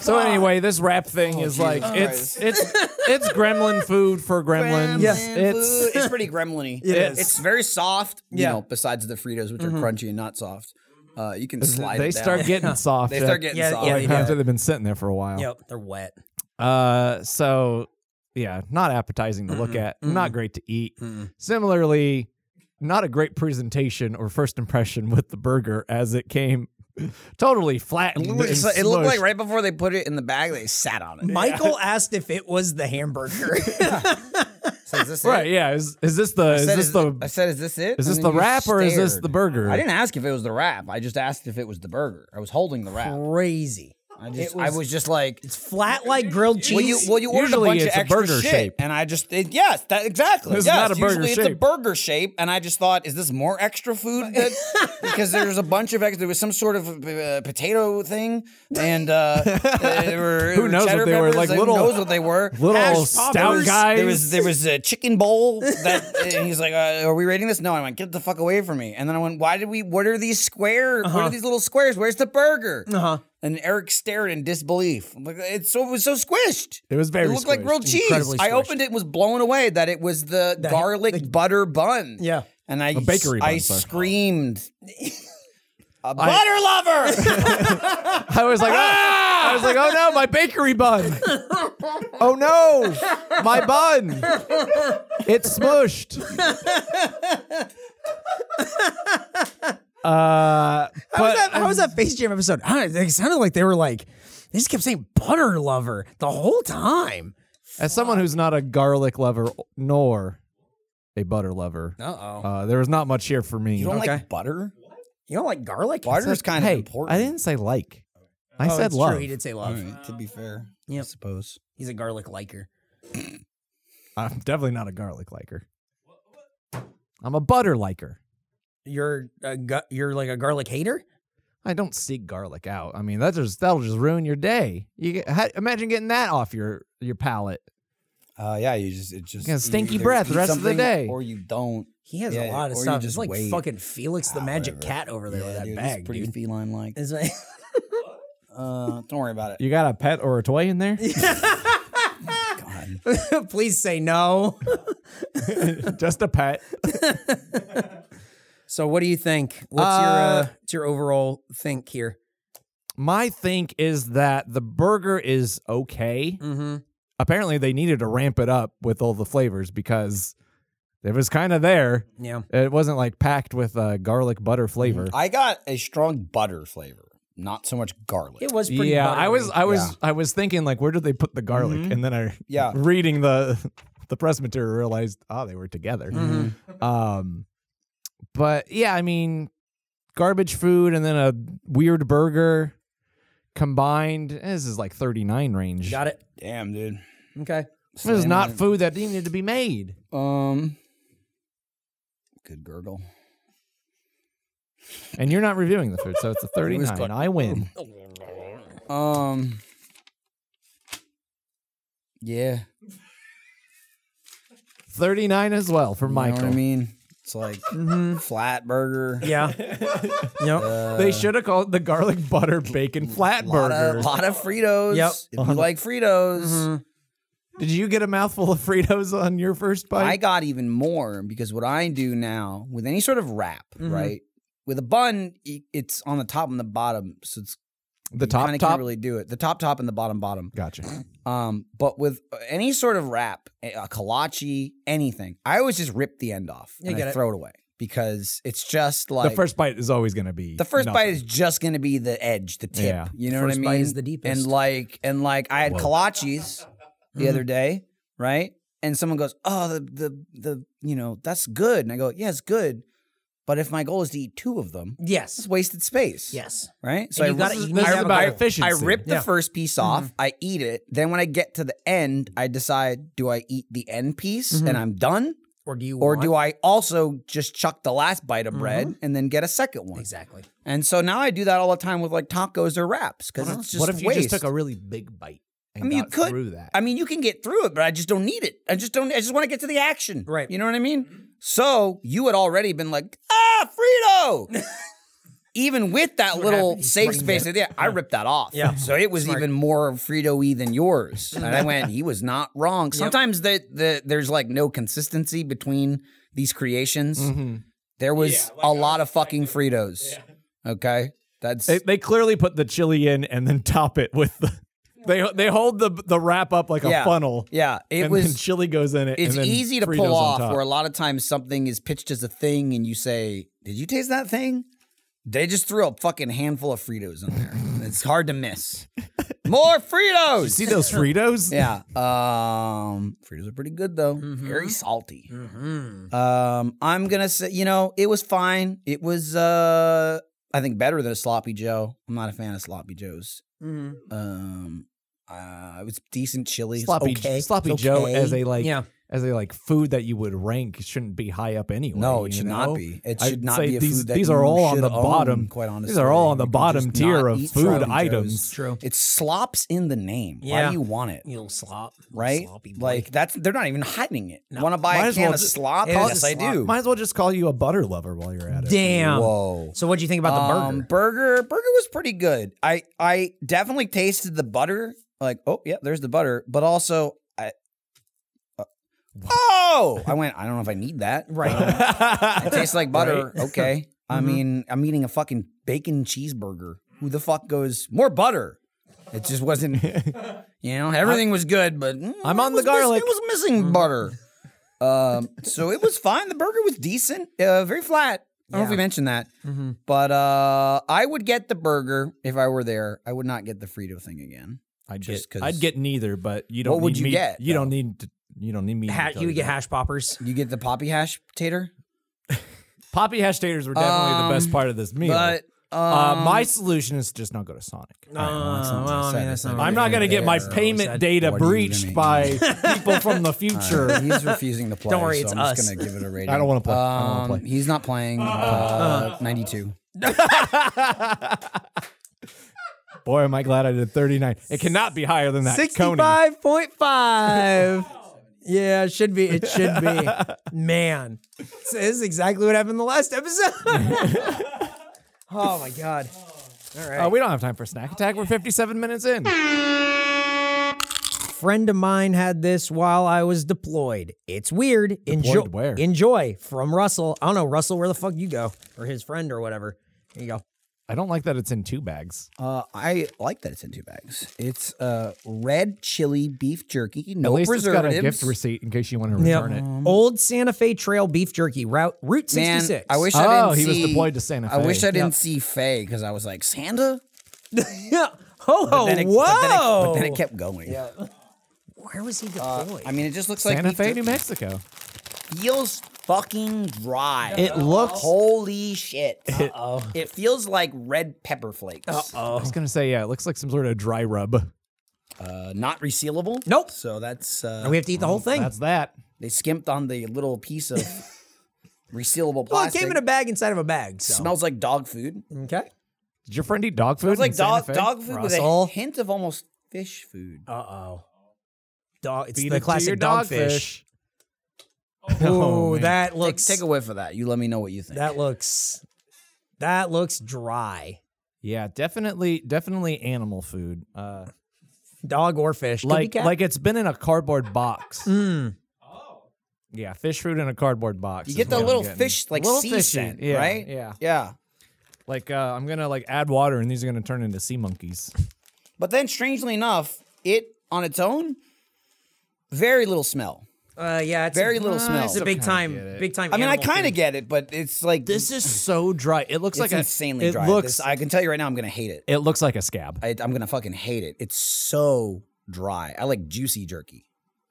Speaker 2: So anyway, this rap thing is like it's it's it's gremlin food for gremlins.
Speaker 4: Yes.
Speaker 2: it's
Speaker 3: it's pretty gremlin-y.
Speaker 4: It is.
Speaker 3: It's very soft.
Speaker 4: Yeah.
Speaker 3: You know, besides the Fritos, which are crunchy and not soft. Uh, you can slide.
Speaker 2: Mm-hmm. they
Speaker 3: it down.
Speaker 2: start getting soft.
Speaker 3: They
Speaker 2: uh,
Speaker 3: start getting
Speaker 4: Yeah,
Speaker 3: soft.
Speaker 4: yeah,
Speaker 2: like,
Speaker 4: do.
Speaker 2: after they've been sitting there for a while.
Speaker 4: Yep, they're wet.
Speaker 2: Uh, so yeah, not appetizing to look at. Not great to eat. Similarly, not a great presentation or first impression with the burger as it came totally flattened.
Speaker 3: It looked-
Speaker 2: and
Speaker 3: it's like- it looked like
Speaker 2: smushed.
Speaker 3: right before they put it in the bag, they sat on it.
Speaker 4: Michael asked if it was the hamburger.
Speaker 3: So is this it?
Speaker 2: Right, yeah. Is is this the is
Speaker 3: I said,
Speaker 2: this
Speaker 3: is-
Speaker 2: the
Speaker 3: I said, is this it?
Speaker 2: is
Speaker 3: And
Speaker 2: this
Speaker 3: then
Speaker 2: the
Speaker 3: you
Speaker 2: wrap or is this
Speaker 3: stared.
Speaker 2: the burger?
Speaker 3: I didn't ask if it was the wrap. I just asked if it was the burger. I was holding the wrap.
Speaker 4: Crazy.
Speaker 3: I just, I was just like,
Speaker 4: It's flat like grilled cheese.
Speaker 3: well, you, well, you ordered a
Speaker 2: Usually
Speaker 3: bunch
Speaker 2: it's
Speaker 3: of
Speaker 2: a
Speaker 3: extra
Speaker 2: burger
Speaker 3: shit,
Speaker 2: shape.
Speaker 3: and I just, it, yes, that, exactly.
Speaker 2: This is
Speaker 3: yes,
Speaker 2: not a burger
Speaker 3: usually it's a
Speaker 2: shape.
Speaker 3: burger shape, and I just thought, is this more extra food? That, because there was a bunch of extra. There was some sort of uh, potato thing, and uh, they were
Speaker 2: Who knows what
Speaker 3: cheddar
Speaker 2: they were,
Speaker 3: peppers,
Speaker 2: like
Speaker 3: and
Speaker 2: little-
Speaker 3: Who knows what they were?
Speaker 2: little
Speaker 3: Hash
Speaker 2: stout
Speaker 3: poppers.
Speaker 2: guys.
Speaker 3: There was there was a chicken bowl that, and he's like, uh, "Are we rating this?" No, I went, "Get the fuck away from me!" And then I went, "Why did we? What are these square? What
Speaker 2: Uh-huh.
Speaker 3: are these little squares? Where's the burger?"
Speaker 4: Uh-huh.
Speaker 3: And Eric stared in disbelief. I'm like, it's so it was so squished.
Speaker 2: It was very
Speaker 3: It looked
Speaker 2: squished.
Speaker 3: like grilled cheese.
Speaker 4: Incredibly
Speaker 3: I
Speaker 4: squished.
Speaker 3: opened it and was blown away that it was the, garlic butter bun.
Speaker 4: Yeah.
Speaker 3: And I
Speaker 2: bakery
Speaker 3: I
Speaker 2: bun, sorry.
Speaker 3: screamed. A butter lover.
Speaker 2: I was like, ah! I was like, oh no, my bakery bun. oh no, my bun. It's smushed. Uh,
Speaker 4: How was
Speaker 2: but
Speaker 4: that, how was that Face Jam episode? I don't know, it sounded like they were like, they just kept saying butter lover the whole time.
Speaker 2: as someone who's not a garlic lover nor a butter lover,
Speaker 3: Uh-oh.
Speaker 2: uh, there was not much here for me.
Speaker 3: You don't like butter?
Speaker 4: You don't like garlic?
Speaker 3: Butter's kind
Speaker 2: hey,
Speaker 3: of important.
Speaker 2: I didn't say like. I
Speaker 4: Oh,
Speaker 2: said
Speaker 4: it's
Speaker 2: love.
Speaker 4: True. He did say love.
Speaker 3: to be fair.
Speaker 4: Yep.
Speaker 3: suppose.
Speaker 4: He's a garlic liker.
Speaker 2: I'm definitely not a garlic liker. I'm a butter liker.
Speaker 4: You're a gu- you're like a garlic hater.
Speaker 2: I don't seek garlic out. I mean, that just that'll just ruin your day. You get, ha, imagine getting that off your your palate.
Speaker 3: Uh, yeah, you just it just
Speaker 2: You got stinky
Speaker 3: either
Speaker 2: breath the
Speaker 3: eat
Speaker 2: rest of the
Speaker 3: something
Speaker 2: day.
Speaker 3: or you don't.
Speaker 4: He has a
Speaker 3: Yeah,
Speaker 4: lot
Speaker 3: or
Speaker 4: of
Speaker 3: you
Speaker 4: stuff.
Speaker 3: just
Speaker 4: It's like
Speaker 3: wait.
Speaker 4: fucking Felix the Magic Cat over there with that
Speaker 3: dude, it's
Speaker 4: bag,
Speaker 3: pretty
Speaker 4: dude.
Speaker 3: feline like.
Speaker 4: It's like-
Speaker 2: uh,
Speaker 3: Uh, don't worry about it.
Speaker 2: You got a pet or a toy in there?
Speaker 4: Please say no.
Speaker 2: Just a pet.
Speaker 4: So, what do you think? What's your uh, what's your overall think here?
Speaker 2: My think is that the burger is okay.
Speaker 4: Mm-hmm.
Speaker 2: Apparently, they needed to ramp it up with all the flavors because it was kind of there.
Speaker 4: Yeah.
Speaker 2: It wasn't like packed with uh, garlic butter flavor.
Speaker 3: Mm-hmm.
Speaker 7: I got a strong butter flavor, not so much garlic.
Speaker 4: It was pretty.
Speaker 2: Yeah, I was,
Speaker 4: buttery.
Speaker 2: I was, I was thinking like, where did they put the garlic? And then I,
Speaker 7: Yeah.
Speaker 2: reading the the press material, realized, oh, they were together. Um, but yeah, I mean, garbage food and then a weird burger combined. This is like thirty nine range.
Speaker 4: Got it.
Speaker 7: Damn, dude.
Speaker 4: Okay.
Speaker 2: This is not food that needed to be made.
Speaker 7: Um, good gurgle.
Speaker 2: And you're not reviewing the food, so it's a thirty nine. I win.
Speaker 7: Um, yeah.
Speaker 2: Thirty nine as well for
Speaker 7: You know
Speaker 2: Michael.
Speaker 7: what I mean? It's like
Speaker 4: Mm-hmm.
Speaker 7: flat burger.
Speaker 4: Yeah. yep.
Speaker 2: Uh, They should have called it the garlic butter bacon flat
Speaker 7: lot of,
Speaker 2: burger.
Speaker 7: lot of Fritos.
Speaker 4: Yep.
Speaker 7: If you like Fritos,
Speaker 2: Did you get a mouthful of Fritos on your first bite?
Speaker 3: I
Speaker 7: I
Speaker 3: got
Speaker 7: got even more because what I do now with any sort of wrap, right? With a bun, i- it's on the top and the bottom, so it's
Speaker 2: the
Speaker 3: kinda
Speaker 2: top
Speaker 3: can't
Speaker 2: top.
Speaker 3: really do it. The top top and the bottom bottom.
Speaker 2: Gotcha.
Speaker 3: Um, but with any sort of wrap, a a kolache, anything, I always just rip the end off
Speaker 4: You
Speaker 3: and
Speaker 4: get
Speaker 3: I
Speaker 4: it.
Speaker 3: throw it away because it's just
Speaker 2: the
Speaker 3: like
Speaker 2: first bite is always going to be
Speaker 3: the first
Speaker 2: nothing.
Speaker 3: bite is just going to be the edge, the tip.
Speaker 2: Yeah.
Speaker 3: You know
Speaker 4: First
Speaker 3: what I
Speaker 4: bite
Speaker 3: mean?
Speaker 4: is the deepest. Mm-hmm.
Speaker 3: And like, and like, I had kolaches the other day, right? And someone goes, "Oh, the the the you know that's good," and I go, "Yeah, it's good." But if my goal is to eat two of them,
Speaker 4: Yes.
Speaker 3: it's wasted space.
Speaker 4: Yes.
Speaker 3: Right.
Speaker 4: And you
Speaker 3: I-
Speaker 4: gotta-
Speaker 3: this is-
Speaker 4: you need
Speaker 3: I-
Speaker 4: to have a
Speaker 3: I-
Speaker 2: goal.
Speaker 3: I
Speaker 2: Efficiency.
Speaker 3: rip the
Speaker 4: Yeah.
Speaker 3: first piece
Speaker 2: Mm-hmm.
Speaker 3: off. I eat it. Then when I get to the end, I decide: do I eat the end piece
Speaker 2: Mm-hmm.
Speaker 3: and I'm done,
Speaker 4: Or do you?
Speaker 3: or
Speaker 4: want-
Speaker 3: do I also just chuck the last bite of bread
Speaker 2: Mm-hmm.
Speaker 3: and then get a second one?
Speaker 4: Exactly.
Speaker 3: And so now I do that all the time with like tacos or wraps because it's just
Speaker 2: what if you
Speaker 3: waste.
Speaker 2: just took a really big bite and
Speaker 3: I mean, you
Speaker 2: got
Speaker 3: could.
Speaker 2: through that?
Speaker 3: I mean, you can get through it, but I just don't need it. I just don't. I just want to get to the action.
Speaker 4: Right. Mm-hmm.
Speaker 3: You know what I mean? So you had already been like, ah, Frito. even with that little
Speaker 4: happened. You
Speaker 3: safe
Speaker 4: screamed
Speaker 3: space, yeah, I ripped that off.
Speaker 4: Yeah.
Speaker 3: So it was even more Frito y than yours. And I went, he was not wrong. Sometimes the, the there's like no consistency between these creations.
Speaker 4: Mm-hmm.
Speaker 3: There was a lot of fucking Fritos. Okay. That's
Speaker 2: they, they clearly put the chili in and then top it with the. They they hold the the wrap up like
Speaker 3: Yeah.
Speaker 2: a funnel.
Speaker 3: yeah. It
Speaker 2: and then
Speaker 3: was
Speaker 2: chili goes in it.
Speaker 3: it's
Speaker 2: and then
Speaker 3: easy to
Speaker 2: Fritos on
Speaker 3: pull off
Speaker 2: top.
Speaker 3: where a lot of times something is pitched as a thing and you say, Did you taste that thing? They just threw a fucking handful of Fritos in there. it's hard to miss. More Fritos.
Speaker 2: See those Fritos?
Speaker 3: yeah. Um Fritos are pretty good though.
Speaker 2: Mm-hmm.
Speaker 3: Very salty.
Speaker 4: Mm-hmm.
Speaker 3: Um, I'm gonna say, you know, it was fine. It was uh I think better than a sloppy Joe. I'm not a fan of sloppy Joes.
Speaker 2: Mm-hmm.
Speaker 3: Um uh, it was decent chili. It was
Speaker 2: Sloppy,
Speaker 3: okay.
Speaker 2: sloppy
Speaker 3: It's
Speaker 2: Joe
Speaker 3: okay.
Speaker 2: as a like
Speaker 4: Yeah.
Speaker 2: as a like food that you would rank shouldn't be high up anyway.
Speaker 3: No, it
Speaker 2: you
Speaker 3: should not
Speaker 2: know?
Speaker 3: be. It
Speaker 2: I'd
Speaker 3: should not
Speaker 2: say
Speaker 3: be a
Speaker 2: these,
Speaker 3: food that
Speaker 2: these
Speaker 3: you
Speaker 2: are all on
Speaker 3: should
Speaker 2: the
Speaker 3: own,
Speaker 2: bottom.
Speaker 3: Quite honestly,
Speaker 2: these are all on
Speaker 3: You
Speaker 2: the
Speaker 3: could
Speaker 2: bottom
Speaker 3: just
Speaker 2: tier
Speaker 3: not
Speaker 2: of
Speaker 3: eat
Speaker 2: food
Speaker 3: Sloppy
Speaker 2: items.
Speaker 3: Joes.
Speaker 4: True.
Speaker 3: It slops in the name. Why
Speaker 4: Yeah.
Speaker 3: do you want it?
Speaker 4: You little slop. little
Speaker 3: Right?
Speaker 4: Sloppy boy.
Speaker 3: Like that's they're not even hiding it. Want to buy
Speaker 2: Might
Speaker 3: a
Speaker 2: as
Speaker 3: can
Speaker 2: well
Speaker 3: of
Speaker 2: just-
Speaker 3: slop?
Speaker 4: It is
Speaker 3: Yes,
Speaker 4: a
Speaker 3: I
Speaker 4: slop.
Speaker 3: do.
Speaker 2: Might as well just call you a butter lover while you're at it.
Speaker 4: damn.
Speaker 3: Whoa.
Speaker 4: So, what'd you think about the
Speaker 3: Um,
Speaker 4: burger?
Speaker 3: burger burger was pretty good. I I definitely tasted the butter. Like oh yeah, there's the butter, but also I. uh, oh, I went. I don't know if I need that.
Speaker 4: Right.
Speaker 3: It tastes like butter. Okay. I
Speaker 2: Mm-hmm.
Speaker 4: Mhm.
Speaker 3: mean, I'm eating a fucking bacon cheeseburger. Who the fuck goes more butter? It just wasn't. You know, everything was good, but mm,
Speaker 2: I'm
Speaker 3: it
Speaker 2: on the
Speaker 3: was miss-
Speaker 2: garlic. Mm-hmm.
Speaker 3: it was missing butter. Um, so it was fine. The burger was decent. Uh, very flat. I don't know if we
Speaker 4: Yeah.
Speaker 3: mentioned that,
Speaker 4: Mhm.
Speaker 3: but uh, I would get the burger if I were there. I would not get the Frito thing again.
Speaker 2: I'd
Speaker 3: Just
Speaker 2: get,
Speaker 3: 'cause-
Speaker 2: I'd get neither, but you don't.
Speaker 3: What would
Speaker 2: need
Speaker 3: you
Speaker 2: meat-
Speaker 3: get,
Speaker 2: You don't
Speaker 3: though?
Speaker 2: need. To, you don't need meat.
Speaker 4: Ha-
Speaker 2: to
Speaker 4: you would get
Speaker 2: tell
Speaker 4: hash poppers.
Speaker 3: You get the poppy hash tater,
Speaker 2: that. Poppy hash taters were definitely the best
Speaker 3: Um,
Speaker 2: part of this meal.
Speaker 3: but um,
Speaker 2: uh, my solution is just not go to Sonic.
Speaker 4: Uh, well, I mean, that's not
Speaker 2: I'm not
Speaker 4: really
Speaker 2: going to get my
Speaker 4: fair.
Speaker 2: payment
Speaker 4: Sad.
Speaker 2: data
Speaker 3: What are you
Speaker 2: breached
Speaker 3: gonna
Speaker 2: by people from the future.
Speaker 3: Uh, he's refusing to play.
Speaker 4: Don't worry,
Speaker 3: so
Speaker 4: it's
Speaker 3: I'm
Speaker 4: us.
Speaker 3: just gonna give it a rating.
Speaker 2: I don't want to play. I don't
Speaker 3: Um,
Speaker 2: want to play.
Speaker 3: he's not playing. Uh, Ninety-two.
Speaker 2: Boy, am I glad I did 39. It cannot be higher than that. Coney.
Speaker 4: Sixty-five point five. Yeah, it should be. It should be. Man, this is exactly what happened in the last episode. oh my god! All right.
Speaker 2: Uh, we don't have time for snack attack. We're 57 minutes in.
Speaker 4: friend of mine had this while I was deployed. It's weird. Enjoy.
Speaker 2: Deployed where?
Speaker 4: Enjoy from Russell. I don't know Russell. Where the fuck you go or his friend or whatever. There you go.
Speaker 2: I don't like that it's in two bags.
Speaker 3: Uh, I like that it's in two bags. It's uh, red chili beef jerky, no
Speaker 2: At least it's got a gift
Speaker 3: preservatives.
Speaker 2: receipt in case you want to return it.
Speaker 4: Old Santa Fe Trail beef jerky route Route
Speaker 3: Man,
Speaker 4: 66.
Speaker 3: I wish I
Speaker 2: Oh,
Speaker 3: didn't
Speaker 2: he was
Speaker 3: see-
Speaker 2: deployed to Santa Fe.
Speaker 3: I wish I didn't see Faye because I was like Santa.
Speaker 4: Yeah. Ho ho.
Speaker 3: Then it-
Speaker 4: whoa.
Speaker 3: But then, it, but then it kept going.
Speaker 4: Where was he deployed?
Speaker 3: I mean, it just looks
Speaker 2: Santa
Speaker 3: like
Speaker 2: Fe,
Speaker 3: beef
Speaker 2: New
Speaker 3: jerky.
Speaker 2: Mexico.
Speaker 8: feels fucking dry.
Speaker 4: It looks-
Speaker 8: holy shit.
Speaker 2: Oh.
Speaker 8: Uh-oh. It feels like red pepper flakes.
Speaker 2: I was gonna say yeah. It looks like some sort of dry rub.
Speaker 3: Uh, not resealable.
Speaker 4: Nope.
Speaker 3: So that's uh,
Speaker 4: And we have to eat the whole thing.
Speaker 2: Oh, That's that.
Speaker 3: they skimped on the little piece of resealable plastic.
Speaker 4: Well, it came in a bag inside of a bag. So.
Speaker 3: Smells like dog food.
Speaker 4: Okay.
Speaker 2: Did your friend eat dog food?
Speaker 3: It's like
Speaker 2: in Santa
Speaker 3: dog
Speaker 2: Fe?
Speaker 3: dog food
Speaker 4: Russell.
Speaker 3: with a hint of almost fish food.
Speaker 4: Uh oh. Dog. It's
Speaker 2: Feed it
Speaker 4: the
Speaker 2: to your
Speaker 4: classic
Speaker 2: dogfish.
Speaker 4: dogfish. Ooh,
Speaker 2: Oh, man.
Speaker 4: that
Speaker 3: Take,
Speaker 4: looks.
Speaker 3: take a whiff of that. You let me know what you think.
Speaker 4: that looks. That looks dry.
Speaker 2: Yeah, definitely, definitely animal food. Uh,
Speaker 4: Dog or fish. Could be
Speaker 2: like
Speaker 4: cat.
Speaker 2: like it's been in a cardboard box.
Speaker 4: Mm.
Speaker 2: Yeah, fish food in a cardboard box.
Speaker 3: Hmm. you
Speaker 2: is
Speaker 3: get the
Speaker 2: what I'm
Speaker 3: little
Speaker 2: getting.
Speaker 3: fish like
Speaker 2: Little
Speaker 3: sea
Speaker 2: fishy,
Speaker 3: scent,
Speaker 2: yeah,
Speaker 3: right?
Speaker 2: Yeah,
Speaker 3: Yeah.
Speaker 2: like uh, I'm gonna like add water, and these are gonna turn into sea monkeys.
Speaker 3: But then, strangely enough, it on its own, very little smell.
Speaker 4: Uh, yeah. It's
Speaker 3: Very
Speaker 4: a,
Speaker 3: little
Speaker 4: uh,
Speaker 3: smell.
Speaker 4: It's a big
Speaker 2: Sometimes
Speaker 4: time.
Speaker 2: get it.
Speaker 4: Big time.
Speaker 3: I mean, I
Speaker 4: animal
Speaker 3: kind of
Speaker 4: food.
Speaker 3: get it, but it's like
Speaker 2: This is so dry. It looks like
Speaker 3: it's insanely
Speaker 2: a, it
Speaker 3: dry.
Speaker 2: Looks,
Speaker 3: This- I can tell you right now, I'm gonna hate it.
Speaker 2: it looks like a scab.
Speaker 3: I, I'm gonna fucking hate it. It's so dry. I like juicy jerky.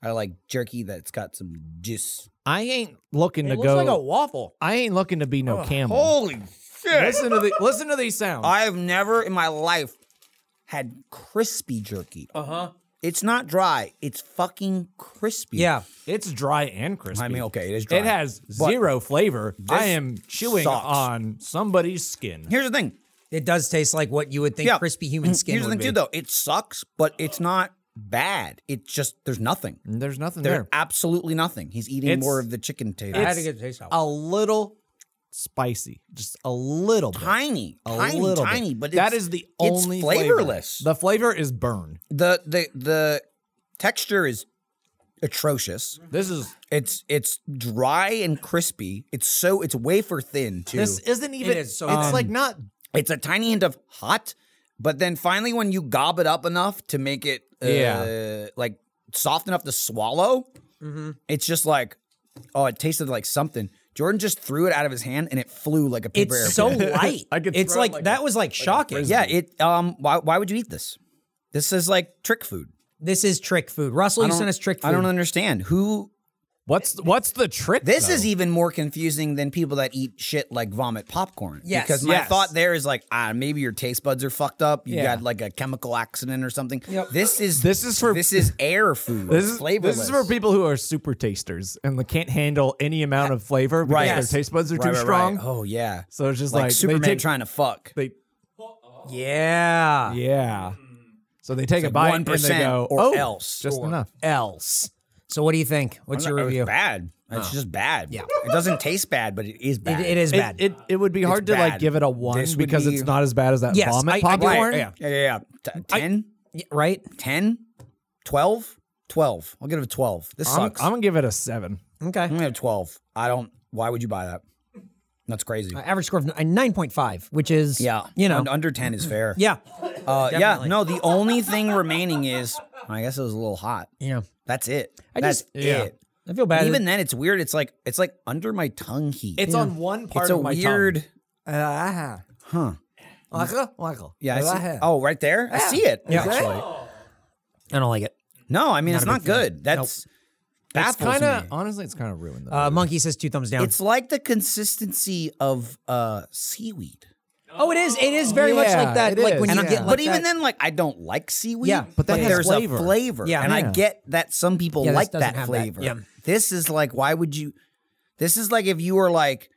Speaker 3: I like jerky that's got some juice.
Speaker 2: I ain't looking
Speaker 4: It
Speaker 2: to
Speaker 4: looks
Speaker 2: go.
Speaker 4: like a waffle.
Speaker 2: I ain't looking to be no camel.
Speaker 3: Holy shit!
Speaker 2: listen to the listen to these sounds.
Speaker 3: I've never in my life had crispy jerky. Uh
Speaker 2: Uh-huh.
Speaker 3: huh. It's not dry. It's fucking crispy.
Speaker 4: Yeah.
Speaker 2: it's dry and crispy.
Speaker 3: I mean, okay, it is dry.
Speaker 2: It has
Speaker 3: But
Speaker 2: zero flavor. I am chewing
Speaker 3: sucks.
Speaker 2: on somebody's skin.
Speaker 3: Here's the thing.
Speaker 4: It does taste like what you would think
Speaker 3: Yeah.
Speaker 4: crispy human skin
Speaker 3: Here's the
Speaker 4: would
Speaker 3: thing
Speaker 4: be.
Speaker 3: too, though. It sucks, but it's not bad. It's just there's nothing.
Speaker 2: There's nothing
Speaker 3: There's
Speaker 2: there.
Speaker 3: absolutely nothing. He's eating
Speaker 2: It's-
Speaker 3: more of the chicken
Speaker 4: I had
Speaker 3: tater.
Speaker 4: to get a taste out.
Speaker 2: A little spicy, just a little bit.
Speaker 3: Tiny,
Speaker 2: A
Speaker 3: tiny,
Speaker 2: little bit.
Speaker 3: tiny, but
Speaker 2: that
Speaker 3: it's-
Speaker 2: is the
Speaker 3: it's
Speaker 2: only
Speaker 3: flavorless.
Speaker 2: Flavor. The flavor is burn.
Speaker 3: the the the texture is atrocious.
Speaker 2: This is
Speaker 3: It's it's dry and crispy. It's so it's wafer thin too.
Speaker 2: this isn't even.
Speaker 4: is so
Speaker 2: it's
Speaker 4: bad.
Speaker 2: like not.
Speaker 3: it's a tiny hint of hot, but then finally when you gob it up enough to make it uh,
Speaker 2: Yeah.
Speaker 3: like soft enough to swallow,
Speaker 4: Mm-hmm.
Speaker 3: it's just like oh, it tasted like something. Jordan just threw it out of his hand and it flew like a paper
Speaker 4: It's so
Speaker 3: airplane.
Speaker 4: light.
Speaker 2: I could
Speaker 4: it's
Speaker 2: throw it
Speaker 4: like,
Speaker 2: like
Speaker 4: that
Speaker 2: a-
Speaker 4: was like shocking.
Speaker 3: yeah, it um why why would you eat this? This is like trick food.
Speaker 4: This is trick food. Russell, you
Speaker 3: I
Speaker 4: sent
Speaker 3: don't-
Speaker 4: us trick food.
Speaker 3: I don't understand who
Speaker 2: What's what's the trick?
Speaker 3: This
Speaker 2: though?
Speaker 3: is even more confusing than people that eat shit like vomit popcorn.
Speaker 4: Yes.
Speaker 3: Because my
Speaker 2: Yes.
Speaker 3: thought there is like, ah, maybe your taste buds are fucked up. You
Speaker 2: Yeah.
Speaker 3: got like a chemical accident or something.
Speaker 4: Yep.
Speaker 3: This is
Speaker 2: This is for-
Speaker 3: this is air food.
Speaker 2: This is
Speaker 3: flavorless.
Speaker 2: this is for people who are super tasters and they can't handle any amount of flavor because
Speaker 3: Right.
Speaker 2: their
Speaker 3: Yes.
Speaker 2: taste buds are
Speaker 3: Right,
Speaker 2: too
Speaker 3: right,
Speaker 2: strong.
Speaker 3: right. Oh yeah.
Speaker 2: So it's just
Speaker 3: Like,
Speaker 2: like,
Speaker 3: Superman
Speaker 2: they take,
Speaker 3: trying to fuck.
Speaker 2: They
Speaker 4: yeah.
Speaker 2: yeah. So they take a
Speaker 3: like
Speaker 2: bite and they
Speaker 3: 1%
Speaker 2: go
Speaker 3: or
Speaker 2: oh,
Speaker 3: else,
Speaker 2: just
Speaker 3: or-
Speaker 2: enough.
Speaker 4: Else. So what do you think? What's your
Speaker 3: It was
Speaker 4: review?
Speaker 3: oh, bad. It's just bad.
Speaker 4: Yeah.
Speaker 3: It doesn't taste bad, but it is
Speaker 4: It,
Speaker 3: bad.
Speaker 4: it is
Speaker 2: It,
Speaker 4: bad.
Speaker 2: it it would be hard to
Speaker 3: bad.
Speaker 2: like give it a one
Speaker 3: This would
Speaker 2: because
Speaker 3: be-
Speaker 2: it's not as bad as that
Speaker 4: Yes,
Speaker 2: vomit
Speaker 4: I- I-
Speaker 2: popcorn.
Speaker 4: right, yeah.
Speaker 3: Yeah, yeah, yeah. T- 10,
Speaker 4: Yeah, right?
Speaker 3: 10, 12, 12. I'll give it a 12. This
Speaker 2: I'm, I'm
Speaker 3: sucks. I'm,
Speaker 2: gonna give it a seven.
Speaker 4: Okay.
Speaker 3: going to have 12. I don't, why would you buy that? That's crazy.
Speaker 4: Uh, average score of n- nine point five, which is
Speaker 3: Yeah,
Speaker 4: you know,
Speaker 3: un- under ten is fair.
Speaker 4: yeah,
Speaker 3: uh, yeah.
Speaker 4: definitely.
Speaker 3: No, the only thing remaining is I guess it was a little hot.
Speaker 4: yeah.
Speaker 3: That's it.
Speaker 4: I
Speaker 3: That's
Speaker 4: just-
Speaker 3: it.
Speaker 2: Yeah.
Speaker 4: I feel bad.
Speaker 3: Even then, it's weird. It's like it's like under my tongue heat.
Speaker 2: It's on one part
Speaker 3: it's a
Speaker 2: of my
Speaker 3: weird.
Speaker 2: Tongue.
Speaker 3: Huh.
Speaker 2: Uh, Michael, Michael.
Speaker 3: Yeah. I see- oh, right there. I see it.
Speaker 4: Yeah.
Speaker 3: Actually,
Speaker 4: I don't like it.
Speaker 3: no. I mean, it's
Speaker 4: a
Speaker 3: not
Speaker 4: big fan.
Speaker 3: good. That's
Speaker 2: It's
Speaker 3: baffles
Speaker 2: kind of
Speaker 3: me. Um,
Speaker 2: honestly, it's kind of ruined. The
Speaker 4: Uh, Monkey says two thumbs down.
Speaker 3: Hmm. It's like the consistency of uh, seaweed.
Speaker 4: oh, it is. It is very much
Speaker 2: Yeah,
Speaker 4: like that.
Speaker 2: it
Speaker 4: Like when
Speaker 2: is.
Speaker 4: you
Speaker 2: And I-
Speaker 4: get,
Speaker 3: but
Speaker 4: like
Speaker 3: even
Speaker 4: that-
Speaker 3: then, like I don't like seaweed.
Speaker 4: Yeah, but
Speaker 3: but,
Speaker 4: that has
Speaker 3: there's
Speaker 2: flavor.
Speaker 3: a flavor,
Speaker 4: Yeah.
Speaker 3: and
Speaker 2: Yeah.
Speaker 3: I get that some people
Speaker 4: Yeah, this
Speaker 3: like
Speaker 4: doesn't
Speaker 3: that
Speaker 4: have that.
Speaker 3: flavor.
Speaker 4: Yeah.
Speaker 3: This is like, why would you? This is like if you were like,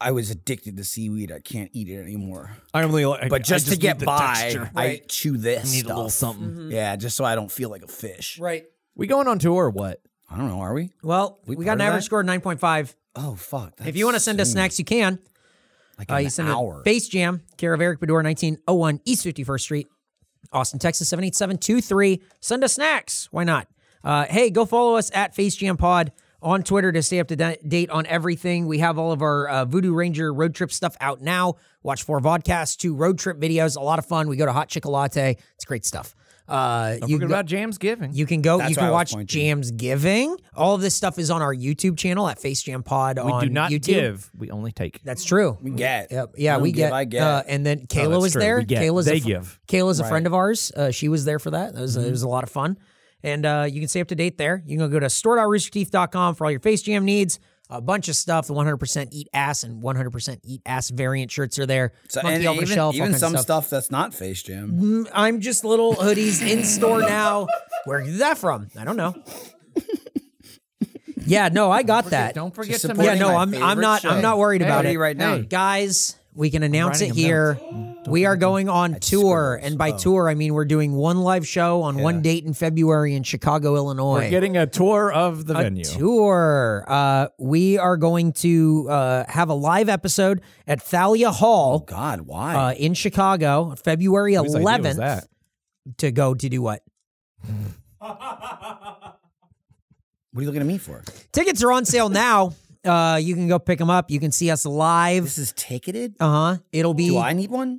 Speaker 3: I was addicted to seaweed. I can't eat it anymore.
Speaker 2: I only like,
Speaker 3: But just, to get by, I
Speaker 4: Right.
Speaker 3: chew this.
Speaker 2: need a little
Speaker 3: stuff.
Speaker 2: something.
Speaker 3: Yeah, just so I don't feel like a fish.
Speaker 4: Mm-hmm. right.
Speaker 2: We going on tour or what?
Speaker 3: I don't know. Are we?
Speaker 4: Well, we, got
Speaker 3: part
Speaker 4: an
Speaker 3: of that?
Speaker 4: average
Speaker 3: Hmm.
Speaker 4: score of nine point five.
Speaker 3: Oh fuck!
Speaker 4: If you want to send us snacks, you can.
Speaker 3: like
Speaker 4: Uh,
Speaker 3: an
Speaker 4: you send it
Speaker 3: hour.
Speaker 4: oh Face Jam, care of Eric Bedore, 1901 East 51st Street. Austin, Texas 78723. Send us snacks. Why not? Uh, hey, go follow us at Face Jam Pod on Twitter to stay up to da- date on everything. We have all of our uh, Voodoo Ranger road trip stuff out now. Watch four vodcasts, two road trip videos. A lot of fun. We go to Hot Chicolate. It's great stuff. Uh, you
Speaker 2: Forget
Speaker 4: go-
Speaker 2: about Jam's giving.
Speaker 4: you can go. you
Speaker 3: why I
Speaker 4: can
Speaker 3: was
Speaker 4: watch
Speaker 3: pointing.
Speaker 4: Jams Giving. All of this stuff is on our YouTube channel at Face Jam Pod
Speaker 2: we
Speaker 4: on
Speaker 2: do not
Speaker 4: YouTube.
Speaker 2: give. We only take.
Speaker 4: That's true. We
Speaker 3: get.
Speaker 4: Yep. Yeah,
Speaker 3: I
Speaker 4: we
Speaker 3: don't
Speaker 4: get.
Speaker 3: give, I get.
Speaker 4: Uh, and then Kayla
Speaker 2: Oh, that's
Speaker 4: was
Speaker 2: true.
Speaker 4: there.
Speaker 2: We get.
Speaker 4: Kayla's a
Speaker 2: They
Speaker 4: fr-
Speaker 2: give. Mm-hmm.
Speaker 4: Kayla's a friend of ours. Uh, she was there for that. That was it was a lot of fun. And uh, you can stay up to date there. You can go to store.roosterteeth.com for all your face jam needs. A bunch of stuff. The 100% eat ass and 100% eat ass variant shirts are there.
Speaker 3: So,
Speaker 4: Monkey
Speaker 3: and
Speaker 4: off the
Speaker 3: even,
Speaker 4: shelf, all
Speaker 3: even
Speaker 4: kinds of
Speaker 3: some
Speaker 4: stuff. Mm-hmm.
Speaker 3: stuff that's not face jam.
Speaker 4: I'm just little hoodies in store now. Where did that from? I don't know. Yeah, no, I got that.
Speaker 2: Don't forget
Speaker 3: Just
Speaker 2: to
Speaker 3: support
Speaker 4: yeah,
Speaker 3: supporting
Speaker 4: no,
Speaker 3: my
Speaker 4: I'm I'm
Speaker 3: favorite
Speaker 4: not
Speaker 3: show.
Speaker 4: I'm not worried about
Speaker 3: Hey,
Speaker 4: it
Speaker 3: right now.
Speaker 4: Hey, guys. We can announce it
Speaker 2: writing 'em
Speaker 4: here. We are going on tour, and
Speaker 2: Oh.
Speaker 4: by tour I mean we're doing one live show on one date in February in Chicago, Illinois
Speaker 2: We're getting a tour of the venue.
Speaker 4: tour. Uh, we are going to uh, have a live episode at Thalia Hall
Speaker 3: Oh, God, why?
Speaker 4: uh, in Chicago, on February
Speaker 2: Whose idea was
Speaker 4: 11th,
Speaker 2: that?
Speaker 4: to go to do what?
Speaker 3: what are you looking at me for?
Speaker 4: Tickets are on sale now. Uh, you can go pick them up. You can see us live.
Speaker 3: This is ticketed?
Speaker 4: Uh huh. It'll be
Speaker 3: Do I need one?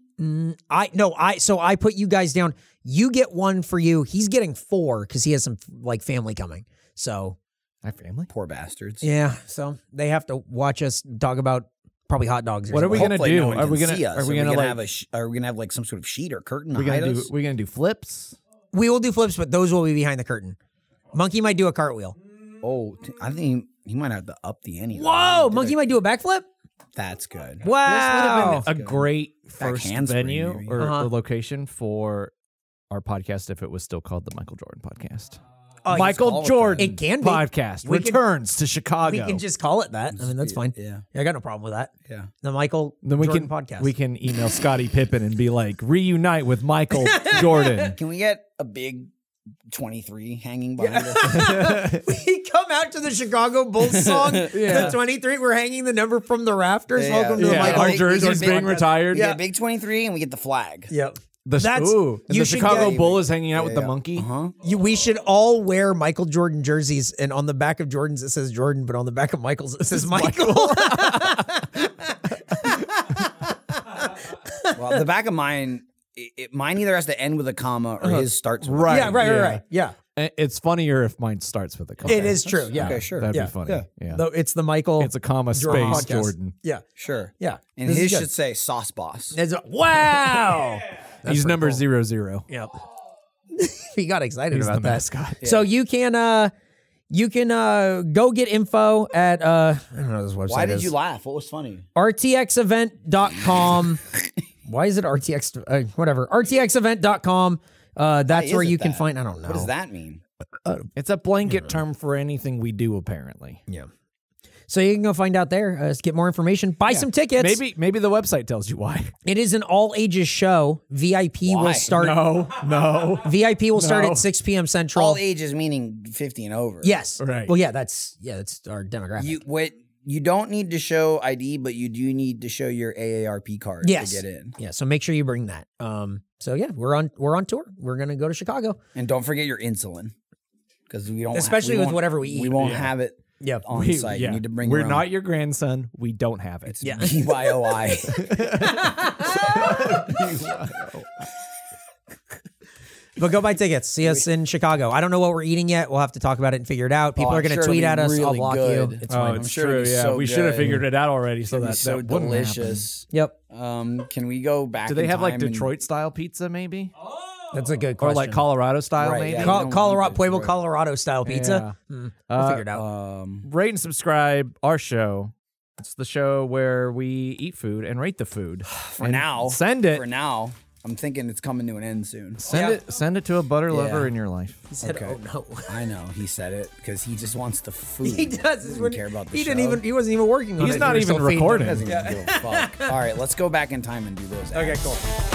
Speaker 4: I no I so I put you guys down. You get one for you. He's getting four because he has some like family coming. So
Speaker 2: My family.
Speaker 3: Poor bastards.
Speaker 4: yeah, so they have to watch us talk about probably hot dogs. Or
Speaker 2: What are we
Speaker 4: something.
Speaker 2: gonna
Speaker 3: Hopefully
Speaker 2: do?
Speaker 3: No one
Speaker 2: Are
Speaker 3: can
Speaker 2: we gonna-
Speaker 3: see us.
Speaker 2: are we gonna, like-
Speaker 3: have a sh- are we gonna have like some sort of sheet or curtain?
Speaker 2: We're
Speaker 3: to hide
Speaker 2: gonna do.
Speaker 3: us?
Speaker 2: We're gonna do flips.
Speaker 4: We will do flips, but those will be behind the curtain. Monkey might do a cartwheel.
Speaker 3: Oh, t- I think he, he might have to up the ante. though.
Speaker 4: Whoa, Monkey might do a backflip.
Speaker 3: That's good.
Speaker 4: Wow.
Speaker 2: a great first
Speaker 3: handspring,
Speaker 2: venue
Speaker 3: maybe.
Speaker 2: or
Speaker 4: Uh-huh.
Speaker 2: or location for our podcast if it was still called the Michael Jordan podcast.
Speaker 4: Oh,
Speaker 2: Michael Jordan
Speaker 4: It can be.
Speaker 2: podcast
Speaker 4: We can-
Speaker 2: returns to Chicago.
Speaker 4: We can just call it that. I mean, that's fine.
Speaker 3: Yeah.
Speaker 4: I got no problem with that.
Speaker 3: Yeah.
Speaker 4: The Michael
Speaker 2: then we
Speaker 4: Jordan
Speaker 2: can
Speaker 4: podcast.
Speaker 2: we can email Scottie Pippen and be like reunite with Michael Jordan.
Speaker 3: Can we get a big twenty-three hanging behind us?
Speaker 4: we come out to the Chicago Bulls song. The 23, we're hanging the number from the rafters.
Speaker 3: Yeah.
Speaker 4: Welcome to the
Speaker 3: Yeah.
Speaker 4: Michael.
Speaker 2: our
Speaker 3: Big-
Speaker 2: jerseys
Speaker 3: big-
Speaker 2: being
Speaker 3: big-
Speaker 2: retired.
Speaker 3: yeah, big twenty-three, and we get the flag.
Speaker 4: Yep.
Speaker 2: The,
Speaker 4: That's-
Speaker 2: ooh, and
Speaker 4: you
Speaker 2: the
Speaker 4: should
Speaker 2: Chicago
Speaker 4: get- Uh-huh.
Speaker 2: Bull is hanging out with the monkey.
Speaker 4: You, we should all wear Michael Jordan jerseys, and on the back of Jordan's it says Jordan, but on the back of Michael's it says Michael.
Speaker 3: Well, the back of mine, it, it- mine either has to end with a comma or his starts. With
Speaker 2: Right.
Speaker 4: yeah, right, right, right. Yeah,
Speaker 2: And It's funnier if mine starts with a comma.
Speaker 4: it is true. Yeah,
Speaker 3: Okay, sure.
Speaker 2: That'd
Speaker 4: Yeah,
Speaker 2: be funny. Yeah.
Speaker 4: Though it's the Michael.
Speaker 2: It's a comma
Speaker 4: Jordan
Speaker 2: space
Speaker 4: podcast.
Speaker 2: Jordan.
Speaker 4: yeah,
Speaker 3: Sure.
Speaker 4: yeah.
Speaker 3: And
Speaker 4: This is
Speaker 3: his
Speaker 4: good.
Speaker 3: should say sauce boss.
Speaker 4: It's a- wow.
Speaker 2: He's number zero zero.
Speaker 4: Yep. he got excited
Speaker 2: He's
Speaker 4: about
Speaker 2: the
Speaker 4: that.
Speaker 2: mascot.
Speaker 4: So you can uh you can uh go get info at uh I don't know what this website
Speaker 3: Why did
Speaker 4: is.
Speaker 3: you laugh? What was funny?
Speaker 4: rtxevent.com. Why is it RTX uh, whatever. rtxevent.com. Uh that's
Speaker 3: is
Speaker 4: where
Speaker 3: it
Speaker 4: you can
Speaker 3: that?
Speaker 4: find I don't know.
Speaker 3: What does that mean?
Speaker 2: It's a blanket term for anything we do, apparently.
Speaker 4: Yeah. So you can go find out there, uh, get more information, buy some tickets.
Speaker 2: Maybe maybe the website tells you why.
Speaker 4: it is an all ages show. VIP will
Speaker 3: Why?
Speaker 4: start
Speaker 2: No, no.
Speaker 4: VIP will start
Speaker 2: No.
Speaker 4: at 6 p.m. Central.
Speaker 3: All ages meaning fifty and over.
Speaker 4: yes.
Speaker 2: Right.
Speaker 4: Well, yeah, that's yeah, that's our demographic.
Speaker 3: You what? You don't need to show ID, but you do need to show your AARP card
Speaker 4: Yes.
Speaker 3: to get in.
Speaker 4: Yeah, so make sure you bring that. Um, so yeah, we're on we're on tour. We're gonna go to Chicago.
Speaker 3: And don't forget your insulin, because we don't.
Speaker 4: Especially
Speaker 3: we
Speaker 4: with
Speaker 3: won't-
Speaker 4: whatever we
Speaker 3: We
Speaker 4: eat.
Speaker 3: won't have it
Speaker 4: Yep.
Speaker 3: on
Speaker 2: We-
Speaker 3: site.
Speaker 2: yeah.
Speaker 3: You need to bring.
Speaker 2: We're
Speaker 3: your own.
Speaker 2: not your grandson. We don't have it.
Speaker 4: Yeah.
Speaker 3: BYOI.
Speaker 4: But go buy tickets. See us in Chicago. I don't know what we're eating yet. We'll have to talk about it and figure it out. People
Speaker 3: Oh,
Speaker 4: are
Speaker 3: I'm
Speaker 4: gonna
Speaker 3: sure it'll
Speaker 4: tweet
Speaker 3: be
Speaker 4: at us. I'll
Speaker 3: really
Speaker 4: block you.
Speaker 3: good.
Speaker 4: It's
Speaker 2: Oh,
Speaker 4: fine.
Speaker 2: it's
Speaker 3: sure
Speaker 2: true.
Speaker 3: it'd be
Speaker 2: Yeah,
Speaker 3: so
Speaker 2: we should have
Speaker 3: good.
Speaker 2: figured it out already. So that,
Speaker 3: It's so
Speaker 2: that wouldn't happen.
Speaker 3: delicious.
Speaker 4: Yep.
Speaker 3: Um, can we go back?
Speaker 2: Do they
Speaker 3: in
Speaker 2: have like
Speaker 3: time and-
Speaker 2: Detroit style pizza, maybe,
Speaker 4: That's a good
Speaker 2: or
Speaker 4: question.
Speaker 2: like Colorado style,
Speaker 3: Right,
Speaker 2: maybe?
Speaker 3: yeah. Hmm.
Speaker 4: Col-
Speaker 3: don't
Speaker 4: Colorado
Speaker 3: want
Speaker 4: Pueblo, Colorado style pizza.
Speaker 2: Yeah.
Speaker 4: Mm, we'll
Speaker 2: Uh,
Speaker 4: figure it out.
Speaker 3: Um,
Speaker 2: Rate and subscribe our show. It's the show where we eat food and rate the food.
Speaker 3: for now,
Speaker 2: send it.
Speaker 3: For now, I'm thinking it's coming to an end soon.
Speaker 2: Send
Speaker 4: Yeah.
Speaker 2: it. Send it to a butter lover
Speaker 3: Yeah.
Speaker 2: in your life.
Speaker 4: he said,
Speaker 3: okay.
Speaker 4: "Oh no."
Speaker 3: I know he said it because he just wants the food.
Speaker 4: he does. This
Speaker 3: Doesn't
Speaker 4: when-
Speaker 3: care about the
Speaker 4: he didn't
Speaker 3: show.
Speaker 4: even. He wasn't even working on it.
Speaker 2: He's not
Speaker 4: We were
Speaker 2: even
Speaker 4: still feeding him.
Speaker 2: recording.
Speaker 3: Doesn't even give a fuck. All right, let's go back in time and do those. Okay, cool.